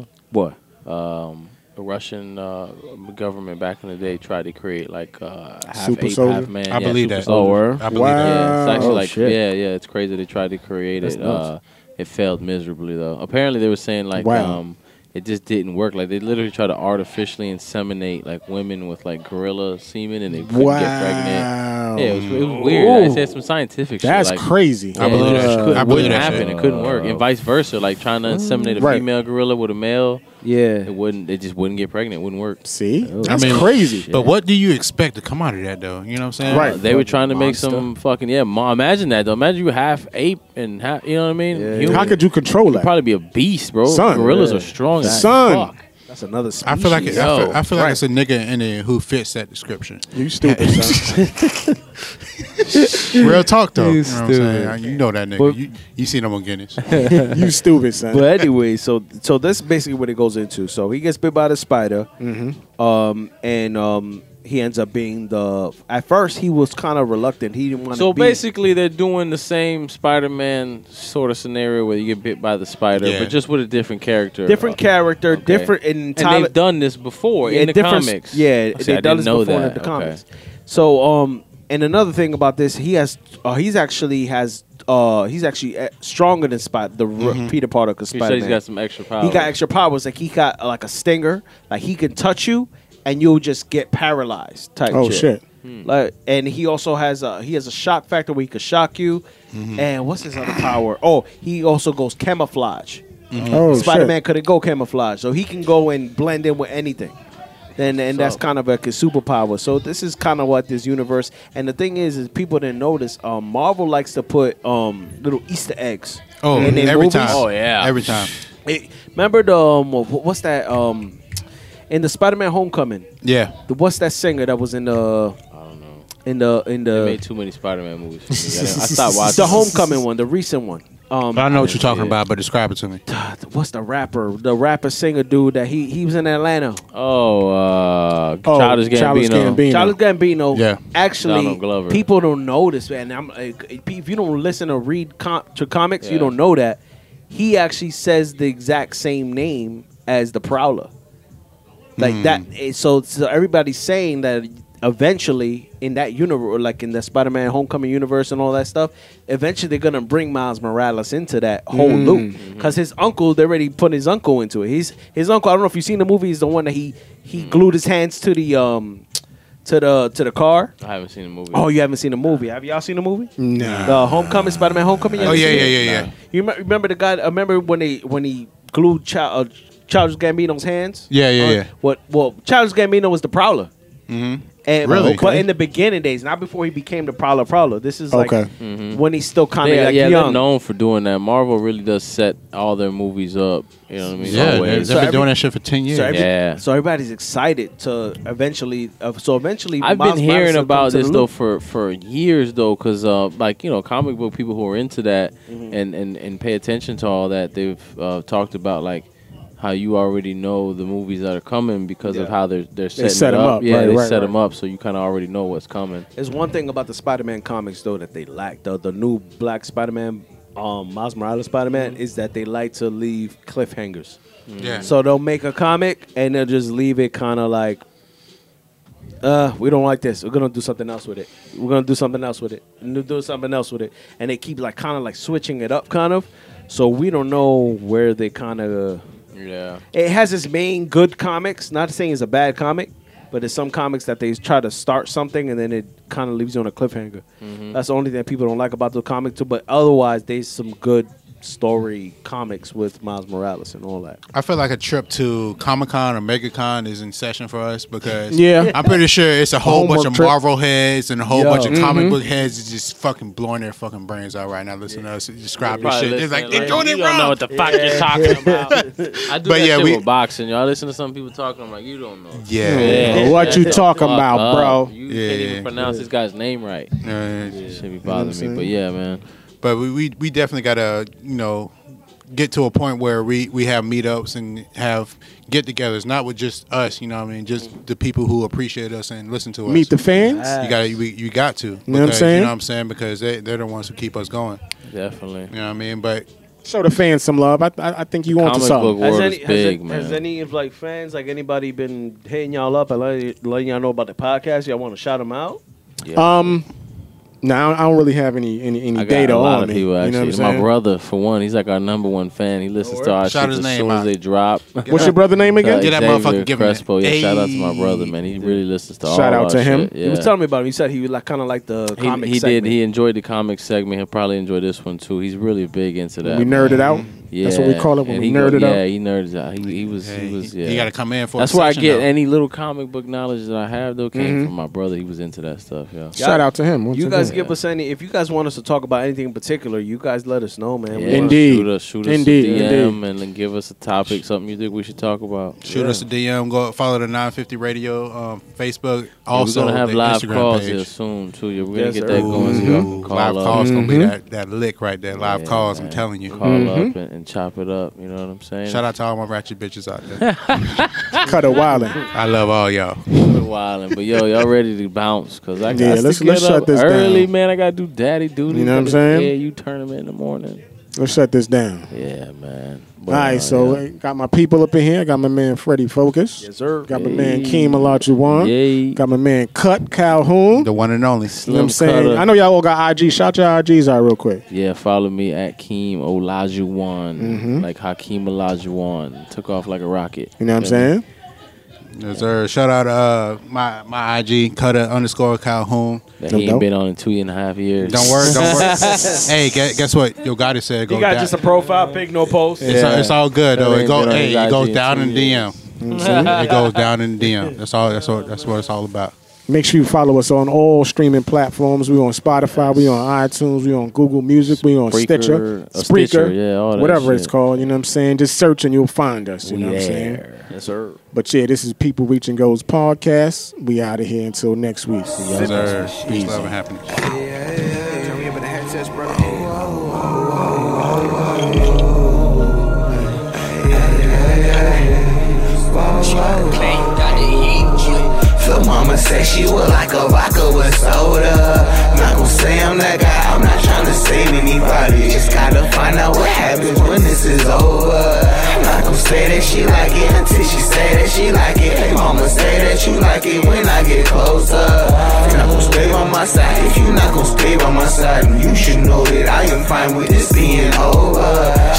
Speaker 5: Um,
Speaker 3: what
Speaker 5: The Russian uh, government back in the day tried to create like uh, half
Speaker 4: Super
Speaker 5: ape,
Speaker 4: soldier?
Speaker 5: half man.
Speaker 6: I
Speaker 5: yeah,
Speaker 6: believe
Speaker 5: super
Speaker 6: that.
Speaker 5: soldier.
Speaker 6: I believe
Speaker 4: Wow.
Speaker 6: that.
Speaker 5: Yeah, it's actually
Speaker 3: Oh,
Speaker 5: like
Speaker 3: shit.
Speaker 5: yeah, yeah, it's crazy. They tried to create
Speaker 3: That's
Speaker 5: it.
Speaker 3: nuts.
Speaker 5: Uh, it failed miserably though. Apparently they were saying like
Speaker 4: Wow.
Speaker 5: um it just didn't work. Like they literally tried to artificially inseminate like women with like gorilla semen and they couldn't get pregnant.
Speaker 4: Wow.
Speaker 5: Yeah, it was, it was weird. Like,
Speaker 3: Ooh.
Speaker 5: They said some scientific
Speaker 4: That's
Speaker 5: shit. like,
Speaker 4: crazy.
Speaker 5: yeah,
Speaker 6: I believe
Speaker 5: it
Speaker 6: that
Speaker 5: just
Speaker 6: shit.
Speaker 5: couldn't-
Speaker 6: I believe
Speaker 5: wouldn't
Speaker 6: that
Speaker 5: happen.
Speaker 6: shit.
Speaker 5: It couldn't work, and vice versa. Like trying to inseminate a
Speaker 4: Right.
Speaker 5: female gorilla with a male,
Speaker 3: yeah
Speaker 5: it wouldn't. It just wouldn't get pregnant. It wouldn't work.
Speaker 4: See?
Speaker 6: Oh. I
Speaker 4: That's
Speaker 6: mean,
Speaker 4: crazy.
Speaker 6: But what do you expect to come out of that though? You know what I'm saying?
Speaker 4: Right.
Speaker 5: They were trying to make some fucking yeah. Mo- imagine that though. Imagine you half ape and half. You know what I mean? Human.
Speaker 4: How could you control that?
Speaker 5: probably be a beast, bro?
Speaker 4: Son.
Speaker 5: Gorillas
Speaker 4: Yeah.
Speaker 5: are strong. as
Speaker 4: Son.
Speaker 5: fuck.
Speaker 3: That's another species.
Speaker 6: I feel like it, I
Speaker 5: Yo.
Speaker 6: feel, I feel like it's a nigga in there who fits that description.
Speaker 4: You stupid. son.
Speaker 6: Real talk though. You,
Speaker 3: You
Speaker 6: know, what I'm saying?
Speaker 3: stupid.
Speaker 6: you know that nigga.
Speaker 3: But-
Speaker 6: you, you seen him on Guinness.
Speaker 4: you stupid son.
Speaker 3: But anyway, so so that's basically what it goes into. So he gets bit by the spider,
Speaker 4: Mm-hmm.
Speaker 3: um, and um, he ends up being the. At first, he was kind of reluctant. He didn't want to.
Speaker 5: So
Speaker 3: be,
Speaker 5: basically, they're doing the same Spider-Man sort of scenario where you get bit by the spider,
Speaker 6: Yeah.
Speaker 5: but just with a different character.
Speaker 3: different
Speaker 5: Uh,
Speaker 3: character,
Speaker 5: okay.
Speaker 3: different and
Speaker 5: And
Speaker 3: Tyler-
Speaker 5: they've done this before
Speaker 3: yeah,
Speaker 5: in the
Speaker 3: different-
Speaker 5: comics.
Speaker 3: Yeah,
Speaker 5: See, I
Speaker 3: they've
Speaker 5: didn't
Speaker 3: done this
Speaker 5: know
Speaker 3: before in
Speaker 5: that.
Speaker 3: the
Speaker 5: Okay.
Speaker 3: comics. So um, and another thing about this, he has uh, he's actually has uh he's actually uh, stronger than Spot the r-
Speaker 5: Mm-hmm.
Speaker 3: Peter Parker because
Speaker 5: He
Speaker 3: Spider
Speaker 5: said he's
Speaker 3: Man.
Speaker 5: got some extra power.
Speaker 3: He got extra powers. Like he got uh, like a stinger. Like he can touch you, and you'll just get paralyzed. Type.
Speaker 4: Oh, shit.
Speaker 5: Hmm.
Speaker 3: Like, and he also has a he has a shock factor where he can shock you.
Speaker 4: Mm-hmm.
Speaker 5: Hmm.
Speaker 3: And what's his other power? Oh, he also goes camouflage.
Speaker 4: Oh
Speaker 3: Spider
Speaker 4: shit.
Speaker 3: Man Mm-hmm. couldn't go camouflage, so he can go and blend in with anything. And, and that's kind of like a superpower. So this is kind of what this universe. And the thing is, is people didn't notice. Um, Marvel likes to put um, little Easter eggs.
Speaker 6: Oh,
Speaker 3: in their
Speaker 6: every
Speaker 3: movies.
Speaker 6: time.
Speaker 5: Oh, yeah.
Speaker 6: every time.
Speaker 3: It, remember the um, wh- what's that um, in the Spider-Man Homecoming?
Speaker 6: Yeah,
Speaker 3: The, what's that singer that was in the? I don't know. In the in
Speaker 5: They made
Speaker 3: the
Speaker 5: too many Spider-Man movies. For me. I didn't- I stopped watching.
Speaker 3: the Homecoming one, the recent one. Um,
Speaker 6: I know what you're talking about, but describe it to me.
Speaker 3: what's the rapper? The rapper singer dude that he he was in Atlanta.
Speaker 5: Oh, uh,
Speaker 4: Oh,
Speaker 5: Childish Gambino.
Speaker 4: Childish Gambino.
Speaker 3: Charles Gambino.
Speaker 6: Yeah.
Speaker 3: Actually,
Speaker 5: Donald Glover.
Speaker 3: people don't know this, man. I'm like, if you don't listen or read com- to comics, you
Speaker 5: Yeah.
Speaker 3: don't know that he actually says the exact same name as the Prowler. Like that.
Speaker 6: Hmm.
Speaker 3: eh, So, so everybody's saying that eventually in that universe, like in the Spider-Man Homecoming universe and all that stuff, eventually they're gonna bring Miles Morales into that whole
Speaker 6: Hmm.
Speaker 3: loop because his uncle they already put his uncle into it. He's his uncle. I don't know if you've seen the movie. Is the one that he he
Speaker 6: Hmm.
Speaker 3: glued his hands to the um to the to the car.
Speaker 5: I haven't seen the movie.
Speaker 3: Oh, you haven't seen the movie? Have y'all seen the movie?
Speaker 4: Nah.
Speaker 3: The Homecoming, Spider-Man Homecoming. You
Speaker 6: Oh
Speaker 3: haven't
Speaker 6: yeah,
Speaker 3: seen
Speaker 6: yeah,
Speaker 3: it?
Speaker 6: yeah, yeah,
Speaker 3: You remem- remember the guy? Remember when they when he glued Child, uh, Childish Gambino's hands?
Speaker 6: yeah, yeah,
Speaker 3: Uh,
Speaker 6: yeah.
Speaker 3: What? Well, Childish Gambino was the Prowler. Mm-hmm. And,
Speaker 6: Really?
Speaker 3: But in the beginning days, not before he became the Prowler. Prowler. This is like
Speaker 4: Okay.
Speaker 3: when he's still kind of
Speaker 5: They-
Speaker 3: like
Speaker 5: Mm-hmm. yeah, they're
Speaker 3: young.
Speaker 5: known for doing that. Marvel really does set all their movies up. You know what I mean?
Speaker 6: Yeah,
Speaker 5: Always.
Speaker 6: they've
Speaker 3: So
Speaker 6: been
Speaker 3: every-
Speaker 6: doing that shit for ten years.
Speaker 3: So, every-
Speaker 5: Yeah.
Speaker 3: so everybody's excited to eventually. Uh, so eventually,
Speaker 5: I've
Speaker 3: Miles
Speaker 5: been
Speaker 3: Morales
Speaker 5: hearing
Speaker 3: will come
Speaker 5: about
Speaker 3: to the
Speaker 5: this though
Speaker 3: loop.
Speaker 5: for, for years though, because uh, like you know, comic book people who are into that
Speaker 3: Mm-hmm.
Speaker 5: and, and and pay attention to all that, they've uh, talked about like how you already know the movies that are coming because of
Speaker 3: Yeah.
Speaker 5: how they're they're setting
Speaker 4: set
Speaker 5: it
Speaker 4: 'em
Speaker 5: up.
Speaker 4: up,
Speaker 5: Yeah,
Speaker 4: right,
Speaker 5: they
Speaker 4: right,
Speaker 5: set
Speaker 4: right.
Speaker 5: them up, so you kind of already know what's coming.
Speaker 3: There's one thing about the Spider-Man comics though that they lack. The the new Black Spider-Man, um, Miles Morales Spider-Man,
Speaker 5: Mm-hmm.
Speaker 3: is that they like to leave cliffhangers.
Speaker 6: yeah.
Speaker 3: So they'll make a comic and they'll just leave it kind of like, uh, we don't like this. We're gonna do something else with it. We're gonna do something else with it. And they'll do something else with it. And they keep like kind of like switching it up, kind of. So we don't know where they kind of
Speaker 5: Yeah.
Speaker 3: It has its main good comics. Not saying it's a bad comic, but it's some comics that they try to start something and then it kind of leaves you on a cliffhanger.
Speaker 5: Mm.
Speaker 3: That's the only thing that people don't like about the comic too. But otherwise, there's some good story comics with Miles Morales and all that.
Speaker 6: I feel like a trip to Comic Con or MegaCon is in session for us because
Speaker 4: Yeah.
Speaker 6: I'm pretty sure it's a whole bunch
Speaker 4: Homework
Speaker 6: of
Speaker 4: trip.
Speaker 6: Marvel heads and a whole
Speaker 5: Yo.
Speaker 6: bunch of
Speaker 5: Mm-hmm.
Speaker 6: comic book heads is just fucking blowing their fucking brains out right now. Listening to us describe this shit. It's like, they're doing it
Speaker 5: you don't know
Speaker 6: wrong.
Speaker 5: what the fuck you're talking about. I do
Speaker 6: But
Speaker 5: that
Speaker 6: yeah,
Speaker 5: shit
Speaker 6: we-
Speaker 5: with boxing. Y'all listen to some people talking. I'm like, you don't know.
Speaker 6: Yeah.
Speaker 4: Yeah, what you talking
Speaker 5: Fuck
Speaker 4: about,
Speaker 5: up.
Speaker 4: bro?
Speaker 5: You
Speaker 6: Yeah,
Speaker 5: can't
Speaker 6: yeah.
Speaker 5: even pronounce this guy's name right.
Speaker 6: Uh,
Speaker 5: Should be bothering me, but yeah, man.
Speaker 6: but we, we we definitely gotta you know get to a point where we we have meetups and have get-togethers, not with just us. You know what I mean? Just the people who appreciate us and listen to us.
Speaker 4: Meet the fans.
Speaker 6: you gotta you, you got to. You
Speaker 4: know what I'm saying?
Speaker 6: You know what I'm saying? Because they they're the ones who keep us going.
Speaker 5: Definitely.
Speaker 6: You know what I mean? But
Speaker 4: Show the fans some love. I, I, I think you want
Speaker 5: Comic
Speaker 4: to
Speaker 5: book
Speaker 4: something.
Speaker 5: world
Speaker 3: any,
Speaker 5: is big,
Speaker 3: has,
Speaker 5: man.
Speaker 3: has any of like fans, like anybody, been hitting y'all up and letting, letting y'all know about the podcast? Y'all want to shout them out?
Speaker 4: Um, no, I don't- I don't really have any any, any
Speaker 5: I got a
Speaker 4: data
Speaker 5: lot
Speaker 4: on
Speaker 5: of
Speaker 4: me.
Speaker 5: people
Speaker 4: you
Speaker 5: actually.
Speaker 4: know what I'm
Speaker 5: My
Speaker 4: saying?
Speaker 5: brother, for one, he's like our number one fan. He listens to our
Speaker 6: Shout
Speaker 5: shit
Speaker 6: his
Speaker 5: as
Speaker 6: name
Speaker 5: soon
Speaker 6: out.
Speaker 5: as they drop.
Speaker 4: What's your brother name again?
Speaker 6: Get that
Speaker 5: Xavier
Speaker 6: motherfucker giving it.
Speaker 5: Crespo. Yeah, shout out to my
Speaker 6: Ayy.
Speaker 5: brother, man. He really listens to all
Speaker 4: Shout out
Speaker 5: our
Speaker 4: to him.
Speaker 5: shit.
Speaker 3: He was
Speaker 5: Yeah.
Speaker 3: telling me about him. He said he was like kind of like the
Speaker 5: He,
Speaker 3: comic.
Speaker 5: he did.
Speaker 3: segment.
Speaker 5: He enjoyed the comic segment. He'll probably enjoy this one too. He's really big into that.
Speaker 4: We
Speaker 5: man. Mm-hmm.
Speaker 4: nerded out.
Speaker 5: Yeah,
Speaker 4: That's what we call it when
Speaker 5: and
Speaker 4: we
Speaker 5: he go-
Speaker 4: nerded
Speaker 5: Yeah,
Speaker 4: out.
Speaker 5: he nerds out. He, he was.
Speaker 6: hey,
Speaker 5: He was. Yeah.
Speaker 6: you got to come in for.
Speaker 5: That's
Speaker 6: a
Speaker 5: where I
Speaker 6: session,
Speaker 5: get
Speaker 6: though.
Speaker 5: any little comic book knowledge that I have though came from my brother. He was into that stuff. Yeah.
Speaker 4: Mm-hmm. Shout out to him. once
Speaker 3: You
Speaker 4: again.
Speaker 3: guys give us any? If you guys want us to talk about anything in particular, you guys let us know, man.
Speaker 5: Yeah,
Speaker 3: We wanna-
Speaker 4: Indeed.
Speaker 5: Shoot us, shoot us
Speaker 4: Indeed,
Speaker 5: a DM
Speaker 4: indeed.
Speaker 5: and then give us a topic, something you think we should talk about.
Speaker 6: Shoot us a DM. Go follow the 950 Radio um, Facebook.
Speaker 5: Yeah,
Speaker 6: Also,
Speaker 5: we're gonna have
Speaker 6: the
Speaker 5: live
Speaker 6: Instagram
Speaker 5: calls
Speaker 6: page.
Speaker 5: here soon too. Yeah, we're
Speaker 3: Yes,
Speaker 5: gonna get that
Speaker 3: sir. Mm-hmm.
Speaker 5: going. So y'all
Speaker 6: Ooh,
Speaker 5: can call
Speaker 6: live
Speaker 5: up,
Speaker 6: calls gonna be that, that lick right there. Live
Speaker 5: Yeah,
Speaker 6: calls, I'm
Speaker 5: man.
Speaker 6: telling you.
Speaker 5: call up and, and chop it up. You know what I'm saying?
Speaker 6: Shout out to all my ratchet bitches out there.
Speaker 4: Cut a wildin'.
Speaker 6: I love all y'all.
Speaker 5: Wildin', but yo, y'all ready to bounce? Cause I got
Speaker 4: Yeah,
Speaker 5: to
Speaker 4: let's-
Speaker 5: get
Speaker 4: let's
Speaker 5: up
Speaker 4: shut this down.
Speaker 5: early, man. I gotta do daddy duty.
Speaker 4: You know what I'm
Speaker 5: Gotta-
Speaker 4: saying?
Speaker 5: Yeah, you tournament in the morning.
Speaker 4: Let's shut this down.
Speaker 5: Yeah, man. But,
Speaker 4: All right,
Speaker 5: uh,
Speaker 4: so
Speaker 5: yeah.
Speaker 4: uh, got my people up in here. Got my man Freddie Focus.
Speaker 3: Yes, sir.
Speaker 4: Got my man
Speaker 5: Hey.
Speaker 4: Keem Olajuwon.
Speaker 5: Yay.
Speaker 4: Got my man Cut Calhoun.
Speaker 6: The one and only.
Speaker 4: you know what
Speaker 5: Slim
Speaker 4: I'm saying?
Speaker 5: Cutter.
Speaker 4: I know y'all all got IG. Shout your IGs out real quick.
Speaker 5: Yeah, follow me at Keem Olajuwon, like Hakeem Olajuwon. Took off like a rocket.
Speaker 4: Mm-hmm. You know what I'm saying?
Speaker 6: Yes, sir. Shout out uh my my IG cutter underscore Calhoun.
Speaker 5: That
Speaker 4: No
Speaker 5: he
Speaker 4: doubt.
Speaker 5: ain't been on in two and a half years.
Speaker 6: Don't worry, don't worry. hey, guess, guess what? Yo, God said go.
Speaker 3: You got
Speaker 6: down.
Speaker 3: just a profile pic, no post.
Speaker 6: it's, all, it's all good though.
Speaker 5: That
Speaker 6: It
Speaker 5: ain't
Speaker 6: go,
Speaker 5: been on
Speaker 6: hey,
Speaker 5: his
Speaker 6: it
Speaker 5: IG
Speaker 6: goes
Speaker 5: in
Speaker 6: down
Speaker 5: two
Speaker 6: in DM. it goes down in DM. That's all. That's all. That's what it's all about.
Speaker 4: Make sure you follow us on all streaming platforms. We on Spotify, we on iTunes, we on Google Music, we on
Speaker 5: Spreaker,
Speaker 4: Stitcher,
Speaker 5: uh, Stitcher, yeah, all that
Speaker 4: whatever it's
Speaker 5: shit.
Speaker 4: called. You know what I'm saying? Just search and you'll find us. You
Speaker 5: We
Speaker 4: know what I'm saying?
Speaker 5: there.
Speaker 3: Yes, sir.
Speaker 4: But yeah, this is People Reaching Goals podcast. We out of here until next week.
Speaker 6: Yes, sir. Peace, love, and happiness.
Speaker 13: The mama said she was like a vodka with soda. Not gon' say I'm that guy, I'm not tryna save anybody. Just gotta find out what happens when this is over. Not gon' say that she like it until she say that she like it. Hey, mama, say that you like it when I get closer. You're not gon' stay by my side if you not gon' stay by my side. And you should know that I am fine with this being over.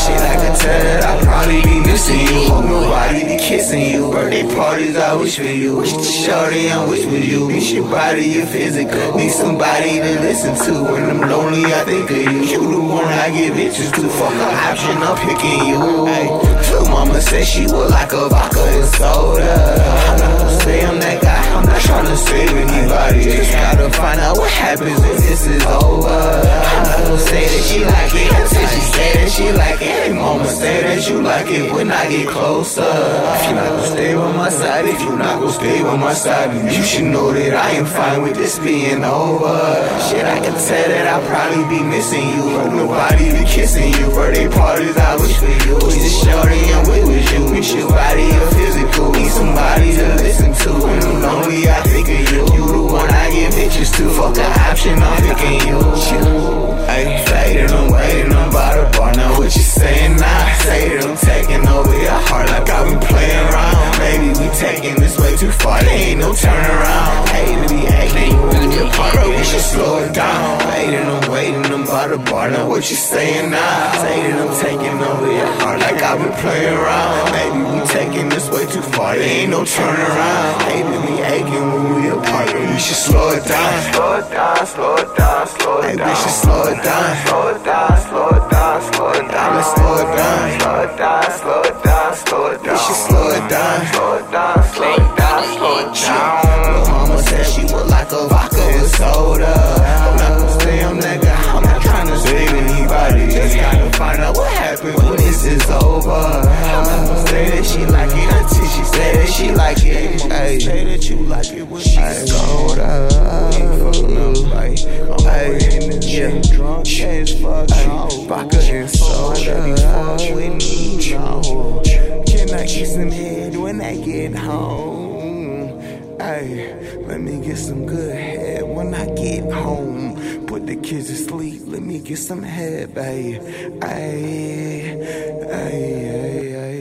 Speaker 13: Shit, I could tell that I probably be missing you. Hope nobody be kissing you. Birthday parties, I wish for you. Wish the shorty, I wish for you. Miss your body, your physical. Need somebody to listen to. When I'm lonely, I think of you. You the one I give bitches to. Fuck an option, I'm picking you. Ay, the mama said she was like a vodka and soda. I'm not gonna say I'm that guy. I'm not trying to save anybody. Just gotta find out what happens when this is over. I'm not gonna say that she like it until she say that she like it. Hey, mama say that you like it when I get closer. If you not gonna stay by my side, if you not gonna stay by my side, then you should know that I am fine with this being over. Shit, I can tell that I'll probably be missing you. But nobody be kissing you. Birthday parties, I wish for you. Wish the shorty and we with you. Wish your body your physical. Need somebody to listen to. When I'm lonely, I think of you. You the one I get bitches to. Fuck the option, I'm picking you. Ay, faded, I'm waiting, I'm by the bar. Now what you saying now? Say that I'm taking over your heart like I've been playing around. Maybe we taking this way too far. There ain't no turnaround. Hey, to be acting, you really a part of it. We should slow it down. Waiting, I'm waiting, I'm by the out the bar, now what you saying now? Say that I'm taking over your heart like I've been playing around. Maybe we taking this way too far, there ain't no turnaround. Hating me aching when we apart, but we should slow it down. Slow it down, slow it down, slow it down. we should slow it down. Slow it down, slow it down, slow it down. Let's slow it down. Slow it down, slow it down, slow it down. We should slow it down. Slow it down, slow it down, slow it down. Lil' mama said she would like a vodka with soda. I'm not gonna stay on that guy. I'm not trying to save anybody. Just gotta find out what happened when this is over. I'm not gonna say that she like it until she say that she like it. Hey, say that you like it when she's soda. Yeah, drunk as fuck. Vodka and soda. We need y'all. Can I get some head when I get home? Ay, let me get some good head when I get home. Put the kids to sleep, let me get some head, babe. Ay, ay, ay, ay.